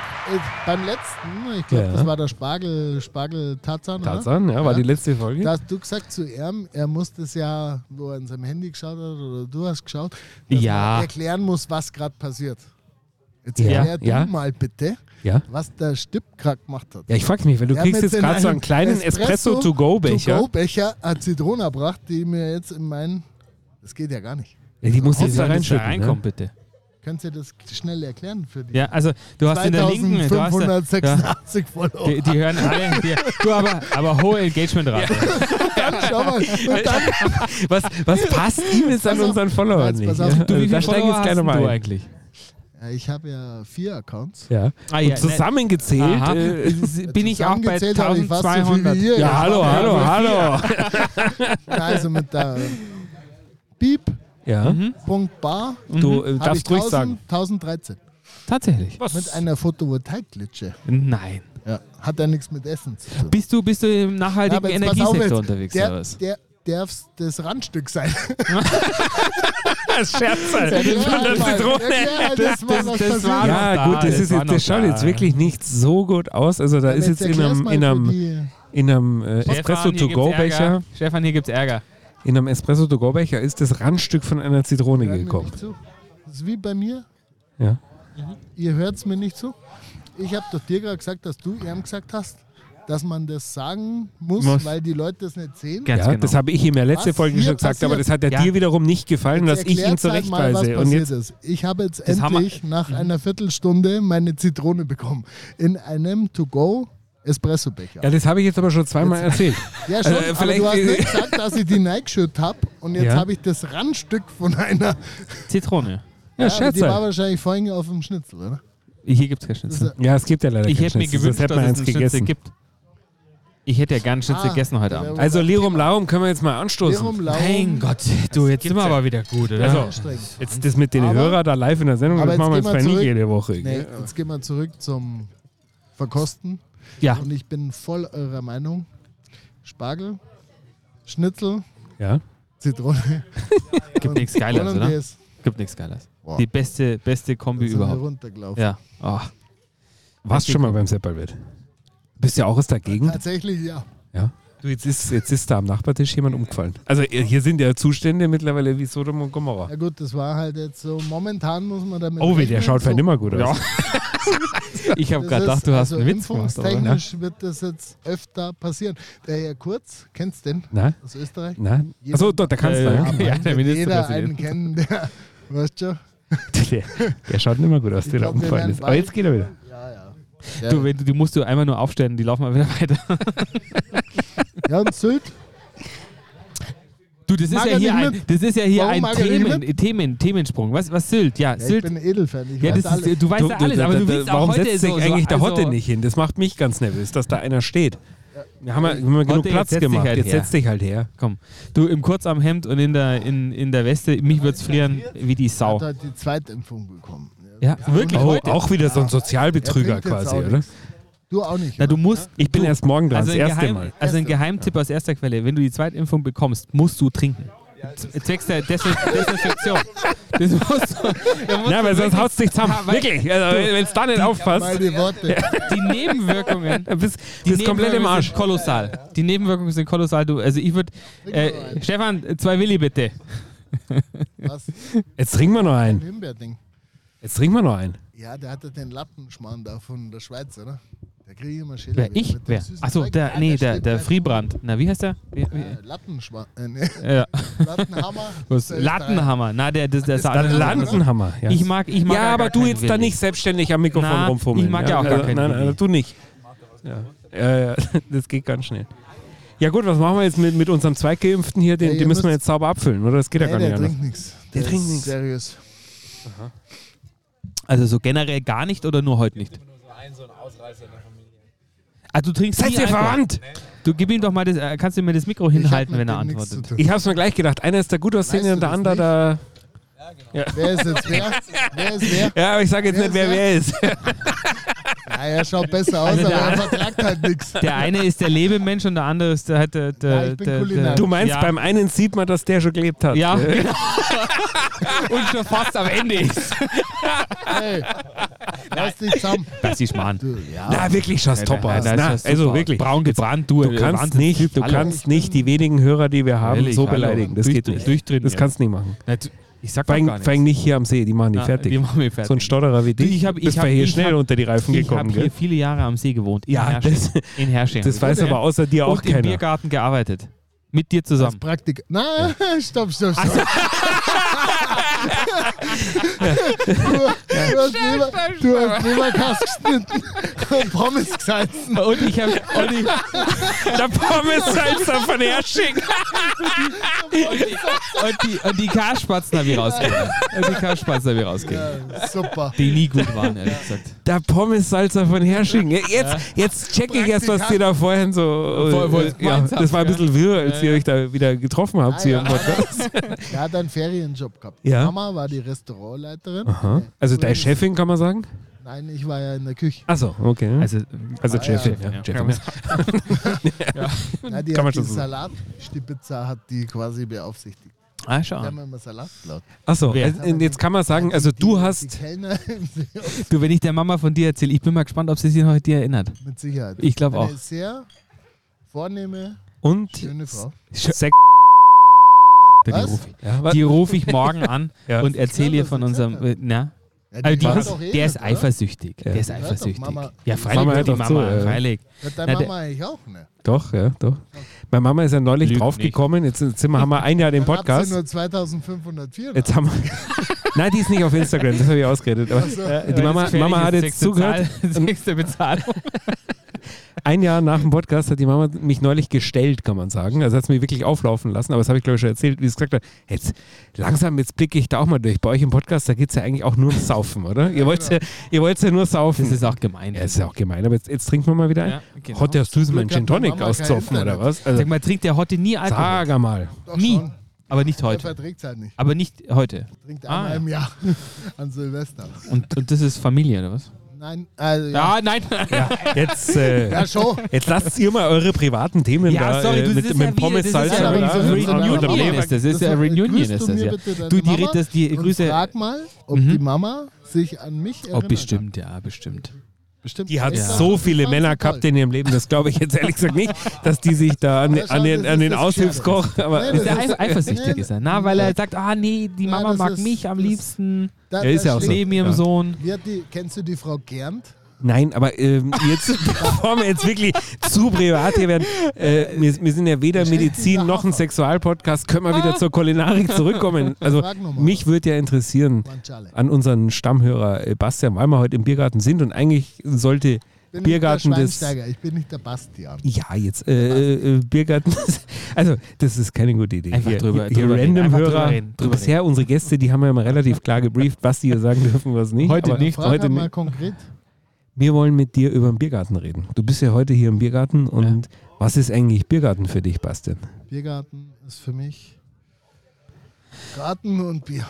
Speaker 6: beim letzten, ich glaube,
Speaker 2: Ja.
Speaker 6: das war der Spargel, Spargel Tarzan. oder?
Speaker 2: Tarzan, ja, war
Speaker 6: Ja.
Speaker 2: die letzte Folge.
Speaker 6: Da hast du gesagt zu ihm, er muss das ja, wo er in seinem Handy geschaut hat, oder du hast geschaut, dass
Speaker 1: Ja.
Speaker 6: man erklären muss, was gerade passiert. Jetzt
Speaker 2: Ja.
Speaker 6: erklär du
Speaker 2: Ja.
Speaker 6: mal bitte,
Speaker 2: Ja.
Speaker 6: was der Stipp gerade gemacht hat.
Speaker 2: Ja, ich frag mich, weil du
Speaker 6: Wir
Speaker 2: kriegst
Speaker 6: haben
Speaker 2: jetzt
Speaker 6: in
Speaker 2: gerade so einen
Speaker 6: einen
Speaker 2: kleinen Espresso-to-go-Becher.
Speaker 6: To-Go-Becher eine Zitrone gebracht, die mir jetzt in meinen... Das geht ja gar nicht.
Speaker 2: Ja, die musst du
Speaker 1: Muss
Speaker 2: jetzt
Speaker 1: da
Speaker 2: da reinschütten.
Speaker 1: reinkommen,
Speaker 2: Ne?
Speaker 1: bitte.
Speaker 6: Könnt ihr das schnell erklären für die
Speaker 1: Ja, also du hast in der linken, du hast da, ja,
Speaker 6: 2586 Follower?
Speaker 1: die, die hören alle, die, du aber, aber hohe Engagementrate.
Speaker 6: Schau mal, und dann
Speaker 2: Was, was passt ihm jetzt an
Speaker 6: Also,
Speaker 2: unseren Followern
Speaker 6: jetzt
Speaker 2: nicht?
Speaker 6: pass
Speaker 2: Ja,
Speaker 6: auf.
Speaker 1: Du, wie
Speaker 2: also, da
Speaker 1: viele
Speaker 2: steigen jetzt
Speaker 1: Follower
Speaker 2: keiner
Speaker 1: hast
Speaker 2: mal
Speaker 1: du
Speaker 2: ein.
Speaker 1: eigentlich?
Speaker 6: Ja, Ich habe ja vier Accounts.
Speaker 2: Ja.
Speaker 1: Ah,
Speaker 2: Und
Speaker 1: ne.
Speaker 2: zusammengezählt
Speaker 1: Aha.
Speaker 2: äh,
Speaker 1: bin ich auch bei
Speaker 6: Zusammengezählt habe ich fast so viel wie
Speaker 1: 1200.
Speaker 6: ihr.
Speaker 2: Ja, hallo,
Speaker 6: aber-
Speaker 2: hallo, hallo.
Speaker 6: Also mit der beep.bar
Speaker 2: Ja,
Speaker 1: Mhm,
Speaker 2: du äh,
Speaker 6: habe ich
Speaker 2: darfst ruhig
Speaker 6: 1000,
Speaker 2: sagen.
Speaker 6: 1013
Speaker 1: Tatsächlich.
Speaker 6: mit einer Photovoltaik-Glitsche.
Speaker 1: Nein.
Speaker 6: Ja, hat ja nichts mit Essen zu tun.
Speaker 1: Bist du, bist du im
Speaker 6: Ja,
Speaker 1: nachhaltigen
Speaker 6: aber jetzt pass auf
Speaker 1: Energiesektor
Speaker 6: jetzt.
Speaker 1: unterwegs
Speaker 6: der,
Speaker 1: oder was?
Speaker 6: Der, darf's das Randstück sein.
Speaker 2: Das Scherz halt.
Speaker 6: Erklär
Speaker 2: Das
Speaker 6: mal,
Speaker 2: Zitrone.
Speaker 6: erklär mal das, mal, was
Speaker 1: das
Speaker 6: passiert
Speaker 1: war
Speaker 6: ist.
Speaker 1: noch
Speaker 2: Ja,
Speaker 1: da,
Speaker 2: gut, das,
Speaker 1: das
Speaker 2: ist
Speaker 1: war
Speaker 2: jetzt, das
Speaker 1: noch
Speaker 2: schaut
Speaker 1: da,
Speaker 2: jetzt
Speaker 1: ja.
Speaker 2: wirklich nicht so gut aus. Also da ist jetzt
Speaker 6: Jetzt
Speaker 2: in
Speaker 6: erklär's
Speaker 2: einem,
Speaker 6: mal
Speaker 2: in
Speaker 6: für
Speaker 2: einem,
Speaker 6: die-
Speaker 2: in einem äh, Espresso-to-go-Becher
Speaker 1: Stefan, hier gibt's Ärger.
Speaker 2: in einem Espresso-to-go-Becher ist das Randstück von einer Zitrone
Speaker 6: Hört mir
Speaker 2: gekommen.
Speaker 6: nicht zu. Das ist wie bei mir. Mhm.
Speaker 2: Ja.
Speaker 6: Ihr hört es mir nicht zu. Ich habe doch dir gerade gesagt, dass du ihm gesagt hast, dass man das sagen muss,
Speaker 1: Muss.
Speaker 6: weil die Leute das nicht sehen.
Speaker 1: Ganz
Speaker 2: ja,
Speaker 1: genau.
Speaker 2: das habe ich ihm ja letzte
Speaker 6: Was
Speaker 2: Folge
Speaker 6: hier
Speaker 2: schon gesagt, aber
Speaker 6: passiert?
Speaker 2: das hat ja
Speaker 1: Ja.
Speaker 2: dir wiederum nicht gefallen, dass ich ihn
Speaker 6: Erklärt's halt mal, was
Speaker 2: zurechtweise. Und
Speaker 6: passiert
Speaker 2: jetzt,
Speaker 6: ist. Ich habe jetzt
Speaker 1: Das haben wir-
Speaker 6: endlich
Speaker 2: Mhm.
Speaker 6: nach einer Viertelstunde meine Zitrone bekommen. In einem To-Go Espressobecher.
Speaker 2: ja, das habe ich jetzt aber schon zweimal erzählt.
Speaker 6: Ja, schon,
Speaker 2: äh,
Speaker 6: aber
Speaker 2: vielleicht-
Speaker 6: du hast nicht gesagt, dass ich die Nike geschüttet habe und jetzt
Speaker 2: Ja.
Speaker 6: habe ich das Randstück von einer.
Speaker 1: Zitrone.
Speaker 2: Ja,
Speaker 6: aber
Speaker 2: Scherz
Speaker 6: die war
Speaker 2: halt.
Speaker 6: wahrscheinlich vorhin auf dem Schnitzel, oder?
Speaker 1: Hier gibt's kein
Speaker 6: Das ist
Speaker 1: Schnitzel.
Speaker 2: Ja, es gibt ja leider
Speaker 1: Ich
Speaker 2: keinen
Speaker 1: hätte mir
Speaker 2: Schnitzel,
Speaker 1: gewünscht,
Speaker 2: sonst
Speaker 1: dass
Speaker 2: hätte man
Speaker 1: es
Speaker 2: eins
Speaker 1: einen Schnitzel
Speaker 2: gegessen.
Speaker 1: gibt. Ich hätte ja gern Schnitzel
Speaker 6: Ah,
Speaker 1: gegessen heute
Speaker 6: da wär
Speaker 1: Abend.
Speaker 6: wohl
Speaker 2: Also Lirum Laum können wir jetzt mal anstoßen.
Speaker 6: Lirum Laum.
Speaker 1: Mein Gott, du, jetzt sind wir aber wieder gut, oder?
Speaker 2: Also,
Speaker 6: Anstrengend.
Speaker 2: Jetzt das mit den
Speaker 6: Aber-
Speaker 2: Hörer da live in der Sendung,
Speaker 6: aber
Speaker 2: das
Speaker 6: jetzt
Speaker 2: machen wir
Speaker 6: gehen
Speaker 2: jetzt
Speaker 6: wir
Speaker 2: bei nicht
Speaker 6: zurück.
Speaker 2: jede Woche.
Speaker 6: Nee,
Speaker 2: gell?
Speaker 6: jetzt gehen wir zurück zum Verkosten.
Speaker 1: ja,
Speaker 6: Und ich bin voll eurer Meinung. Spargel, Schnitzel,
Speaker 2: Ja.
Speaker 6: Zitrone.
Speaker 1: gibt nichts Geileres, oder?
Speaker 6: Hollandaise.
Speaker 1: Gibt nichts Geileres.
Speaker 6: Boah.
Speaker 1: Die beste, beste Kombi
Speaker 6: Da sind wir
Speaker 1: überhaupt.
Speaker 6: runtergelaufen.
Speaker 1: Ja. Oh.
Speaker 2: Warst schon mal beim Seppelwirt? Bist ja auch aus der Gegend?
Speaker 6: Tatsächlich, ja.
Speaker 2: Ja. Du, jetzt ist, jetzt ist da am Nachbartisch jemand umgefallen. Also hier sind ja Zustände mittlerweile wie Sodom und Gomorra.
Speaker 6: Ja gut, das war halt jetzt so. Momentan muss man damit.
Speaker 2: Oh, wie der
Speaker 6: rechnen,
Speaker 2: schaut
Speaker 6: so.
Speaker 2: vielleicht immer gut aus.
Speaker 1: Ich habe
Speaker 6: Das
Speaker 1: gerade
Speaker 6: ist-
Speaker 1: gedacht, oh du hast
Speaker 6: also
Speaker 1: einen Witz gemacht. Aber, ne?
Speaker 6: Impfungstechnisch wird das jetzt öfter passieren. Der Herr Kurz, kennst du den
Speaker 2: Na?
Speaker 6: aus Österreich?
Speaker 2: Na? Achso, doch, der Kanzler.
Speaker 1: Ja,
Speaker 2: Ja,
Speaker 1: ja. der
Speaker 6: wird jeder
Speaker 1: Ministerpräsident.
Speaker 6: einen kennen, der. Weißt schon?
Speaker 2: Der, der schaut nicht mehr gut aus,
Speaker 6: Ich
Speaker 2: der da
Speaker 6: glaub, wir
Speaker 2: umgefallen
Speaker 6: werden
Speaker 2: ist. Aber jetzt
Speaker 6: bald-
Speaker 2: geht er wieder.
Speaker 6: Ja, ja.
Speaker 1: Du, wenn du, die musst du einmal nur aufstellen, die laufen mal wieder weiter.
Speaker 6: Ja, und Sylt?
Speaker 1: Du, das ist
Speaker 6: Mag
Speaker 1: ja
Speaker 6: er
Speaker 1: hier
Speaker 6: nicht
Speaker 1: ein,
Speaker 6: mit?
Speaker 1: das ist ja hier
Speaker 6: Warum
Speaker 1: ein
Speaker 6: mag er nicht
Speaker 1: Themen, Themen, Themensprung. Was, was Sylt? Ja,
Speaker 6: Ja, ich
Speaker 1: Sylt.
Speaker 6: bin Edelfan. Ich
Speaker 1: Ja,
Speaker 6: weiß
Speaker 1: das
Speaker 6: alles.
Speaker 1: ist, du weißt ja alles, aber du willst
Speaker 2: warum
Speaker 1: auch heute
Speaker 2: setzt sich
Speaker 1: so,
Speaker 2: eigentlich
Speaker 1: so,
Speaker 2: der Hotte
Speaker 1: also-
Speaker 2: nicht hin? Das macht mich ganz nervös, dass da einer steht. Wir haben ja, wir haben ja
Speaker 1: jetzt
Speaker 2: genug
Speaker 1: setz
Speaker 2: Platz
Speaker 1: dich
Speaker 2: gemacht.
Speaker 1: halt
Speaker 2: jetzt
Speaker 1: her.
Speaker 2: setz dich halt her.
Speaker 1: Komm, du im Kurzarmhemd und in der, in, in der Weste, mich wird's frieren wie die
Speaker 6: hat
Speaker 1: Sau.
Speaker 6: halt die Zweitimpfung bekommen.
Speaker 1: Ja, wirklich
Speaker 2: Oh,
Speaker 1: heute.
Speaker 2: auch wieder so ein Sozialbetrüger
Speaker 6: Er bringt jetzt
Speaker 2: quasi,
Speaker 6: auch
Speaker 2: oder?
Speaker 6: nichts. Du auch nicht.
Speaker 1: Na, du
Speaker 6: oder?
Speaker 1: musst.
Speaker 2: Ich bin
Speaker 1: du,
Speaker 2: erst morgen dran,
Speaker 1: also
Speaker 2: das
Speaker 1: ein
Speaker 2: erste
Speaker 1: Geheim,
Speaker 2: Mal.
Speaker 1: Also ein Geheimtipp aus erster Quelle. Wenn du die Zweitimpfung bekommst, musst du trinken. Z- Zwecks der Desin- Desinfektion. Das musst du. da musst
Speaker 2: Ja,
Speaker 1: du
Speaker 2: weil sonst
Speaker 1: wirklich-
Speaker 2: haut es dich zusammen.
Speaker 1: Ja, weil-
Speaker 2: Wirklich. Also, Wenn es da nicht aufpasst,
Speaker 6: Meine Worte.
Speaker 1: Die Nebenwirkungen.
Speaker 2: dann bist
Speaker 1: Die
Speaker 2: du komplett im
Speaker 1: Nebenwirkungen
Speaker 2: Arsch.
Speaker 1: sind kolossal. Die Nebenwirkungen sind kolossal. Du, also ich würde, äh, Stefan, zwei Willi bitte.
Speaker 6: Was?
Speaker 2: Jetzt trinken wir noch
Speaker 6: Ein
Speaker 2: einen.
Speaker 6: Himbeerding.
Speaker 2: Jetzt trinken wir noch einen.
Speaker 6: Ja, der hatte den Lappenschmarrn da von der Schweiz, oder? Der kriege ich immer Schädel.
Speaker 1: Wer ich? Wer? Achso, der, nee, der, der Friebrand. Na, wie heißt der? Wie, wie,
Speaker 6: Lattenschmarrn. Äh, nee,
Speaker 1: ja.
Speaker 6: Lattenhammer.
Speaker 1: Was?
Speaker 6: Der Österreicher.
Speaker 1: Lattenhammer. Na, der, das, der, ist der
Speaker 6: Dann
Speaker 1: andere.
Speaker 2: Lanzenhammer. Ja.
Speaker 1: Ich mag, ich mag
Speaker 2: ja, aber
Speaker 1: gar
Speaker 2: du
Speaker 1: keinen
Speaker 2: jetzt da
Speaker 1: Willi.
Speaker 2: nicht selbstständig am Mikrofon
Speaker 1: Na,
Speaker 2: rumfummeln.
Speaker 1: ich mag ja auch gar keinen
Speaker 2: Nein, nein,
Speaker 1: Willi.
Speaker 2: du nicht. Ja. Ja, ja, das geht ganz schnell. Ja gut, was machen wir jetzt mit, mit unserem Zweitgeimpften hier? Den,
Speaker 6: Ja, ihr
Speaker 2: den müssen wir
Speaker 6: müsst-
Speaker 2: jetzt sauber abfüllen, oder? Das geht ja
Speaker 6: Nee,
Speaker 2: gar
Speaker 6: der
Speaker 2: nicht anders.
Speaker 6: trinkt nichts.
Speaker 2: Der trinkt
Speaker 6: ist
Speaker 2: nix.
Speaker 6: Seriös.
Speaker 1: Also so generell gar nicht oder nur heute nicht? Ah, du trinkst
Speaker 2: Seid
Speaker 1: nie
Speaker 2: ihr
Speaker 1: Alkohol.
Speaker 2: verwandt?
Speaker 1: Du gib ihm doch mal das, äh, kannst du mir das Mikro
Speaker 6: Ich hab
Speaker 1: hinhalten,
Speaker 6: mit
Speaker 1: wenn er
Speaker 6: dem nichts
Speaker 1: antwortet.
Speaker 6: zu tun.
Speaker 2: Ich hab's mir gleich gedacht. Einer ist der gut aussehende
Speaker 6: Weißt
Speaker 2: und
Speaker 6: du
Speaker 2: der andere
Speaker 6: das
Speaker 2: der.
Speaker 6: Wer ist jetzt wer? Wer ist wer?
Speaker 2: Ja, aber ich sage jetzt
Speaker 6: Wer
Speaker 2: nicht, wer
Speaker 6: ist
Speaker 2: wer ist.
Speaker 6: Ja, er schaut besser
Speaker 1: Also
Speaker 6: aus, aber er vertragt halt nichts.
Speaker 1: Der eine ist der Lebemensch und der andere ist der. halt der, der,
Speaker 6: Ja, ich bin
Speaker 1: der, der
Speaker 6: Kulinar.
Speaker 2: Du meinst,
Speaker 1: Ja.
Speaker 2: beim einen sieht man, dass der schon gelebt hat.
Speaker 1: ja, genau. und schon fast am Ende ist.
Speaker 6: Hey, lass dich zusammen.
Speaker 1: Das ist Mann.
Speaker 6: Du, ja.
Speaker 2: Na, wirklich, schaust top aus.
Speaker 1: das
Speaker 2: Na,
Speaker 1: ist ja
Speaker 2: also
Speaker 1: super.
Speaker 2: wirklich.
Speaker 1: Braun gebrannt, du,
Speaker 2: Du kannst nicht, du kannst nicht die wenigen Hörer, die wir haben,
Speaker 1: Ehrlich,
Speaker 2: so
Speaker 1: hallo.
Speaker 2: beleidigen. Das
Speaker 1: Durch-
Speaker 2: geht nicht.
Speaker 1: durchdrehen,
Speaker 2: Das
Speaker 1: ja.
Speaker 2: kannst du nicht machen.
Speaker 1: Ich sag
Speaker 2: Vor
Speaker 1: doch
Speaker 2: allem,
Speaker 1: gar nichts.
Speaker 2: vor allem nicht hier am See, die machen die
Speaker 1: Na,
Speaker 2: fertig.
Speaker 1: Die machen wir fertig.
Speaker 2: So ein Stotterer wie dich.
Speaker 1: Ich hab- ich
Speaker 2: bist
Speaker 1: hab-
Speaker 2: bei hier
Speaker 1: ich
Speaker 2: schnell
Speaker 1: hab-
Speaker 2: unter die Reifen
Speaker 1: ich
Speaker 2: gekommen,
Speaker 1: habe hier
Speaker 2: gell?
Speaker 1: viele Jahre am See gewohnt. In
Speaker 2: Ja,
Speaker 1: Hersching.
Speaker 2: das-
Speaker 1: in Hersching.
Speaker 2: Das weiß aber außer dir auch
Speaker 1: und im
Speaker 2: keiner.
Speaker 1: Biergarten gearbeitet. Mit dir
Speaker 6: Das
Speaker 1: zusammen.
Speaker 6: Praktik. Na, stopp, stopp, stopp. du, du hast Leber, du hast Leberkass geschnitten und Pommes gesalzen.
Speaker 1: Und ich habe und ich,
Speaker 2: Der Pommes-Salzer von Hersching.
Speaker 1: und die, und die Karspatzen habe ich rausgegeben. Und die Karspatzen habe ich rausgegeben.
Speaker 6: Ja, super.
Speaker 1: Die nie gut waren, ehrlich gesagt.
Speaker 2: Der Pommes-Salzer von Hersching. Jetzt, jetzt check ich erst, was dir da vorhin so. äh,
Speaker 1: Voll- voll
Speaker 2: ja,
Speaker 1: gemeinsam,
Speaker 2: das war ein
Speaker 1: ja.
Speaker 2: bisschen wirr, als ihr euch da wieder getroffen habt.
Speaker 6: Ah,
Speaker 2: hier
Speaker 6: ja.
Speaker 2: im Podcast.
Speaker 6: Er hat einen Ferienjob gehabt.
Speaker 2: um, Ja.
Speaker 6: Mama war die Restaurantleiterin.
Speaker 2: Aha. Also deine Chefin, kann man sagen?
Speaker 6: Nein, ich war ja in der Küche.
Speaker 2: Achso, okay. Also,
Speaker 1: Also,
Speaker 2: also
Speaker 6: Ah,
Speaker 2: Chefin,
Speaker 1: ja.
Speaker 2: ja.
Speaker 1: Ja.
Speaker 2: Chefin.
Speaker 6: Nein, die
Speaker 2: Kann man
Speaker 6: hat
Speaker 2: schon
Speaker 6: den
Speaker 2: so sagen.
Speaker 6: Salat, die Pizza hat die quasi beaufsichtigt.
Speaker 1: ah,
Speaker 6: Wir
Speaker 1: schau.
Speaker 6: haben immer Salat laut.
Speaker 2: Achso,
Speaker 1: Wer?
Speaker 2: also, und jetzt kann man sagen, also
Speaker 6: Die-
Speaker 2: du
Speaker 6: Die
Speaker 2: hast.
Speaker 6: Kellner
Speaker 1: Du, wenn ich der Mama von dir erzähle, ich bin mal gespannt, ob sie sich noch an dir erinnert.
Speaker 6: mit Sicherheit.
Speaker 1: Ich glaube auch.
Speaker 6: Eine sehr vornehme,
Speaker 2: Und.
Speaker 6: schöne Frau.
Speaker 2: Sex.
Speaker 6: Was?
Speaker 2: Ja, wa-
Speaker 1: Die rufe ich morgen an
Speaker 2: Ja.
Speaker 1: und erzähle ihr
Speaker 6: was
Speaker 1: von
Speaker 6: ich gesagt
Speaker 1: unserem. äh, Na?
Speaker 6: Ja,
Speaker 1: Also die
Speaker 6: hört
Speaker 1: hast,
Speaker 6: doch eh
Speaker 1: der
Speaker 6: nicht,
Speaker 1: ist
Speaker 6: oder?
Speaker 1: eifersüchtig. Der ist
Speaker 6: hört doch
Speaker 1: eifersüchtig.
Speaker 6: Mama.
Speaker 1: ja, freilich.
Speaker 2: Mama hört
Speaker 1: die
Speaker 2: doch zu, ja.
Speaker 1: freilich.
Speaker 6: Hört deine
Speaker 1: Na, der-
Speaker 6: Mama eigentlich auch, ne?
Speaker 2: Doch, ja, doch. Meine Mama ist ja neulich
Speaker 1: Lügt
Speaker 2: draufgekommen. Jetzt sind wir, haben wir ein Jahr den
Speaker 6: Dann hat sie
Speaker 2: Podcast.
Speaker 6: nur 2504.
Speaker 2: Jetzt haben wir. Nein, die ist nicht auf Instagram, das habe ich ausgeredet. Aber äh, die Mama, Mama hat jetzt zugehört.
Speaker 1: Sechste Bezahlung.
Speaker 2: Ein Jahr nach dem Podcast hat die Mama mich neulich gestellt, kann man sagen. Also hat sie mich wirklich auflaufen lassen. Aber das habe ich, glaube ich, schon erzählt, wie sie es gesagt hat. Jetzt langsam, jetzt blicke ich da auch mal durch. Bei euch im Podcast, da geht es ja eigentlich auch nur ums Saufen, oder? Ihr wollt ja, ihr wollt's ja nur saufen.
Speaker 1: genau. Das ist auch gemein.
Speaker 2: ja, ist ja auch gemein, aber jetzt, jetzt trinken wir mal wieder ein.
Speaker 1: Ja, genau.
Speaker 2: Heute hast du es meinen
Speaker 6: Glück
Speaker 2: Gin
Speaker 6: hat meine
Speaker 2: Tonic
Speaker 6: Mama
Speaker 2: auszoffen,
Speaker 6: kein
Speaker 2: oder
Speaker 6: Internet.
Speaker 2: was? Also,
Speaker 1: Sag mal, trinkt der heute nie Alkohol?
Speaker 2: sag mal.
Speaker 6: Doch
Speaker 1: nie.
Speaker 6: schon.
Speaker 1: Aber nicht
Speaker 6: Der
Speaker 1: heute.
Speaker 6: verträgt es halt nicht.
Speaker 1: Aber nicht heute.
Speaker 6: Trinkt
Speaker 1: Ah,
Speaker 6: einmal
Speaker 1: ja.
Speaker 6: im Jahr an Silvester.
Speaker 1: Und, und das ist Familie, oder was?
Speaker 6: Nein, also ja.
Speaker 1: nein.
Speaker 2: Ja, jetzt, äh,
Speaker 6: Ja, schon.
Speaker 2: jetzt lasst ihr mal eure privaten Themen
Speaker 1: Ja,
Speaker 2: da
Speaker 1: sorry,
Speaker 2: äh,
Speaker 1: du, das
Speaker 2: mit,
Speaker 1: ist
Speaker 2: mit
Speaker 1: ja
Speaker 2: Pommes,
Speaker 1: wieder- das
Speaker 2: Salz
Speaker 1: ist ja
Speaker 2: und
Speaker 1: wieder so
Speaker 2: Leber-
Speaker 1: Reunion
Speaker 2: und
Speaker 1: Reunion
Speaker 2: Leber-
Speaker 1: ist das, ist ja
Speaker 6: Grüßt
Speaker 1: Reunion
Speaker 6: du
Speaker 1: ist das,
Speaker 6: mir
Speaker 1: ja.
Speaker 6: bitte deine
Speaker 1: Du, die
Speaker 6: Mama
Speaker 1: redet das, die
Speaker 6: und
Speaker 1: Grüße.
Speaker 6: Frag mal, ob die Mama sich an mich
Speaker 1: Oh,
Speaker 6: erinnert.
Speaker 1: bestimmt, ja, bestimmt.
Speaker 6: Hat. bestimmt.
Speaker 2: Die hat
Speaker 6: Ich glaub,
Speaker 2: so
Speaker 6: das
Speaker 2: viele
Speaker 6: fand
Speaker 2: Männer
Speaker 6: sie
Speaker 2: gehabt
Speaker 6: toll.
Speaker 2: in ihrem Leben, das glaube ich jetzt ehrlich gesagt nicht, dass die sich da an,
Speaker 6: Aber
Speaker 2: an
Speaker 6: schau,
Speaker 2: den,
Speaker 6: das
Speaker 2: an
Speaker 6: ist
Speaker 2: den
Speaker 6: das
Speaker 2: Aushilfskoch. Aber
Speaker 6: Nee,
Speaker 1: Ist
Speaker 6: das
Speaker 1: er
Speaker 6: ist-
Speaker 1: eif- eifersüchtig
Speaker 6: Nee,
Speaker 1: ist er? Na, weil er sagt, ah nee, die
Speaker 6: Nein,
Speaker 1: Mama
Speaker 6: das
Speaker 1: mag
Speaker 6: ist-
Speaker 1: mich am
Speaker 6: das-
Speaker 1: liebsten.
Speaker 6: Da,
Speaker 2: Ja, ist
Speaker 6: da
Speaker 2: ja auch
Speaker 6: steht-
Speaker 2: so.
Speaker 1: Neben ihrem
Speaker 2: Ja.
Speaker 1: Sohn.
Speaker 6: Wie hat die, kennst du die Frau Gernd?
Speaker 2: Nein, aber ähm, jetzt, bevor wir jetzt wirklich zu privat hier werden, äh, wir, wir sind ja weder Medizin noch ein Sexualpodcast, können wir wieder zur Kulinarik zurückkommen. Also
Speaker 6: Frag Ah. noch mal.
Speaker 2: mich würde ja interessieren
Speaker 6: Manchale.
Speaker 2: an unseren Stammhörer äh, Bastian, weil wir heute im Biergarten sind und eigentlich sollte
Speaker 6: Ich bin
Speaker 2: Biergarten
Speaker 6: nicht der
Speaker 2: des
Speaker 6: Schweinsteiger, ich bin nicht der Bastian.
Speaker 2: Ja, jetzt äh, äh, Biergarten. Also, das ist keine gute Idee.
Speaker 1: Einfach
Speaker 2: hier,
Speaker 1: drüber-
Speaker 2: hier
Speaker 1: drüber reden,
Speaker 2: random
Speaker 1: einfach
Speaker 2: Hörer.
Speaker 1: drüber reden, drüber
Speaker 2: bisher unsere Gäste, die haben ja immer relativ klar gebrieft, was die hier sagen dürfen, was nicht.
Speaker 1: Heute
Speaker 2: aber
Speaker 1: nicht.
Speaker 6: Hm? Frag
Speaker 2: Heute
Speaker 6: mal
Speaker 2: nicht.
Speaker 6: konkret.
Speaker 2: Wir wollen mit dir über den Biergarten reden. Du bist ja heute hier im Biergarten und was ist eigentlich Biergarten für dich, Bastian?
Speaker 6: Biergarten ist für mich Garten und Bier.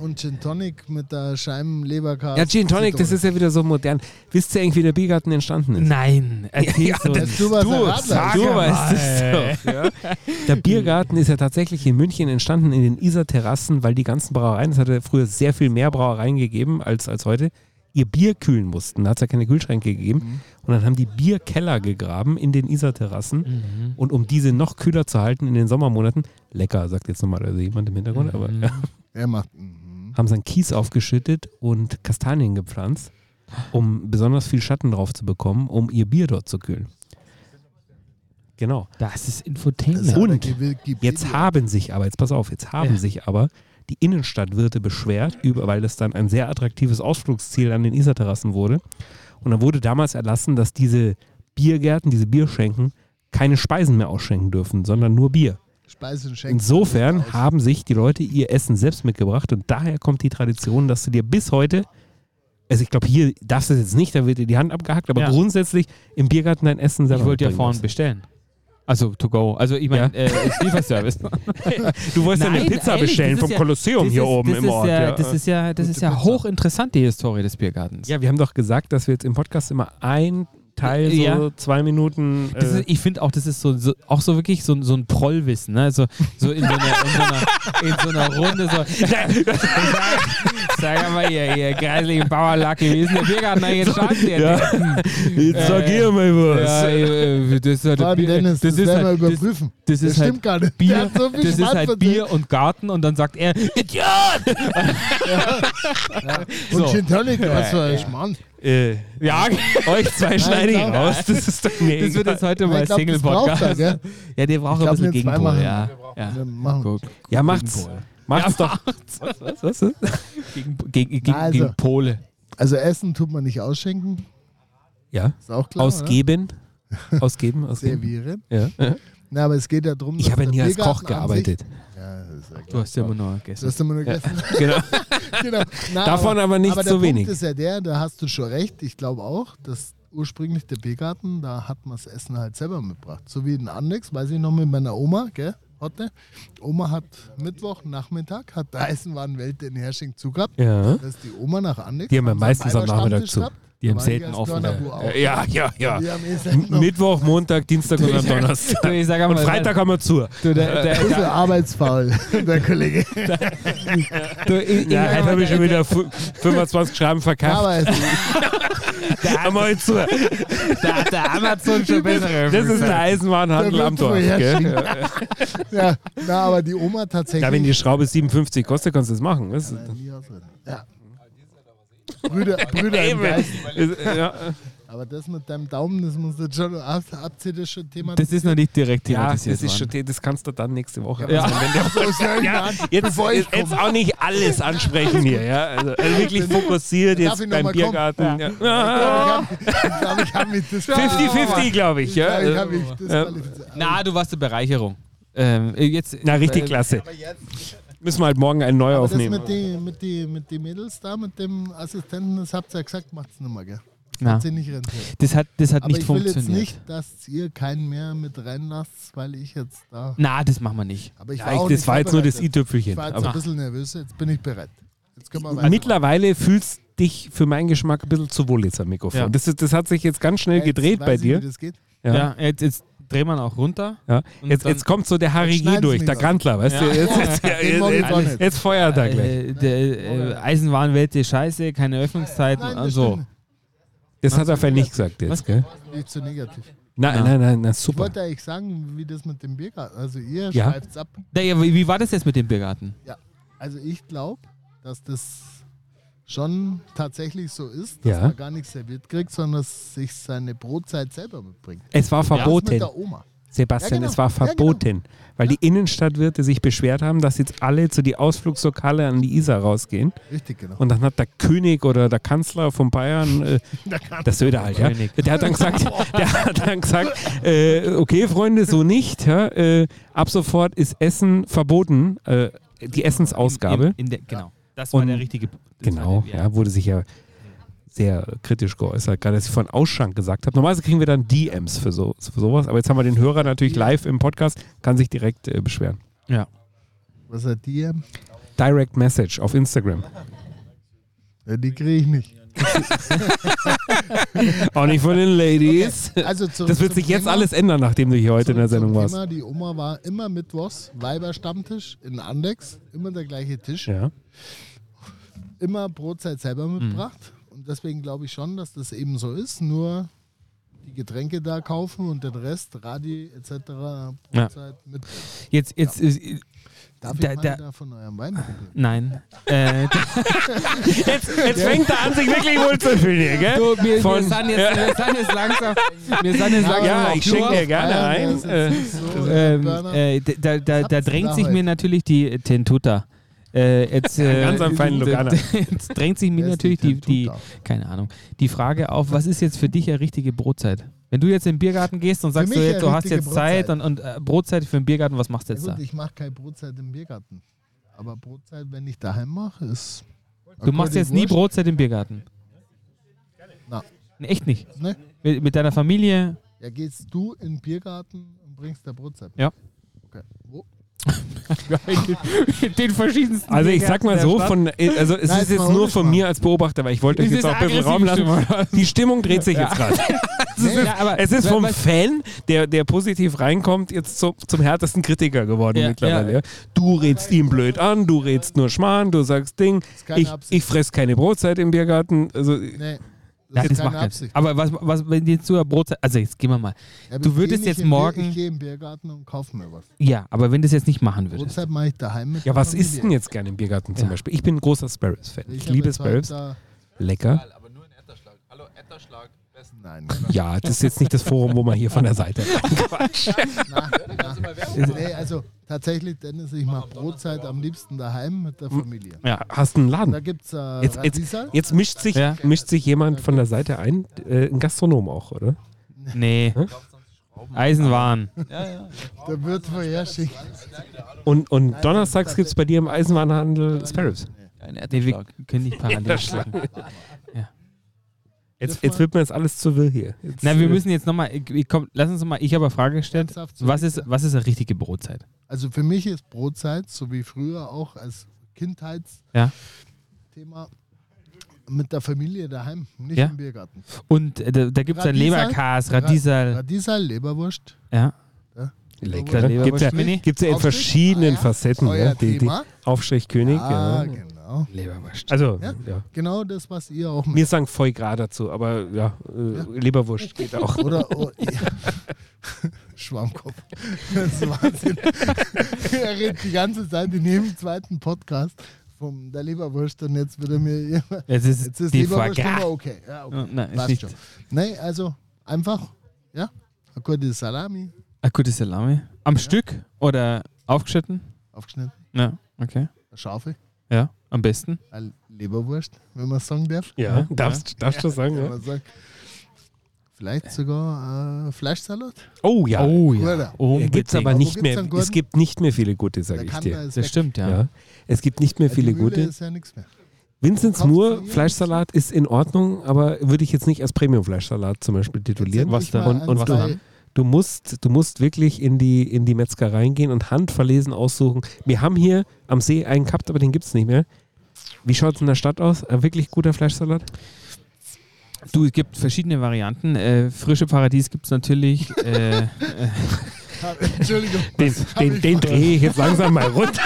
Speaker 6: Und Gin Tonic mit der Scheibenleberkarte.
Speaker 2: Ja, Gin Tonic, das ist ja wieder so modern. Wisst ihr eigentlich, wie der Biergarten entstanden ist?
Speaker 1: Nein, erzähl so.
Speaker 6: Weißt du, was
Speaker 2: Du,
Speaker 6: ein Radler ist?
Speaker 2: sag du weißt es doch. Ja. Der Biergarten ist ja tatsächlich in München entstanden, in den Isar-Terrassen, weil die ganzen Brauereien, es hat ja früher sehr viel mehr Brauereien gegeben als, als heute, ihr Bier kühlen mussten. Da hat es ja keine Kühlschränke gegeben. Und dann haben die Bierkeller gegraben in den Isar-Terrassen. Und um diese noch kühler zu halten in den Sommermonaten, lecker, sagt jetzt normalerweise jemand im Hintergrund, aber ja,
Speaker 6: Er macht. Mhm.
Speaker 2: haben sie einen Kies aufgeschüttet und Kastanien gepflanzt, um besonders viel Schatten drauf zu bekommen, um ihr Bier dort zu kühlen. Genau.
Speaker 1: Das ist
Speaker 6: Das
Speaker 1: Infotainment.
Speaker 6: hat er
Speaker 2: Und
Speaker 6: gewillt, gibt
Speaker 2: Jetzt
Speaker 6: Idee.
Speaker 2: haben sich aber, jetzt pass auf, jetzt haben
Speaker 1: Ja.
Speaker 2: sich aber die Innenstadtwirte beschwert, über, weil das dann ein sehr attraktives Ausflugsziel an den Isarterrassen wurde. Und dann wurde damals erlassen, dass diese Biergärten, diese Bierschenken keine Speisen mehr ausschenken dürfen, sondern nur Bier.
Speaker 6: Speisen schenken.
Speaker 2: Insofern haben sich die Leute ihr Essen selbst mitgebracht und daher kommt die Tradition, dass du dir bis heute Also ich glaube, hier darfst du das jetzt nicht, da wird dir die Hand abgehackt, aber
Speaker 1: Ja.
Speaker 2: grundsätzlich im Biergarten dein Essen selber
Speaker 1: Ich wollte ja
Speaker 2: mitbringen
Speaker 1: vorhin
Speaker 2: lassen.
Speaker 1: bestellen. Also to go. Also ich meine, äh, ist Lieferservice.
Speaker 2: Du wolltest ja
Speaker 1: Nein,
Speaker 2: eine Pizza
Speaker 1: ehrlich,
Speaker 2: bestellen
Speaker 1: das ist
Speaker 2: vom
Speaker 1: ja-
Speaker 2: Kolosseum
Speaker 1: Das
Speaker 2: hier
Speaker 1: ist-
Speaker 2: oben
Speaker 1: das
Speaker 2: im
Speaker 1: ist
Speaker 2: Ort.
Speaker 1: Ja,
Speaker 2: ja.
Speaker 1: Das ist ja, das ist ja hochinteressant, die Historie des Biergartens.
Speaker 2: Ja, wir haben doch gesagt, dass wir jetzt im Podcast immer ein Teil, so
Speaker 1: Ja.
Speaker 2: zwei Minuten.
Speaker 1: Das
Speaker 2: äh,
Speaker 1: ist, ich finde auch, das ist so, so, auch so wirklich so, ein- so ein Prollwissen. Ne? So, so in so einer, in so einer, in so einer Runde. So, sag, sag mal, ihr, ihr greislichen Bauernlacke, wie ist denn der Biergarten da jetzt schreibt ihr?
Speaker 2: Ja. jetzt sag
Speaker 1: äh,
Speaker 2: ihr mal
Speaker 1: ne? Ja,
Speaker 2: was.
Speaker 1: äh, das ist halt,
Speaker 6: Mann,
Speaker 1: Bier-
Speaker 6: Dennis, das, werden wir
Speaker 1: halt, das,
Speaker 6: überprüfen.
Speaker 1: das
Speaker 6: Das,
Speaker 1: ist
Speaker 6: stimmt
Speaker 1: halt
Speaker 6: gar nicht. Der
Speaker 1: Bier,
Speaker 6: hat so viel
Speaker 1: das ist
Speaker 6: Schmarrn
Speaker 1: halt
Speaker 6: erzählt.
Speaker 1: Bier und Garten und dann sagt er, Idiot!
Speaker 6: Und
Speaker 1: So.
Speaker 6: Gin Tonic, was für ein Schmarrn.
Speaker 2: Äh, ja, euch zwei schneide ich
Speaker 6: danke.
Speaker 2: raus. Das ist doch mir
Speaker 1: Das wird
Speaker 2: egal.
Speaker 1: jetzt heute
Speaker 6: Ich
Speaker 1: mal
Speaker 6: glaub, das braucht er,
Speaker 1: Single-Podcast.
Speaker 6: gell?
Speaker 1: Ja, der braucht
Speaker 6: Ich
Speaker 1: ein
Speaker 6: glaub,
Speaker 1: bisschen
Speaker 6: wir zwei
Speaker 1: Gegenpol.
Speaker 6: machen.
Speaker 1: Ja.
Speaker 6: Wir
Speaker 1: Ja.
Speaker 6: machen.
Speaker 1: Guck,
Speaker 2: Ja, macht's.
Speaker 1: Gegenpol.
Speaker 2: Macht's doch. Was, was, was?
Speaker 1: Gegen, gegen, gegen,
Speaker 6: Na, also.
Speaker 1: gegen Pole.
Speaker 6: Also Essen tut man nicht ausschenken,
Speaker 2: Ja.
Speaker 6: ist auch klar. oder?
Speaker 2: Ausgeben. Ausgeben, ausgeben.
Speaker 6: Servieren.
Speaker 2: Ja.
Speaker 6: Na, aber es geht ja darum,
Speaker 2: Ich
Speaker 6: dass
Speaker 2: habe
Speaker 6: der
Speaker 2: nie als
Speaker 6: Biergarten
Speaker 2: Koch
Speaker 6: an sich-
Speaker 2: gearbeitet.
Speaker 6: Ja, das ist ja klar.
Speaker 1: Du hast ja immer noch
Speaker 6: Du
Speaker 1: gegessen.
Speaker 6: hast immer nur gegessen.
Speaker 2: Genau.
Speaker 6: genau. Na,
Speaker 2: Davon aber nicht
Speaker 6: aber der
Speaker 2: so
Speaker 6: Punkt
Speaker 2: wenig.
Speaker 6: ist ja der, da hast du schon recht. Ich glaube auch, dass ursprünglich der Biergarten, da hat man das Essen halt selber mitgebracht. So wie in Annex, weiß ich noch mit meiner Oma, gell? Hotte. Oma hat Mittwoch Nachmittag, hat der Eisenwaren Welt den Hersching zugehabt.
Speaker 2: Ja.
Speaker 6: Da ist die Oma nach Annex.
Speaker 2: Die haben ja
Speaker 6: unseren
Speaker 2: meistens am Nachmittag
Speaker 6: Weiberstammtisch
Speaker 2: zu. Ah.
Speaker 6: gehabt.
Speaker 1: Die haben
Speaker 6: Da war
Speaker 1: selten
Speaker 6: ich als
Speaker 1: offen.
Speaker 6: kleiner Bu auch.
Speaker 2: Ja, ja, ja.
Speaker 6: Die haben eh selten noch
Speaker 2: Mittwoch, Montag, Dienstag und am
Speaker 1: Du,
Speaker 2: Donnerstag.
Speaker 1: ich sag
Speaker 2: Und
Speaker 1: einmal,
Speaker 2: Freitag haben wir zu.
Speaker 1: Du, der, der,
Speaker 6: ein bisschen arbeitsfaul, der Kollege.
Speaker 1: du, ich, ich
Speaker 2: Ja,
Speaker 1: sag
Speaker 2: heute
Speaker 1: mal,
Speaker 2: habe ich
Speaker 1: der,
Speaker 2: schon wieder fu- 25 Schreiben verkauft.
Speaker 6: Aber es
Speaker 2: Haben wir jetzt zu.
Speaker 1: der, hat der Amazon schon bessere.
Speaker 2: Das ist der Eisenwarenhandel
Speaker 6: Da
Speaker 2: am
Speaker 6: wird's
Speaker 2: Dorf.
Speaker 6: wohl
Speaker 2: Gell?
Speaker 6: ja, na, aber die Oma tatsächlich.
Speaker 2: Ja, wenn die Schraube 57 kostet, kannst du das machen. weißt du?
Speaker 6: Nie ausreden. Ja. Brüder, Brüder im
Speaker 2: Eben.
Speaker 6: Geist.
Speaker 2: Ist- ja.
Speaker 6: Aber das mit deinem Daumen, das musst du schon ab, abziehen, das schon Thema.
Speaker 1: Das ist noch nicht direkt
Speaker 2: ja,
Speaker 1: thematisiert
Speaker 2: das ist schon,
Speaker 1: worden.
Speaker 2: das kannst du dann nächste Woche.
Speaker 1: Ja.
Speaker 2: Also, wenn der-
Speaker 6: so schnell
Speaker 2: Ja,
Speaker 6: genannt,
Speaker 2: jetzt,
Speaker 6: bevor ich
Speaker 2: jetzt, jetzt auch nicht alles ansprechen hier. Ja? Also, also wirklich fokussiert
Speaker 6: Darf
Speaker 2: jetzt
Speaker 6: ich noch
Speaker 2: beim
Speaker 6: mal kommen?
Speaker 2: Biergarten. Ja.
Speaker 6: Ich glaube, ich habe mich das.
Speaker 2: 50-50, glaube ich. Ja?
Speaker 6: Ich habe mich das
Speaker 2: Ja.
Speaker 6: qualifiziert.
Speaker 1: Na, du warst eine Bereicherung. Ähm, jetzt,
Speaker 2: Na, richtig klasse. Müssen wir halt morgen einen neu
Speaker 6: Aber das
Speaker 2: aufnehmen.
Speaker 6: mit den mit die, mit die Mädels da, mit dem Assistenten, das habt ihr ja gesagt, macht's nicht mehr, gell?
Speaker 1: Na,
Speaker 6: Hat sie nicht rentiert.
Speaker 1: das hat, das hat
Speaker 6: Aber
Speaker 1: nicht
Speaker 6: ich will
Speaker 1: funktioniert.
Speaker 6: jetzt nicht, dass ihr keinen mehr mit reinlasst, weil ich jetzt da.
Speaker 1: Na, das machen wir nicht.
Speaker 6: Aber ich war
Speaker 2: Ja,
Speaker 6: auch
Speaker 2: ich, das
Speaker 6: nicht
Speaker 2: war jetzt nur das
Speaker 6: vorbereitet. Ich
Speaker 2: i-Tüpfelchen.
Speaker 6: war jetzt
Speaker 2: Aber
Speaker 6: ein bisschen nervös, jetzt bin ich bereit. Jetzt können wir weiter.
Speaker 2: Mittlerweile fühlst dich für meinen Geschmack ein bisschen zu wohl jetzt am Mikrofon.
Speaker 1: Ja.
Speaker 2: Das, ist, das hat sich jetzt ganz schnell
Speaker 6: Jetzt
Speaker 2: gedreht
Speaker 6: weiß
Speaker 2: bei
Speaker 6: ich,
Speaker 2: dir.
Speaker 6: Wie das geht.
Speaker 1: Ja,
Speaker 2: Ja.
Speaker 1: jetzt, jetzt drehen wir ihn auch runter.
Speaker 2: Ja.
Speaker 1: Und
Speaker 2: Jetzt,
Speaker 1: dann-
Speaker 2: jetzt kommt so der Harry
Speaker 6: Jetzt
Speaker 2: G durch,
Speaker 6: schneiden's
Speaker 2: der
Speaker 6: mir
Speaker 2: Grantler, weißt du? Jetzt, jetzt, jetzt,
Speaker 6: Den wollen wir
Speaker 2: jetzt,
Speaker 6: gar
Speaker 2: jetzt,
Speaker 6: nicht.
Speaker 2: jetzt feuert er gleich.
Speaker 1: Äh, der äh, Eisenwarenwelt ist scheiße, keine Öffnungszeiten.
Speaker 6: Nein, das
Speaker 1: also,
Speaker 6: stimmt
Speaker 2: Das hat er vielleicht nicht gesagt
Speaker 1: Was?
Speaker 2: jetzt, gell?
Speaker 6: nicht zu negativ.
Speaker 2: Nein,
Speaker 1: Ja.
Speaker 2: nein, nein, na,
Speaker 6: Ich
Speaker 2: super.
Speaker 6: wollte eigentlich sagen, wie das mit dem Biergarten. Also ihr
Speaker 2: Ja.
Speaker 6: schreibt ab.
Speaker 1: Na ja, wie wie war das jetzt mit dem Biergarten?
Speaker 6: Also ich glaube, dass das schon tatsächlich so ist, dass
Speaker 2: Ja.
Speaker 6: man gar nichts serviert kriegt, sondern dass sich seine Brotzeit selber mitbringt.
Speaker 2: Es war
Speaker 6: Das mit
Speaker 2: verboten,
Speaker 6: der Oma.
Speaker 2: Sebastian,
Speaker 6: Ja, genau.
Speaker 2: es war
Speaker 6: Ja, genau.
Speaker 2: verboten. Weil die Innenstadtwirte sich beschwert haben, dass jetzt alle zu die Ausflugslokale an die Isar rausgehen.
Speaker 6: Richtig, genau.
Speaker 2: Und dann hat der König oder der Kanzler von Bayern, äh, der Söder halt, ja,
Speaker 1: König.
Speaker 2: der hat dann gesagt, der hat dann gesagt äh, okay Freunde, so nicht, ja, äh, ab sofort ist Essen verboten, äh, die Essensausgabe.
Speaker 1: In, in der, genau. Das war
Speaker 2: Und-
Speaker 1: der richtige. das
Speaker 2: Genau,
Speaker 1: war der-
Speaker 2: ja. wurde sich ja sehr kritisch geäußert, gerade als ich von Ausschank gesagt habe. Normalerweise kriegen wir dann DMs für, so, für sowas, aber jetzt haben wir den Hörer natürlich live im Podcast, kann sich direkt äh, beschweren.
Speaker 6: Was hat die? ähm?
Speaker 2: Direct Message auf Instagram.
Speaker 6: Ja, die kriege ich nicht.
Speaker 2: Auch nicht von den Ladies.
Speaker 6: Also zurück
Speaker 2: Das wird
Speaker 6: zum
Speaker 2: sich jetzt
Speaker 6: Thema.
Speaker 2: alles ändern, nachdem du hier heute in der
Speaker 6: Zurück zum
Speaker 2: Sendung warst.
Speaker 6: Thema. Die Oma war immer mittwochs, Weiberstammtisch in Andex, immer der gleiche Tisch.
Speaker 2: Ja.
Speaker 6: immer Brotzeit selber
Speaker 1: Mhm.
Speaker 6: mitgebracht. Und deswegen glaube ich schon, dass das eben so ist. Nur die Getränke da kaufen und den Rest, Radi etc. Brotzeit mit.
Speaker 1: Jetzt, jetzt, äh,
Speaker 6: Darf
Speaker 1: Da-
Speaker 6: ich mal
Speaker 1: da-
Speaker 6: da von eurem Wein probieren?
Speaker 1: nein. Äh,
Speaker 2: Jetzt fängt er an, sich wirklich wohl zu fühlen hier, gell?
Speaker 1: du, wir, wir,
Speaker 2: Von-
Speaker 1: sind jetzt, wir sind jetzt langsam. Wir sind jetzt langsam.
Speaker 2: Ja,
Speaker 1: auf
Speaker 2: ich schenke
Speaker 1: Tour.
Speaker 2: dir gerne
Speaker 6: Ja,
Speaker 2: ein.
Speaker 6: das ist
Speaker 2: Äh,
Speaker 6: nicht so der
Speaker 1: Ähm,
Speaker 6: Burner.
Speaker 1: äh, da, da, da, da
Speaker 6: Hab's
Speaker 1: drängt
Speaker 6: da
Speaker 1: sich mir
Speaker 6: heute.
Speaker 1: natürlich die Tentuta. Äh, jetzt, äh,
Speaker 2: Ganz am feinen
Speaker 1: d-
Speaker 2: Luganer.
Speaker 1: d- Jetzt drängt sich mir
Speaker 6: Wer ist die
Speaker 1: natürlich die, die,
Speaker 6: Tentuta?
Speaker 1: keine Ahnung, die Frage auf, was ist jetzt für dich eine richtige Brotzeit? Wenn du jetzt in den Biergarten gehst und sagst,
Speaker 6: mich
Speaker 1: so, jetzt,
Speaker 6: eine
Speaker 1: du hast
Speaker 6: richtige
Speaker 1: jetzt Zeit
Speaker 6: Brotzeit.
Speaker 1: und, und äh, Brotzeit für den Biergarten, was machst du
Speaker 6: Ja,
Speaker 1: jetzt da?
Speaker 6: gut, ich mache keine Brotzeit im Biergarten. Aber Brotzeit, wenn ich daheim mache, ist.
Speaker 1: Du machst jetzt nie Brotzeit im Biergarten. Nee, echt nicht.
Speaker 6: Ne?
Speaker 1: Mit, mit deiner Familie.
Speaker 6: Ja, gehst du in den Biergarten und bringst der Brotzeit.
Speaker 1: Ja.
Speaker 6: Okay. Wo?
Speaker 1: den verschiedensten.
Speaker 2: Also ich sag mal so, von, also es
Speaker 6: Nein,
Speaker 2: ist
Speaker 6: jetzt
Speaker 2: jetzt
Speaker 6: mal
Speaker 2: nur
Speaker 6: ohne
Speaker 2: von
Speaker 6: Spaß.
Speaker 2: mir als Beobachter, weil ich wollte euch
Speaker 1: Es ist
Speaker 2: jetzt auch ein bisschen
Speaker 1: aggressiv,
Speaker 2: Raum lassen.
Speaker 1: Stimme.
Speaker 2: Die Stimmung dreht sich jetzt gerade. es, ist,
Speaker 1: Ja, aber-
Speaker 2: es ist vom
Speaker 1: weil-
Speaker 2: Fan, der, der positiv reinkommt, jetzt zum, zum härtesten Kritiker geworden
Speaker 1: Ja,
Speaker 2: mittlerweile.
Speaker 1: ja.
Speaker 2: Du redst ihm blöd an, du redst nur Schmarrn, du sagst Ding.
Speaker 6: ist keine
Speaker 2: Ich,
Speaker 6: Absicht.
Speaker 2: ich fress keine Brotzeit im Biergarten. Also,
Speaker 6: Nee.
Speaker 1: Ja,
Speaker 6: ist
Speaker 1: das
Speaker 6: keine
Speaker 1: macht keinen.
Speaker 6: Absicht.
Speaker 1: Aber was, was, wenn jetzt zu der Brotzeit, also jetzt gehen wir mal.
Speaker 6: Ja, aber
Speaker 1: Du
Speaker 6: ich geh
Speaker 1: würdest
Speaker 6: nicht
Speaker 1: jetzt
Speaker 6: in den-
Speaker 1: morgen-
Speaker 6: Ich gehe im Biergarten und kaufe mir was.
Speaker 1: Ja, aber wenn du es jetzt nicht machen würdest.
Speaker 6: Brotzeit mache ich daheim mit.
Speaker 2: ja,
Speaker 6: der
Speaker 2: was ist
Speaker 6: Familie.
Speaker 2: denn jetzt gerne im Biergarten zum
Speaker 1: Ja.
Speaker 2: Beispiel? Ich bin ein großer Sparrows-Fan. Ich,
Speaker 6: hab
Speaker 2: liebe
Speaker 6: jetzt halt
Speaker 2: Sparrows.
Speaker 6: da-
Speaker 2: Lecker.
Speaker 7: Aber nur in Etterschlag. Hallo, Etterschlag. Besten.
Speaker 6: Nein.
Speaker 2: Ja, das ist jetzt nicht das Forum, wo man hier von der Seite.
Speaker 6: Na, na. nee, also tatsächlich, Dennis, ich mache Brotzeit am liebsten daheim mit der Familie.
Speaker 2: Hast einen Laden.
Speaker 6: Da gibt es äh,
Speaker 2: Hm. Jetzt, jetzt,
Speaker 6: Radieserl.
Speaker 2: jetzt mischt, sich,
Speaker 1: Ja.
Speaker 2: mischt sich jemand von der Seite ein, äh, ein Gastronom auch, oder?
Speaker 1: Nee. Eisenwaren.
Speaker 6: Da wird vorher schicken.
Speaker 2: Und, und donnerstags gibt es bei dir im Eisenwarenhandel Sparrows.
Speaker 7: Ja, in
Speaker 1: Nee, wir
Speaker 7: Etterschlag.
Speaker 1: können nicht parallel schlagen.
Speaker 2: Jetzt, jetzt wird mir das alles zu wirr hier. Jetzt,
Speaker 1: Na, wir
Speaker 2: äh,
Speaker 1: müssen jetzt nochmal, komm, lass uns nochmal, ich habe eine Frage gestellt.
Speaker 6: Ernsthaft, so
Speaker 1: Was
Speaker 6: geht's
Speaker 1: ist, was ist eine richtige Brotzeit?
Speaker 6: Also für mich ist Brotzeit, so wie früher auch als Kindheitsthema,
Speaker 1: Ja.
Speaker 6: mit der Familie daheim, nicht
Speaker 1: Ja.
Speaker 6: im Biergarten.
Speaker 1: Und äh, da, da gibt es ein
Speaker 6: Radieserl.
Speaker 1: Leberkas, Radieserl.
Speaker 6: Radieserl, Leberwurst.
Speaker 1: Ja.
Speaker 2: äh, Lecker.
Speaker 1: Leberwurst
Speaker 2: Gibt es ja,
Speaker 1: Mini.
Speaker 2: gibt's ja in
Speaker 6: Aufstrich?
Speaker 2: verschiedenen
Speaker 6: Ah, ja.
Speaker 2: Facetten.
Speaker 6: Euer
Speaker 2: Ja, die, die
Speaker 6: Thema?
Speaker 2: Aufstrichkönig.
Speaker 6: Ah,
Speaker 2: genau.
Speaker 6: genau.
Speaker 1: Leberwurst.
Speaker 2: Also, ja.
Speaker 6: Ja? Genau das, was ihr auch
Speaker 2: Mir sagen Vollgrad dazu, aber ja, äh, Leberwurst geht auch.
Speaker 6: Oder oh, ja. Schwammkopf. Das ist Wahnsinn. er redet die ganze Zeit in jedem zweiten Podcast von der Leberwurst und jetzt wird er mir.
Speaker 1: Es ist,
Speaker 6: Jetzt ist
Speaker 1: die
Speaker 6: Leberwurst
Speaker 1: Frage.
Speaker 6: immer okay. Ja, okay.
Speaker 1: Ja, nein, ist
Speaker 6: Passt
Speaker 1: nicht.
Speaker 6: schon. Nee, also einfach, ja, eine gute Salami
Speaker 1: Eine gute Salami. Am Stück oder aufgeschnitten?
Speaker 6: aufgeschnitten,
Speaker 1: Ja, okay.
Speaker 6: eine scharfe,
Speaker 1: Ja, am besten.
Speaker 6: eine Leberwurst, wenn man sagen darf.
Speaker 2: Ja,
Speaker 1: Ja.
Speaker 2: Ne? darfst, darfst du sagen.
Speaker 6: Wenn
Speaker 2: Ja.
Speaker 6: man sagt. Vielleicht sogar äh, Fleischsalat.
Speaker 2: Oh ja.
Speaker 1: Oh
Speaker 6: Gurda.
Speaker 1: Oh,
Speaker 2: Gibt es
Speaker 1: unbedingt.
Speaker 2: aber
Speaker 6: Wo
Speaker 2: nicht
Speaker 6: gibt's
Speaker 2: mehr.
Speaker 6: einen guten?
Speaker 2: Es gibt nicht mehr viele gute, sage
Speaker 6: Der
Speaker 2: ich
Speaker 6: kann
Speaker 2: dir.
Speaker 6: da ist
Speaker 1: Das
Speaker 6: weg.
Speaker 1: stimmt, ja.
Speaker 2: Ja. Es gibt nicht mehr
Speaker 6: Ja,
Speaker 2: viele
Speaker 6: die Mühle
Speaker 2: gute.
Speaker 6: ist ja nichts mehr.
Speaker 2: Vincent's
Speaker 6: Kaufst
Speaker 2: Moore
Speaker 6: du hier?
Speaker 2: Fleischsalat ist in Ordnung, aber würde ich jetzt nicht als Premium-Fleischsalat zum Beispiel
Speaker 6: Jetzt
Speaker 2: titulieren.
Speaker 1: Was
Speaker 6: endlich
Speaker 1: da-
Speaker 6: mal
Speaker 2: und-
Speaker 6: ein,
Speaker 2: und was
Speaker 6: zwei-
Speaker 1: da?
Speaker 2: Du musst, du musst wirklich in die, in die Metzgereien gehen und handverlesen aussuchen. Wir haben hier am See einen gehabt, aber den gibt es nicht mehr. Wie schaut es in der Stadt aus? Ein wirklich guter Fleischsalat?
Speaker 1: Du, es gibt verschiedene Varianten. Äh, frische Paradies gibt es natürlich. äh,
Speaker 6: Entschuldigung.
Speaker 2: Den, den, den drehe ich jetzt langsam mal runter.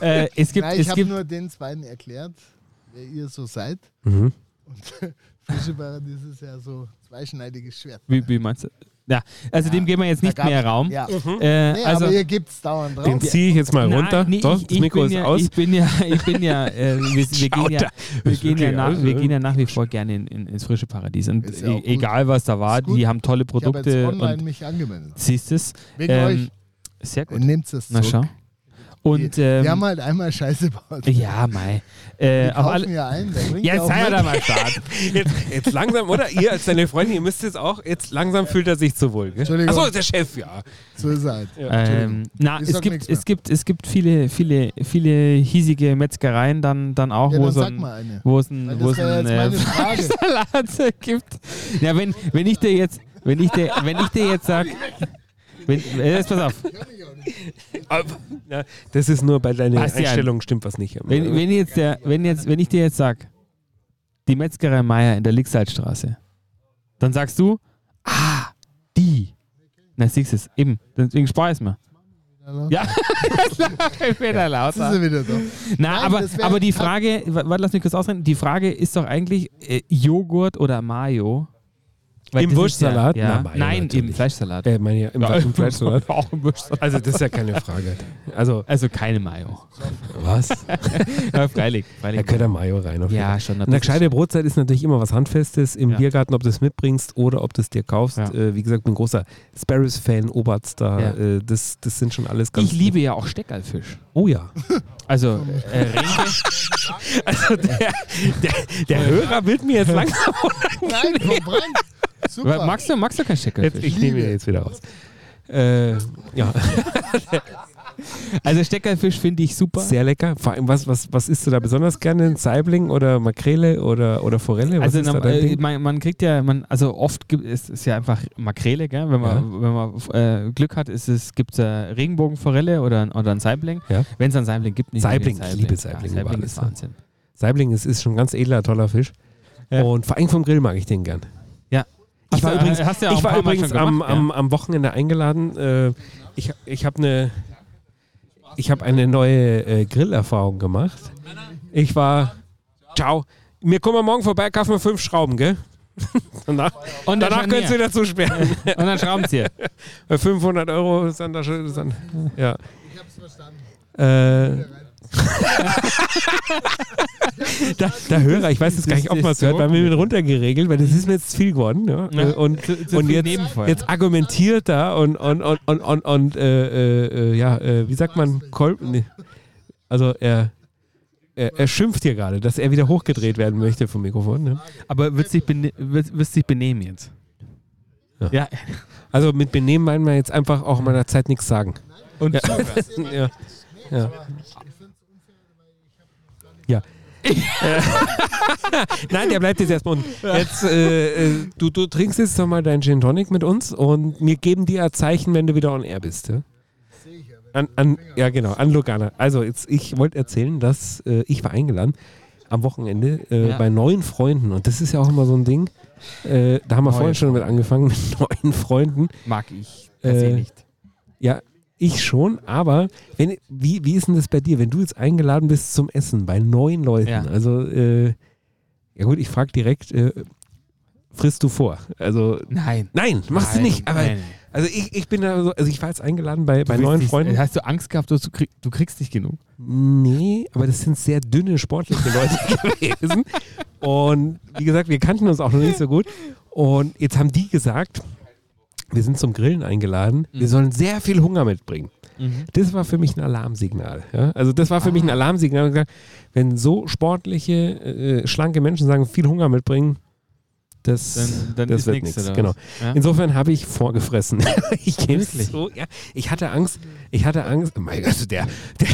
Speaker 1: äh, es gibt,
Speaker 6: Nein, ich
Speaker 1: es
Speaker 6: habe
Speaker 1: gibt
Speaker 6: nur den Zweien erklärt, wer ihr so seid.
Speaker 2: Mhm.
Speaker 6: Und Fische Paradies ist ja so zweischneidiges Schwert.
Speaker 1: wie, wie meinst du? Ja, also dem geben wir jetzt
Speaker 6: Da
Speaker 1: nicht
Speaker 6: gab's-
Speaker 1: mehr Raum.
Speaker 6: Ja.
Speaker 1: Äh,
Speaker 6: Nee,
Speaker 1: also,
Speaker 6: aber ihr gibt's dauernd
Speaker 2: Den
Speaker 6: drauf.
Speaker 2: ziehe ich jetzt mal runter.
Speaker 1: Nein, nee,
Speaker 2: Doch,
Speaker 1: ich,
Speaker 2: das
Speaker 1: ich
Speaker 2: Mikro
Speaker 1: bin
Speaker 2: ist
Speaker 1: ja,
Speaker 2: aus.
Speaker 1: Ich bin ja, ich bin ja, äh, wir, wir
Speaker 2: Schaut
Speaker 1: gehen ja,
Speaker 2: da. also
Speaker 1: wir
Speaker 2: Ist
Speaker 1: gehen ja
Speaker 2: wirklich
Speaker 1: nach,
Speaker 2: aus,
Speaker 1: wir
Speaker 2: ja.
Speaker 1: gehen ja nach wie vor gerne in, in, ins frische Paradies. Und
Speaker 6: Ist ja auch
Speaker 1: e-
Speaker 6: gut.
Speaker 1: egal was da war,
Speaker 6: Ist gut.
Speaker 1: die haben tolle
Speaker 6: Ich habe jetzt
Speaker 1: Produkte
Speaker 6: online
Speaker 1: und
Speaker 6: mich angemeldet.
Speaker 1: siehst es.
Speaker 6: Wegen
Speaker 1: Ähm,
Speaker 6: euch.
Speaker 1: Sehr gut.
Speaker 6: Nehmt es
Speaker 1: Na schau.
Speaker 6: zurück.
Speaker 1: Und
Speaker 6: Wir
Speaker 1: ähm,
Speaker 6: haben halt einmal Scheiße gebaut.
Speaker 1: ja, mei. Äh,
Speaker 6: Die
Speaker 1: auf
Speaker 6: kaufen
Speaker 1: alle,
Speaker 6: ja ein, der bringt ja
Speaker 1: jetzt
Speaker 6: auch
Speaker 1: sei er
Speaker 6: mit.
Speaker 1: da mal stark.
Speaker 2: Jetzt, jetzt langsam, oder? Ihr als deine Freundin, ihr müsst jetzt auch, jetzt langsam fühlt er sich zu wohl. Gell?
Speaker 6: Entschuldigung.
Speaker 2: Achso, der Chef, ja.
Speaker 6: So ist er halt.
Speaker 1: Ähm, na,
Speaker 6: Ich
Speaker 1: es
Speaker 6: sag
Speaker 1: gibt,
Speaker 6: nichts mehr.
Speaker 1: es gibt, es gibt viele, viele, viele hiesige Metzgereien dann, dann auch,
Speaker 6: Ja,
Speaker 1: wo
Speaker 6: dann
Speaker 1: so
Speaker 6: sag
Speaker 1: ein,
Speaker 6: mal eine.
Speaker 1: wo es ein,
Speaker 6: Weil
Speaker 1: wo es
Speaker 6: das wäre
Speaker 1: ein
Speaker 6: jetzt meine
Speaker 1: äh,
Speaker 6: Frage.
Speaker 1: Salat gibt. Ja, wenn, wenn ich dir jetzt, wenn ich dir, wenn ich dir jetzt sag, wenn, äh, jetzt pass auf,
Speaker 2: Na, Das ist nur bei deiner
Speaker 1: Bastian.
Speaker 2: Einstellung stimmt was nicht.
Speaker 1: wenn, wenn jetzt der, wenn jetzt, wenn ich dir jetzt sag, die Metzgerei Meier in der Lixaltstraße, dann sagst du, ah, die. Na, siehst du es, eben, deswegen spar ich's mir. Ja, jetzt lache ich wieder
Speaker 6: Jetzt ist er
Speaker 1: lauter.
Speaker 6: wieder da.
Speaker 1: Na,
Speaker 6: Nein,
Speaker 1: aber,
Speaker 6: das wär-
Speaker 1: aber die Frage, wa- warte, lass mich kurz ausreden, die Frage ist doch eigentlich äh, Joghurt oder Mayo? Weil
Speaker 2: Im
Speaker 1: das ist
Speaker 2: Wurstsalat?
Speaker 1: Ja, ja.
Speaker 2: Na, Mayo
Speaker 1: Nein, im
Speaker 2: natürlich.
Speaker 1: Fleischsalat.
Speaker 2: Äh, meine, im, im Fleischsalat.
Speaker 1: Auch im Wurstsalat.
Speaker 2: Also das ist ja keine Frage. Also
Speaker 1: Also keine Mayo.
Speaker 2: was?
Speaker 1: Ja, freilich.
Speaker 2: Da
Speaker 1: freilich.
Speaker 2: gehört der Mayo rein. Auf jeden Fall.
Speaker 1: ja, schon.
Speaker 2: Eine gescheite Brotzeit ist natürlich immer was Handfestes im
Speaker 1: Ja.
Speaker 2: Biergarten, ob du es mitbringst oder ob du es dir kaufst.
Speaker 1: Ja.
Speaker 2: Äh, wie gesagt, bin großer Sparrows-Fan, Oberster.
Speaker 1: Ja.
Speaker 2: Äh, das, das sind schon alles ganz.
Speaker 1: Ich liebe ja auch Steckerlfisch.
Speaker 2: Oh ja.
Speaker 1: Also, äh, Renke,
Speaker 2: Also der, der, der Hörer wird mir jetzt langsam.
Speaker 6: Nein, verbrannt.
Speaker 1: wa-
Speaker 6: Super.
Speaker 1: magst du, magst du kein
Speaker 2: Jetzt,
Speaker 1: Steckerlfisch?
Speaker 2: ich nehme ihn jetzt wieder raus. Äh, ja.
Speaker 1: Also Steckerfisch finde ich super.
Speaker 2: Sehr lecker. Vor allem, was, was, was isst du da besonders gerne? Ein Saibling oder Makrele oder, oder Forelle? Was
Speaker 1: also
Speaker 2: ist da
Speaker 1: na,
Speaker 2: dein
Speaker 1: äh,
Speaker 2: Ding?
Speaker 1: man, man kriegt ja, man, also oft gibt, es ist ja einfach Makrele, gell? wenn man, wenn man f- äh, Glück hat, ist es, gibt es äh, Regenbogenforelle oder, ein- oder ein Saibling.
Speaker 2: Ja.
Speaker 1: Wenn es ein Saibling gibt, nicht
Speaker 2: Saibling,
Speaker 1: nicht
Speaker 2: ich liebe Saibling
Speaker 1: Ja,
Speaker 2: über
Speaker 1: Saibling
Speaker 2: alles,
Speaker 1: ist
Speaker 2: ne?
Speaker 1: Wahnsinn.
Speaker 2: Saibling ist, ist schon ein ganz edler, toller Fisch.
Speaker 1: Ja.
Speaker 2: Und vor allem vom Grill mag ich den gern.
Speaker 1: Ja.
Speaker 2: Ich war
Speaker 1: Hast du-
Speaker 2: übrigens,
Speaker 1: hast du ja auch
Speaker 2: ich
Speaker 1: ein
Speaker 2: war
Speaker 1: paar Mal
Speaker 2: übrigens
Speaker 1: schon
Speaker 2: am,
Speaker 1: gemacht,
Speaker 2: am, am Wochenende eingeladen. Äh, ich ich habe eine, ich hab eine neue äh, Grillerfahrung gemacht. Ich war. Ciao. Mir kommen wir morgen vorbei, kaufen wir fünf Schrauben, gell? danach
Speaker 1: Und dann
Speaker 2: danach
Speaker 1: schon
Speaker 2: könntest du
Speaker 1: mehr.
Speaker 2: wieder zusperren.
Speaker 1: Und dann Schraubenzieher.
Speaker 2: 500 Äh, Euro ist dann da schon. Ist dann, ja. Ich hab's verstanden. Äh. Da, da Hörer, ich weiß jetzt gar nicht, ob man es hört, weil wir sind runtergeregelt, weil das ist mir jetzt zu viel geworden. Ja? Äh, Und, und
Speaker 1: viel
Speaker 2: jetzt,
Speaker 1: Nebenfeuer.
Speaker 2: jetzt argumentiert da und, und, und, und, und, und äh, äh, äh, ja, äh, wie sagt man, Kolb, nee. also er, er, er schimpft hier gerade, dass er wieder hochgedreht werden möchte vom Mikrofon. Ne?
Speaker 1: Aber wirst dich, bene wirst, wirst dich benehmen jetzt.
Speaker 2: Ja.
Speaker 1: ja.
Speaker 2: Also mit Benehmen meinen wir jetzt einfach auch meiner Zeit nichts sagen.
Speaker 1: Und
Speaker 2: ja. ja. Ja. ja. Äh, Nein, der bleibt jetzt erstmal unten. Jetzt, äh, äh, du, du trinkst jetzt doch mal deinen Gin Tonic mit uns und wir geben dir ein Zeichen, wenn du wieder on air bist. Ja? An, an, ja, genau, an Lugana. Also, jetzt, ich wollte erzählen, dass äh, ich war eingeladen am Wochenende äh,
Speaker 1: Ja.
Speaker 2: bei neuen Freunden und das ist ja auch immer so ein Ding. Äh, da haben wir vorhin schon mit angefangen mit neuen Freunden.
Speaker 1: mag ich
Speaker 2: Äh,
Speaker 1: tatsächlich nicht.
Speaker 2: Ja, ich schon, aber wenn, wie, wie ist denn das bei dir, wenn du jetzt eingeladen bist zum Essen bei neun Leuten?
Speaker 1: Ja.
Speaker 2: Also, äh, ja gut, ich frage direkt, äh, frisst du vor? Also,
Speaker 1: Nein.
Speaker 2: nein, machst du
Speaker 1: Nein,
Speaker 2: nicht. Aber,
Speaker 1: nein.
Speaker 2: also ich, ich bin da so, also ich war jetzt eingeladen bei, bei
Speaker 1: Du willst
Speaker 2: neuen
Speaker 1: dich-
Speaker 2: Freunden.
Speaker 1: Hast du Angst gehabt, dass du, krieg, du kriegst nicht genug?
Speaker 2: Nee, aber das sind sehr dünne sportliche Leute gewesen. Und wie gesagt, wir kannten uns auch noch nicht so gut. Und jetzt haben die gesagt, wir sind zum Grillen eingeladen,
Speaker 1: Mhm.
Speaker 2: wir sollen sehr viel Hunger mitbringen. Das war für mich ein Alarmsignal. Ja? Also das war für
Speaker 1: Ah.
Speaker 2: mich ein Alarmsignal. Ich hab gesagt, Wenn so sportliche, äh, schlanke Menschen sagen, viel Hunger mitbringen, das,
Speaker 1: Dann- dann
Speaker 2: das
Speaker 1: ist
Speaker 2: wird
Speaker 1: nix,
Speaker 2: nichts.
Speaker 1: oder
Speaker 2: Genau.
Speaker 1: was? Ja.
Speaker 2: Insofern habe ich vorgefressen. ich kenne
Speaker 1: Wirklich?
Speaker 2: so, ja. Ich hatte Angst. Ich hatte Angst. Mein Gott, also der, der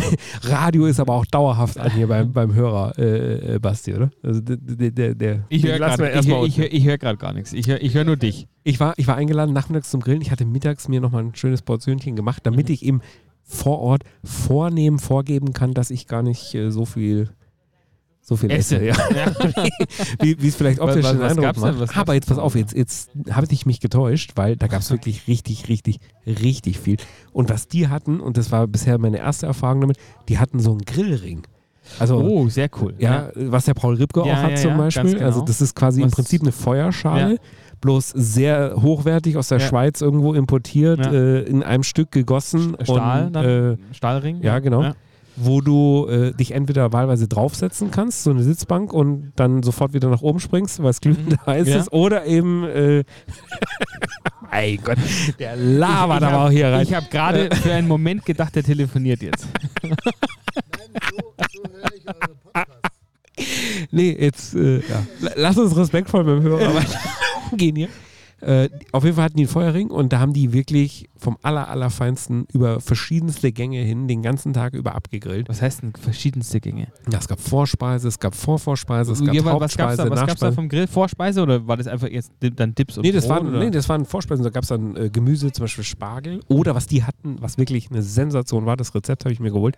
Speaker 2: Radio ist aber auch dauerhaft an hier beim, beim Hörer, äh, äh, Basti, oder? Also der, der, der, der
Speaker 1: Ich
Speaker 2: den
Speaker 1: höre
Speaker 2: lassen wir
Speaker 1: gerade ich,
Speaker 2: erstmal
Speaker 1: ich,
Speaker 2: unten.
Speaker 1: ich hör grad gar nichts. Ich höre ich hör nur dich.
Speaker 2: Ich war, ich war eingeladen nachmittags zum Grillen. Ich hatte mittags mir nochmal ein schönes Portionchen gemacht,
Speaker 1: Mhm.
Speaker 2: damit ich eben vor Ort vornehm vorgeben kann, dass ich gar nicht äh, so viel so viel esse,
Speaker 1: Esse.
Speaker 2: ja. wie wie es vielleicht optisch
Speaker 1: was-
Speaker 2: den
Speaker 1: was
Speaker 2: Eindruck
Speaker 1: gab's denn? Was
Speaker 2: macht. Aber
Speaker 1: gab's
Speaker 2: jetzt pass
Speaker 1: denn?
Speaker 2: auf, jetzt, jetzt habe ich mich getäuscht, weil da gab es wirklich richtig, richtig, richtig viel. Und was die hatten, und das war bisher meine erste Erfahrung damit, die hatten so einen Grillring. Also
Speaker 1: Oh, sehr cool.
Speaker 2: ja, was der Paul Ribke
Speaker 1: Ja,
Speaker 2: auch hat
Speaker 1: ja,
Speaker 2: zum
Speaker 1: ja, ganz
Speaker 2: Beispiel.
Speaker 1: genau.
Speaker 2: Also das ist quasi im
Speaker 1: Was-
Speaker 2: Prinzip eine Feuerschale,
Speaker 1: Ja.
Speaker 2: bloß sehr hochwertig aus der
Speaker 1: Ja.
Speaker 2: Schweiz irgendwo importiert,
Speaker 1: Ja.
Speaker 2: äh, in einem Stück gegossen.
Speaker 1: Stahl,
Speaker 2: und,
Speaker 1: dann,
Speaker 2: äh,
Speaker 1: Stahlring.
Speaker 2: ja, genau.
Speaker 1: Ja.
Speaker 2: Wo du äh, dich entweder wahlweise draufsetzen kannst, so eine Sitzbank, und dann sofort wieder nach oben springst, weil es glühend heiß
Speaker 1: Mhm. Ja.
Speaker 2: ist, oder eben, äh, mein Gott, der labert aber Ah, auch hier rein.
Speaker 1: Ich habe gerade für einen Moment gedacht, der telefoniert jetzt.
Speaker 6: So, so höre ich eure Podcasts.
Speaker 2: Nee, jetzt äh, ja. L- lass uns respektvoll beim Hörer weitergehen hier. Äh, auf jeden Fall hatten die einen Feuerring und da haben die wirklich vom aller, allerfeinsten über verschiedenste Gänge hin den ganzen Tag über abgegrillt.
Speaker 1: Was heißt denn verschiedenste Gänge?
Speaker 2: Ja, es gab Vorspeise, es gab Vorvorspeise, es gab
Speaker 1: Ja, wa- was gab's
Speaker 2: Hauptspeise,
Speaker 1: da, was gab's da
Speaker 2: Nachspeise.
Speaker 1: vom Grill? Vorspeise oder war das einfach jetzt di- dann Dips und
Speaker 2: Nee das,
Speaker 1: Brot,
Speaker 2: waren,
Speaker 1: oder?
Speaker 2: nee, das waren Vorspeisen. Da gab es dann äh, Gemüse, zum Beispiel Spargel. Oder was die hatten, was wirklich eine Sensation war, das Rezept habe ich mir geholt.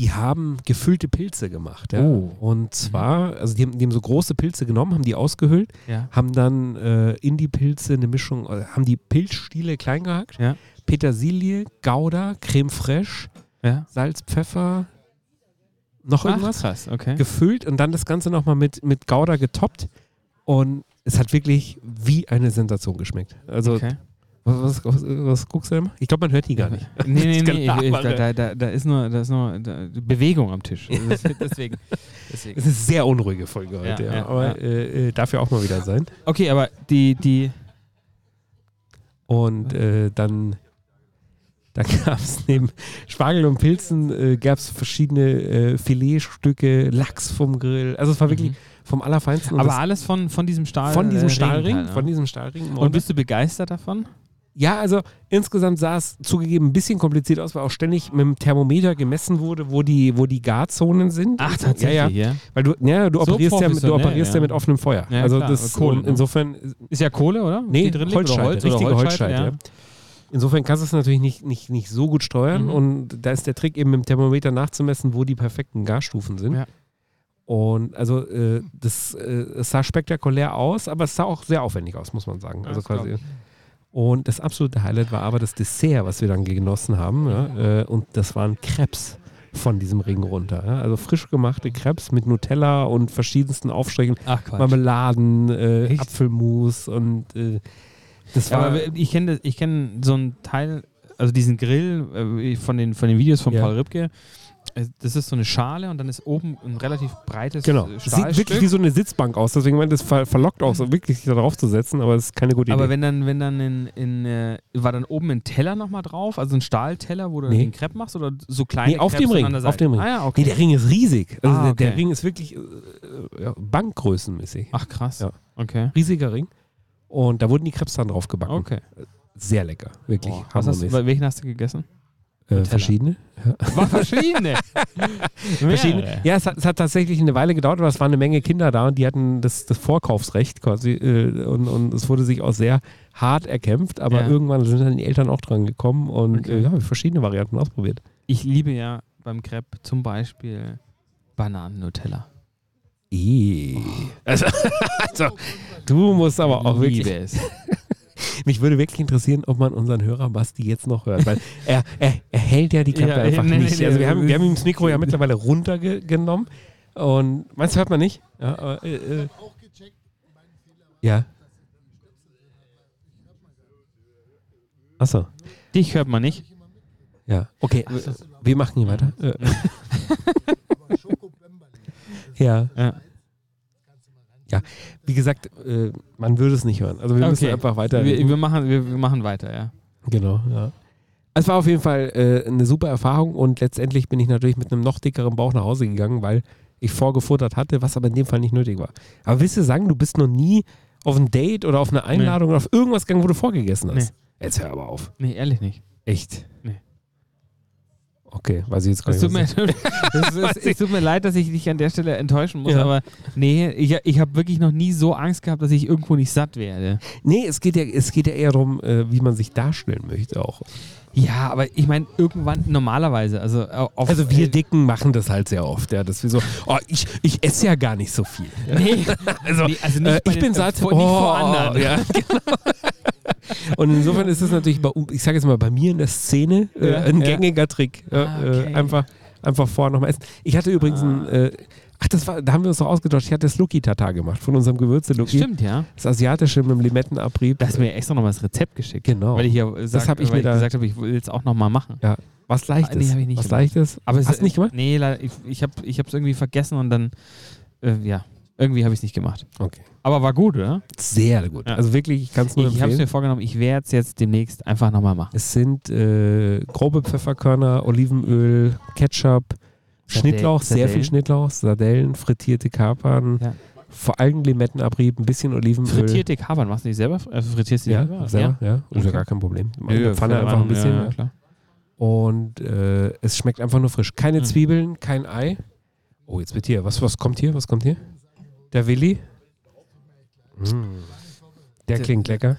Speaker 2: Die haben gefüllte Pilze gemacht. Ja?
Speaker 1: Oh.
Speaker 2: Und zwar, also die haben, die haben so große Pilze genommen, haben die ausgehöhlt,
Speaker 1: Ja.
Speaker 2: haben dann äh, in die Pilze eine Mischung, äh, haben die Pilzstiele klein gehackt,
Speaker 1: Ja.
Speaker 2: Petersilie, Gouda, Creme fraiche,
Speaker 1: Ja.
Speaker 2: Salz, Pfeffer, noch
Speaker 1: Ach,
Speaker 2: irgendwas
Speaker 1: krass, okay.
Speaker 2: gefüllt und dann das Ganze nochmal mit, mit Gouda getoppt. Und es hat wirklich wie eine Sensation geschmeckt. Also,
Speaker 1: okay.
Speaker 2: was, was, was, was guckst du denn? Ich glaube, man hört die gar nicht.
Speaker 1: Nee, nee,
Speaker 2: Das
Speaker 1: nee,
Speaker 2: kann
Speaker 1: ich, ich,
Speaker 2: aber-
Speaker 1: da, da, da, da ist nur, da ist nur da, Bewegung am Tisch. Also das- deswegen. deswegen.
Speaker 2: Es ist eine sehr unruhige Folge heute, ja,
Speaker 1: ja,
Speaker 2: aber
Speaker 1: ja.
Speaker 2: Äh, äh, darf ja auch mal wieder sein.
Speaker 1: Okay, aber die, die,
Speaker 2: Und äh, dann, dann gab es neben Spargel und Pilzen äh, gab es verschiedene äh, Filetstücke, Lachs vom Grill. Also es war
Speaker 1: Mhm.
Speaker 2: wirklich vom Allerfeinsten. und
Speaker 1: aber alles von, von diesem Stahl.
Speaker 2: das, von
Speaker 1: äh,
Speaker 2: diesem
Speaker 1: Ring
Speaker 2: Stahlring,
Speaker 1: halt, ne?
Speaker 2: von diesem Stahlring.
Speaker 1: und bist du begeistert davon?
Speaker 2: Ja, also insgesamt sah es zugegeben ein bisschen kompliziert aus, weil auch ständig mit dem Thermometer gemessen wurde, wo die, wo die Garzonen sind.
Speaker 1: Ach, tatsächlich,
Speaker 2: Ja, ja.
Speaker 1: ja.
Speaker 2: Weil du, ja, du
Speaker 1: So
Speaker 2: operierst, ja, mit, du
Speaker 1: professionell,
Speaker 2: operierst ja.
Speaker 1: ja.
Speaker 2: mit offenem Feuer.
Speaker 1: Ja,
Speaker 2: also
Speaker 1: klar,
Speaker 2: das
Speaker 1: aber Kohle,
Speaker 2: und
Speaker 1: ne?
Speaker 2: insofern
Speaker 1: Ist ja Kohle, oder?
Speaker 2: Nee,
Speaker 1: Die drin liegt, oder
Speaker 2: Holzscheite,
Speaker 1: Holz, oder
Speaker 2: richtige
Speaker 1: Holzscheite,
Speaker 2: Holzscheite. Insofern kannst du es natürlich nicht, nicht, nicht so gut steuern
Speaker 1: Mhm.
Speaker 2: und da ist der Trick eben mit dem Thermometer nachzumessen, wo die perfekten Garstufen sind.
Speaker 1: Ja.
Speaker 2: Und also äh, das äh, es sah spektakulär aus, aber es sah auch sehr aufwendig aus, muss man sagen. Also
Speaker 1: das glaub
Speaker 2: quasi. Und das absolute Highlight war aber das Dessert, was wir dann genossen haben. Ja? Äh, und das waren Krebs von diesem Ring runter. Ja? Also frisch gemachte Krebs mit Nutella und verschiedensten Aufstrichen,
Speaker 1: Ach, Quatsch.
Speaker 2: Marmeladen, äh,
Speaker 1: Echt?
Speaker 2: Apfelmus und äh, das
Speaker 1: Ja,
Speaker 2: war
Speaker 1: aber ich kenne ich kenn so einen Teil, also diesen Grill äh, von den, von den Videos von
Speaker 2: Ja.
Speaker 1: Paul Ripke. Äh, Das ist so eine Schale und dann ist oben ein relativ breites
Speaker 2: Genau.
Speaker 1: äh,
Speaker 2: Es Sieht wirklich wie
Speaker 1: Stahlstück.
Speaker 2: so eine Sitzbank aus. Deswegen meint es ver verlockt auch so wirklich da drauf zu setzen, aber es ist keine gute
Speaker 1: Aber
Speaker 2: Idee.
Speaker 1: wenn dann, wenn dann in, in äh, war dann oben ein Teller nochmal drauf, also ein Stahlteller, wo du
Speaker 2: Nee.
Speaker 1: den Crepe machst oder so kleine
Speaker 2: Nee, auf
Speaker 1: Crepes
Speaker 2: dem Ring,
Speaker 1: an der
Speaker 2: auf
Speaker 1: Seite?
Speaker 2: dem Ring.
Speaker 1: Ah, ja,
Speaker 2: Nee,
Speaker 1: okay.
Speaker 2: der Ring ist riesig. Also
Speaker 1: Ah,
Speaker 2: der- der
Speaker 1: okay.
Speaker 2: Ring ist wirklich äh, ja, bankgrößenmäßig.
Speaker 1: Ach krass.
Speaker 2: Ja.
Speaker 1: Okay.
Speaker 2: Riesiger Ring. Und da wurden die Krebs dann drauf gebacken.
Speaker 1: Okay.
Speaker 2: Sehr lecker. Wirklich.
Speaker 1: Boah, was hast,
Speaker 2: hammermäßig.
Speaker 1: du- welchen hast du gegessen?
Speaker 2: äh, verschiedene?
Speaker 1: War verschiedene.
Speaker 2: verschiedene. Ja, es hat, es hat tatsächlich eine Weile gedauert, aber es waren eine Menge Kinder da und die hatten das, das Vorkaufsrecht quasi äh, und, und es wurde sich auch sehr hart erkämpft, aber
Speaker 1: Ja.
Speaker 2: irgendwann sind dann die Eltern auch dran gekommen und
Speaker 1: Okay.
Speaker 2: äh, ja, verschiedene Varianten ausprobiert.
Speaker 1: Ich liebe ja beim Crepe zum Beispiel Bananen-Nutella.
Speaker 2: Eh. Also, also, du musst aber auch
Speaker 1: liebe
Speaker 2: wirklich.
Speaker 1: es.
Speaker 2: Mich würde wirklich interessieren, ob man unseren Hörer Basti jetzt noch hört, weil er, er, er hält ja die Klappe
Speaker 1: Ja,
Speaker 2: einfach
Speaker 1: nee, nee,
Speaker 2: nicht.
Speaker 1: nee,
Speaker 2: also, wir
Speaker 1: nee.
Speaker 2: haben, wir haben ihm das Mikro ja mittlerweile runtergenommen. Und meinst du, hört man nicht? Ja. aber, äh, äh, ja. Achso,
Speaker 1: Dich hört man nicht.
Speaker 2: ja. Okay, wir machen hier weiter. Äh, ja.
Speaker 1: Ja.
Speaker 2: Ja, wie gesagt, äh, man würde es nicht hören. Also wir müssen
Speaker 1: Okay.
Speaker 2: einfach weiter.
Speaker 1: Wir, wir, machen, wir, wir machen weiter, ja.
Speaker 2: Genau, ja. Es war auf jeden Fall äh, eine super Erfahrung und letztendlich bin ich natürlich mit einem noch dickeren Bauch nach Hause gegangen, weil ich vorgefuttert hatte, was aber in dem Fall nicht nötig war. Aber willst du sagen, du bist noch nie auf ein Date oder auf eine Einladung oder auf irgendwas gegangen, wo du vorgegessen hast? Jetzt hör aber auf.
Speaker 1: Nee, ehrlich nicht.
Speaker 2: Echt?
Speaker 1: Nee.
Speaker 2: Okay, weiß ich jetzt gar
Speaker 1: Es tut,
Speaker 2: nicht.
Speaker 1: mir,
Speaker 2: was-
Speaker 1: es, es, es tut mir leid, dass ich dich an der Stelle enttäuschen muss,
Speaker 2: Ja.
Speaker 1: aber nee, ich, ich habe wirklich noch nie so Angst gehabt, dass ich irgendwo nicht satt werde.
Speaker 2: Nee, es geht ja, es geht ja eher darum, äh, wie man sich darstellen möchte auch.
Speaker 1: Ja, aber ich meine, irgendwann normalerweise, also äh, auf,
Speaker 2: Also wir
Speaker 1: äh,
Speaker 2: Dicken machen das halt sehr oft, ja, dass wir so, oh, ich, ich esse ja gar nicht so viel.
Speaker 1: Nee,
Speaker 2: Also,
Speaker 1: nee, also nicht
Speaker 2: Äh,
Speaker 1: bei
Speaker 2: ich
Speaker 1: den-
Speaker 2: bin satt. oh,
Speaker 1: vor, nicht vor anderen.
Speaker 2: Ja, genau. Und insofern ist es natürlich, bei, ich sage jetzt mal, bei mir in der Szene äh,
Speaker 1: Ja,
Speaker 2: ein
Speaker 1: ja.
Speaker 2: gängiger Trick. Äh,
Speaker 1: Ah, okay. Ah.
Speaker 2: äh, einfach, einfach vorher nochmal essen. Ich hatte übrigens ein, äh, ach, das war, da haben wir uns doch ausgetauscht. Ich hatte das Luki-Tatar gemacht von unserem Gewürze-Luki.
Speaker 1: Stimmt, ja.
Speaker 2: Das asiatische mit dem Limettenabrieb.
Speaker 1: Da hast du mir extra nochmal das Rezept geschickt.
Speaker 2: Genau.
Speaker 1: Weil ich ja äh, sag,
Speaker 2: hab ich
Speaker 1: weil
Speaker 2: mir
Speaker 1: ich
Speaker 2: da-
Speaker 1: gesagt habe, ich will es auch nochmal machen.
Speaker 2: ja, was leichtes.
Speaker 1: Ah, nee, hab ich nicht
Speaker 2: was
Speaker 1: gemacht.
Speaker 2: leichtes.
Speaker 1: Aber es-
Speaker 2: Hast du nicht gemacht?
Speaker 1: Nee, leider, ich, ich habe es irgendwie vergessen und dann, äh, ja, irgendwie habe ich es nicht gemacht.
Speaker 2: Okay.
Speaker 1: Aber war gut, oder?
Speaker 2: Sehr gut.
Speaker 1: Ja.
Speaker 2: Also wirklich, ich kann es nur
Speaker 1: Ich habe es
Speaker 2: empfehlen.
Speaker 1: mir vorgenommen, ich werde es jetzt demnächst einfach nochmal machen.
Speaker 2: Es sind äh, grobe Pfefferkörner, Olivenöl, Ketchup,
Speaker 1: Sardell-
Speaker 2: Schnittlauch, sehr viel
Speaker 1: Sardellen.
Speaker 2: Schnittlauch, Sardellen, frittierte Kapern,
Speaker 1: Ja.
Speaker 2: vor allem Limettenabrieb, ein bisschen Olivenöl.
Speaker 1: Frittierte Kapern, machst du nicht selber? Äh, frittierst du die
Speaker 2: ja,
Speaker 1: selber?
Speaker 2: selber, ja, ist ja
Speaker 1: Okay.
Speaker 2: gar kein Problem.
Speaker 1: Ja,
Speaker 2: In der
Speaker 1: ja,
Speaker 2: Pfanne
Speaker 1: Pfanne
Speaker 2: einfach ein
Speaker 1: ran,
Speaker 2: bisschen.
Speaker 1: Ja, ja, klar.
Speaker 2: Und äh, es schmeckt einfach nur frisch. Keine
Speaker 1: Mhm.
Speaker 2: Zwiebeln, kein Ei. Oh, jetzt wird hier, was, was kommt hier, was kommt hier? Der Willi. Mm. Der klingt lecker.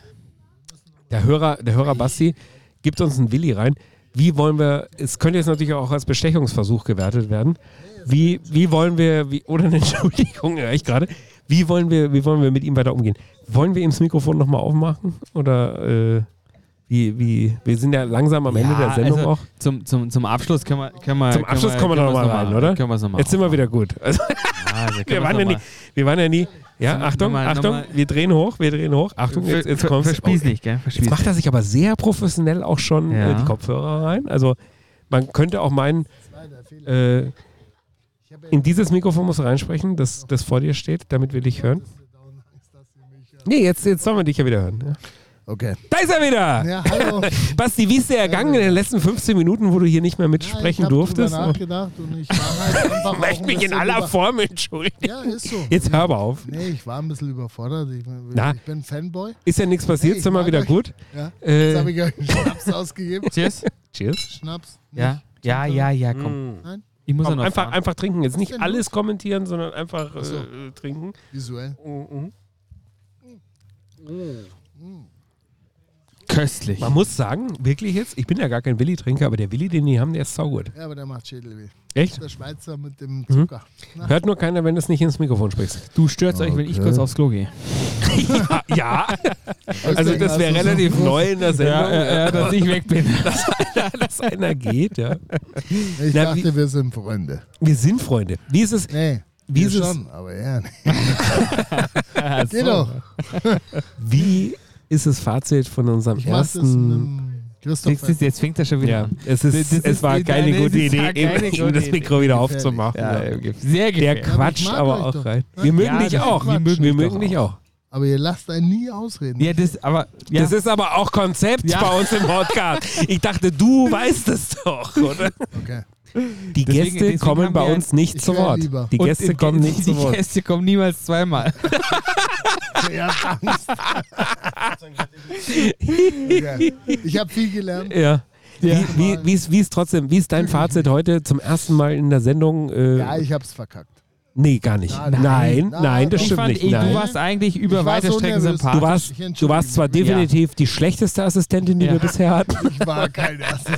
Speaker 2: Der Hörer, der Hörer Basti gibt uns einen Willi rein. Wie wollen wir, es könnte jetzt natürlich auch als Bestechungsversuch gewertet werden. Wie, wie wollen wir, wie, oder eine Entschuldigung, ja, ich gerade. Wie wollen wir, wie wollen wir mit ihm weiter umgehen? Wollen wir ihm das Mikrofon nochmal aufmachen? Oder äh, wie, wie, wir sind ja langsam am Ende
Speaker 1: Ja,
Speaker 2: der Sendung
Speaker 1: also
Speaker 2: auch.
Speaker 1: Zum, zum, zum Abschluss können wir. Können wir
Speaker 2: Zum
Speaker 1: können
Speaker 2: Abschluss kommen wir
Speaker 1: können
Speaker 2: noch
Speaker 1: wir's
Speaker 2: mal rein, oder?
Speaker 1: Können wir es nochmal.
Speaker 2: Jetzt sind wir wieder gut. Also,
Speaker 1: Ah,
Speaker 2: wir, waren ja nie, wir waren ja nie. Ja,
Speaker 1: Nochmal,
Speaker 2: Achtung,
Speaker 1: nochmal.
Speaker 2: Achtung, wir drehen hoch, wir drehen hoch. Achtung, jetzt, jetzt kommst
Speaker 1: Verspieß
Speaker 2: Oh,
Speaker 1: nicht, gell?
Speaker 2: Jetzt
Speaker 1: Verspieß
Speaker 2: macht er sich aber sehr professionell auch schon
Speaker 1: Ja.
Speaker 2: äh, die Kopfhörer rein. Also man könnte auch meinen, äh, in dieses Mikrofon musst du reinsprechen, das, das vor dir steht, damit wir dich hören. Nee, jetzt, jetzt sollen wir dich ja wieder hören. Ja.
Speaker 6: Okay.
Speaker 2: Da ist er wieder!
Speaker 6: Ja, hallo.
Speaker 2: Basti, wie ist der ergangen in den letzten 15 Minuten, wo du hier nicht mehr mitsprechen
Speaker 6: ja, ich hab
Speaker 2: durftest? Oh,
Speaker 6: drüber nachgedacht und ich war halt einfach. auch
Speaker 2: Möchte
Speaker 6: ein
Speaker 2: mich in
Speaker 6: bisschen
Speaker 2: aller
Speaker 6: über-
Speaker 2: Form entschuldigen.
Speaker 6: Ja, ist so.
Speaker 2: Jetzt hör aber auf.
Speaker 6: Nee, ich war ein bisschen überfordert. Ich, bin-
Speaker 2: Na.
Speaker 6: ich bin Fanboy.
Speaker 2: Ist ja nichts
Speaker 6: Hey,
Speaker 2: passiert,
Speaker 6: ich
Speaker 2: sind wir
Speaker 6: mag
Speaker 2: wieder
Speaker 6: euch.
Speaker 2: gut.
Speaker 6: Ja.
Speaker 2: Äh.
Speaker 6: Jetzt habe ich euch einen Schnaps ausgegeben.
Speaker 1: Cheers.
Speaker 2: Cheers.
Speaker 6: Schnaps.
Speaker 1: Ja, ja, ja, ja, komm. Ich muss ja noch
Speaker 2: Mm. Einfach,
Speaker 1: fahren.
Speaker 2: einfach trinken. Jetzt nicht
Speaker 6: denn
Speaker 2: alles kommentieren, sondern einfach
Speaker 6: Ach so.
Speaker 2: äh, trinken.
Speaker 6: Visuell.
Speaker 1: köstlich.
Speaker 2: Man muss sagen, wirklich jetzt, ich bin ja gar kein Willi-Trinker, aber der Willi, den die haben, der ist saugut.
Speaker 6: Ja, aber der macht Schädel weh.
Speaker 2: Echt?
Speaker 6: Der Schweizer mit
Speaker 2: Mhm.
Speaker 6: dem Zucker. Na,
Speaker 2: Hört nur keiner, wenn du es nicht ins Mikrofon sprichst.
Speaker 1: Du störst euch, wenn ich
Speaker 6: Okay.
Speaker 1: kurz aufs Klo gehe.
Speaker 2: Ja, also
Speaker 6: deswegen
Speaker 2: das wäre
Speaker 6: hast du so
Speaker 2: relativ
Speaker 6: groß-
Speaker 2: neu in der
Speaker 1: Genau.
Speaker 2: Sendung,
Speaker 1: äh, dass ich weg bin.
Speaker 2: dass einer geht. Ja.
Speaker 6: Ich
Speaker 2: Na,
Speaker 6: dachte, wir sind Freunde.
Speaker 2: Wir sind Freunde. Wie ist es,
Speaker 6: Nee,
Speaker 2: Wie
Speaker 6: wir
Speaker 2: ist es-
Speaker 6: schon, aber ja. nicht. Geh doch.
Speaker 2: wie ist das Fazit von unserem
Speaker 6: Ich mach das mit
Speaker 2: ersten...
Speaker 6: dem
Speaker 1: Jetzt,
Speaker 6: Christoph.
Speaker 1: jetzt, jetzt fängt er schon wieder
Speaker 2: Ja,
Speaker 1: an.
Speaker 2: es, ist,
Speaker 1: Das ist-
Speaker 2: es war
Speaker 1: das
Speaker 2: keine
Speaker 1: ist-
Speaker 2: gute
Speaker 1: das war
Speaker 2: Idee,
Speaker 1: keine
Speaker 2: eben,
Speaker 1: gute
Speaker 2: das
Speaker 1: Idee.
Speaker 2: Mikro wieder
Speaker 6: Gefährlich.
Speaker 2: aufzumachen.
Speaker 1: Ja,
Speaker 2: Ja.
Speaker 1: okay. sehr
Speaker 2: Der
Speaker 1: gefährlich.
Speaker 2: quatscht
Speaker 6: mag
Speaker 2: aber
Speaker 6: euch
Speaker 2: auch
Speaker 6: doch.
Speaker 2: rein. Wir mögen
Speaker 1: Ja,
Speaker 2: dich
Speaker 1: das-
Speaker 2: auch.
Speaker 1: wir mögen
Speaker 2: Wir
Speaker 1: dich
Speaker 2: mögen
Speaker 1: doch
Speaker 2: dich auch.
Speaker 6: Aber ihr lasst einen nie ausreden.
Speaker 1: Ja, das, aber. Ja.
Speaker 2: Das ist aber auch Konzept
Speaker 1: Ja.
Speaker 2: bei uns im Podcast. Ich dachte, du weißt es doch, oder?
Speaker 6: Okay.
Speaker 2: Die
Speaker 1: Deswegen-
Speaker 2: Gäste
Speaker 1: deswegen
Speaker 2: kommen
Speaker 1: haben
Speaker 2: bei
Speaker 1: wir-
Speaker 2: uns nicht
Speaker 6: Ich
Speaker 2: zu
Speaker 6: wär
Speaker 2: Wort.
Speaker 6: lieber.
Speaker 2: Die
Speaker 1: Und
Speaker 2: Gäste
Speaker 1: im-
Speaker 2: kommen nicht
Speaker 1: die,
Speaker 2: zu Wort.
Speaker 1: Gäste kommen niemals zweimal.
Speaker 6: Ihr habt Angst. okay. Ich habe viel gelernt.
Speaker 2: Ja.
Speaker 1: Ja.
Speaker 2: Wie, wie, wie, ist, wie ist trotzdem, wie ist dein Fazit heute zum ersten Mal in der Sendung? Äh,
Speaker 6: Ja, ich hab's verkackt.
Speaker 2: nee, gar nicht.
Speaker 6: Nein.
Speaker 2: Nein, nein,
Speaker 6: Nein.
Speaker 2: das
Speaker 6: Ich
Speaker 2: stimmt
Speaker 1: fand,
Speaker 2: nicht.
Speaker 1: ey,
Speaker 2: nein.
Speaker 1: du warst eigentlich über
Speaker 6: Ich war
Speaker 1: weite
Speaker 6: so
Speaker 1: Strecken
Speaker 6: nervös.
Speaker 2: Du
Speaker 1: sympathisch.
Speaker 2: warst,
Speaker 6: Ich
Speaker 2: du
Speaker 6: entschuldige
Speaker 2: warst zwar
Speaker 6: mich.
Speaker 2: definitiv die schlechteste Assistentin, die
Speaker 1: Ja.
Speaker 2: wir bisher hatten,
Speaker 6: Ich war kein erstes.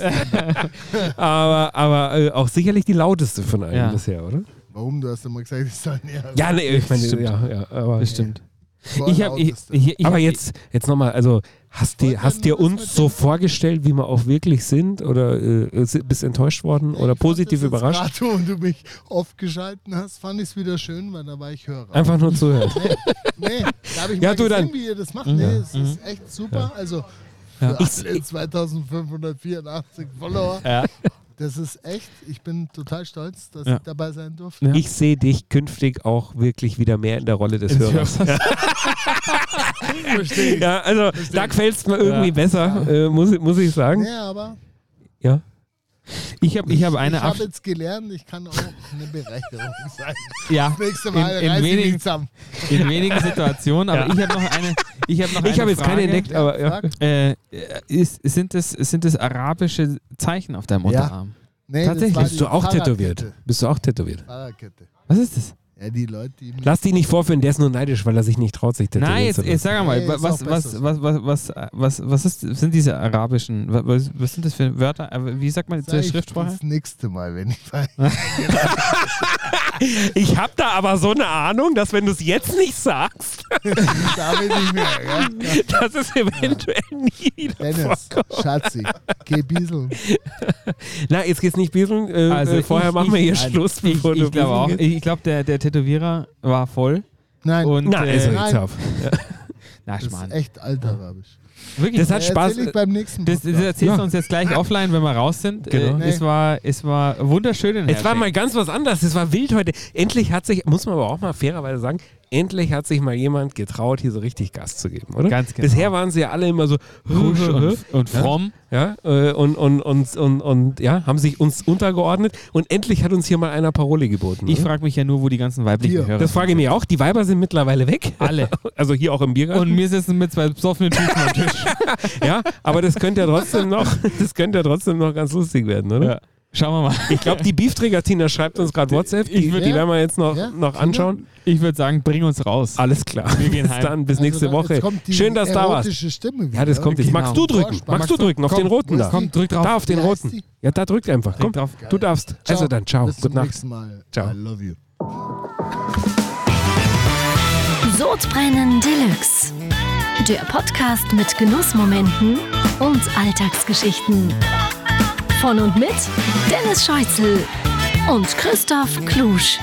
Speaker 2: aber, aber äh, auch sicherlich die lauteste von allen
Speaker 1: Ja.
Speaker 2: bisher, oder?
Speaker 6: Warum? Du hast immer gesagt, ich soll nie.
Speaker 2: Ja, nee, ich meine,
Speaker 1: Stimmt.
Speaker 2: ja, ja, aber,
Speaker 1: das stimmt.
Speaker 6: Voll
Speaker 1: Ich hab, ich,
Speaker 6: Autist.
Speaker 1: ich, ich
Speaker 2: aber
Speaker 1: hab-
Speaker 2: jetzt, jetzt nochmal, also hast, dir,
Speaker 6: Wollt ihr
Speaker 2: hast dir
Speaker 6: nur das
Speaker 2: uns
Speaker 6: mit
Speaker 2: so
Speaker 6: dem-
Speaker 2: vorgestellt, wie wir auch wirklich sind oder äh, si- bist enttäuscht worden oder
Speaker 6: Ich fand
Speaker 2: positiv
Speaker 6: das jetzt
Speaker 2: überrascht?
Speaker 6: gerade, Und du mich oft geschalten hast, fand ich es wieder schön, weil da war ich Hörer.
Speaker 2: Einfach nur zuhören.
Speaker 6: Nee, da habe ich
Speaker 2: Ja,
Speaker 6: mal
Speaker 2: du
Speaker 6: gesehen,
Speaker 2: dann.
Speaker 6: wie ihr das macht. Nee, es
Speaker 1: Mhm.
Speaker 6: ist echt super. Also für alle 2584 Follower.
Speaker 1: Ja.
Speaker 6: Das ist echt, ich bin total stolz, dass
Speaker 1: Ja.
Speaker 6: ich dabei sein durfte.
Speaker 1: Ja.
Speaker 2: Ich sehe dich künftig auch wirklich wieder mehr in der Rolle des Hörers. Ja, also da gefällt es mir irgendwie
Speaker 1: Ja.
Speaker 2: besser, äh, muss, ich- muss ich sagen.
Speaker 6: Nee, aber
Speaker 2: Ja.
Speaker 1: Ich habe ich hab eine
Speaker 6: ich habe
Speaker 1: Absch-
Speaker 6: jetzt gelernt, ich kann auch eine Bereicherung sein.
Speaker 1: ja,
Speaker 6: Das nächste Mal
Speaker 1: in, in,
Speaker 6: reiß ich
Speaker 1: wenigen,
Speaker 6: mich zusammen.
Speaker 1: in wenigen Situationen, aber ich habe noch eine. Ich habe noch
Speaker 2: Ich
Speaker 1: eine
Speaker 2: habe jetzt
Speaker 1: Frage.
Speaker 2: keine entdeckt, aber ja.
Speaker 6: Frag.
Speaker 1: Äh, ist, sind, das, sind das arabische Zeichen auf deinem
Speaker 6: Ja.
Speaker 1: Unterarm?
Speaker 6: Nee,
Speaker 1: Tatsächlich.
Speaker 6: das war
Speaker 2: Bist du
Speaker 6: die
Speaker 2: auch
Speaker 6: Fahrradkette.
Speaker 2: tätowiert? Bist du auch tätowiert?
Speaker 6: Fahrradkette.
Speaker 1: Was ist das?
Speaker 6: Ja, die Leute, die mich
Speaker 2: Lass dich nicht vorführen, der ist nur neidisch, weil er sich nicht traut, sich tätowieren
Speaker 1: Nein, jetzt,
Speaker 2: zu lassen.
Speaker 1: jetzt sag mal,
Speaker 6: Nee,
Speaker 1: was,
Speaker 6: ist
Speaker 1: was,
Speaker 6: auch
Speaker 1: was,
Speaker 6: besser
Speaker 1: was, was, was, was ist, sind diese arabischen, wa- was, was sind das für Wörter? Aber Wie sagt man jetzt
Speaker 6: sag
Speaker 1: der
Speaker 6: ich
Speaker 1: Schriftsprache?
Speaker 6: das nächste Mal, wenn ich bei
Speaker 2: Ich habe da aber so eine Ahnung, dass wenn du es jetzt nicht sagst,
Speaker 6: da bin ich mehr. Ja?
Speaker 2: dass es eventuell nie wieder
Speaker 6: Dennis, Schatzi, geh bieseln.
Speaker 2: Na, jetzt geht's nicht bieseln. Äh, äh,
Speaker 1: Also
Speaker 2: vorher
Speaker 1: ich-
Speaker 2: machen wir
Speaker 1: ich-
Speaker 2: hier
Speaker 1: nein,
Speaker 2: Schluss,
Speaker 1: Ich,
Speaker 2: bevor du
Speaker 1: ich glaube auch.
Speaker 2: bieseln gehst.
Speaker 1: Ich glaube, der, der Tätowierer war voll.
Speaker 6: Nein,
Speaker 1: Und,
Speaker 2: Na, also
Speaker 1: äh,
Speaker 2: jetzt
Speaker 6: nein.
Speaker 2: auf.
Speaker 1: na
Speaker 6: das ist
Speaker 1: Schmarrn.
Speaker 6: echt altarabisch.
Speaker 1: Wirklich.
Speaker 2: Das hat
Speaker 6: Ja,
Speaker 2: Spaß. äh,
Speaker 6: Erzähl ich beim nächsten
Speaker 1: das, das
Speaker 6: Podcast.
Speaker 1: erzählst du
Speaker 2: Ja.
Speaker 1: uns jetzt gleich offline, wenn wir raus sind.
Speaker 2: Genau.
Speaker 1: Äh,
Speaker 6: Nee.
Speaker 1: es, war, es war wunderschön in
Speaker 2: Es war
Speaker 1: Hersching.
Speaker 2: mal ganz was anderes. Es war wild heute. Endlich hat sich, muss man aber auch mal fairerweise sagen, endlich hat sich mal jemand getraut, hier so richtig Gas zu geben, oder?
Speaker 1: Ganz genau.
Speaker 2: Bisher waren sie ja alle immer so
Speaker 1: Kusch und, und fromm.
Speaker 2: ja, äh, und, und, und, und, und ja, haben sich uns untergeordnet. Und endlich hat uns hier mal einer Parole geboten.
Speaker 1: Ich
Speaker 2: oder?
Speaker 1: frage mich ja nur, wo die ganzen weiblichen
Speaker 6: Hier.
Speaker 1: Hörer
Speaker 2: das frage ich mich auch. Die Weiber sind mittlerweile weg.
Speaker 1: Alle.
Speaker 2: Also hier auch im Biergarten.
Speaker 1: Und mir sitzen mit zwei besoffenen Typen am Tisch.
Speaker 2: Ja, aber das könnte ja trotzdem noch, das könnte ja trotzdem noch ganz lustig werden, oder?
Speaker 1: Ja. Schauen wir mal.
Speaker 2: Ich glaube, die Beefträger-Tina schreibt uns gerade WhatsApp. Die,
Speaker 1: Ich würd-
Speaker 2: die werden wir jetzt noch,
Speaker 6: Ja,
Speaker 2: noch anschauen.
Speaker 1: Ich würde sagen, bring uns raus.
Speaker 2: Alles klar.
Speaker 1: Wir gehen
Speaker 2: bis
Speaker 1: heim.
Speaker 2: dann, bis
Speaker 6: Also
Speaker 2: nächste
Speaker 6: dann- jetzt
Speaker 2: Woche.
Speaker 6: kommt die
Speaker 2: Schön, dass du da warst.
Speaker 6: erotische Stimme wieder.
Speaker 2: Ja, das kommt jetzt.
Speaker 1: Genau.
Speaker 2: Magst du drücken?
Speaker 6: Vorspann.
Speaker 2: Magst du drücken? Auf
Speaker 1: Komm,
Speaker 2: den roten da.
Speaker 1: Komm, drück drauf.
Speaker 2: Da auf den
Speaker 6: Wie heißt
Speaker 2: roten.
Speaker 6: die?
Speaker 2: Ja, da drückt einfach. Komm,
Speaker 1: drauf.
Speaker 2: du darfst. Also dann, ciao.
Speaker 6: Bis
Speaker 2: Gute
Speaker 6: zum
Speaker 2: Nacht.
Speaker 6: nächsten Mal.
Speaker 2: Ciao.
Speaker 6: I love you.
Speaker 3: Sodbrennen Deluxe. Der Podcast mit Genussmomenten und Alltagsgeschichten. Von und mit Dennis Scheuzel und Christoph Klusch.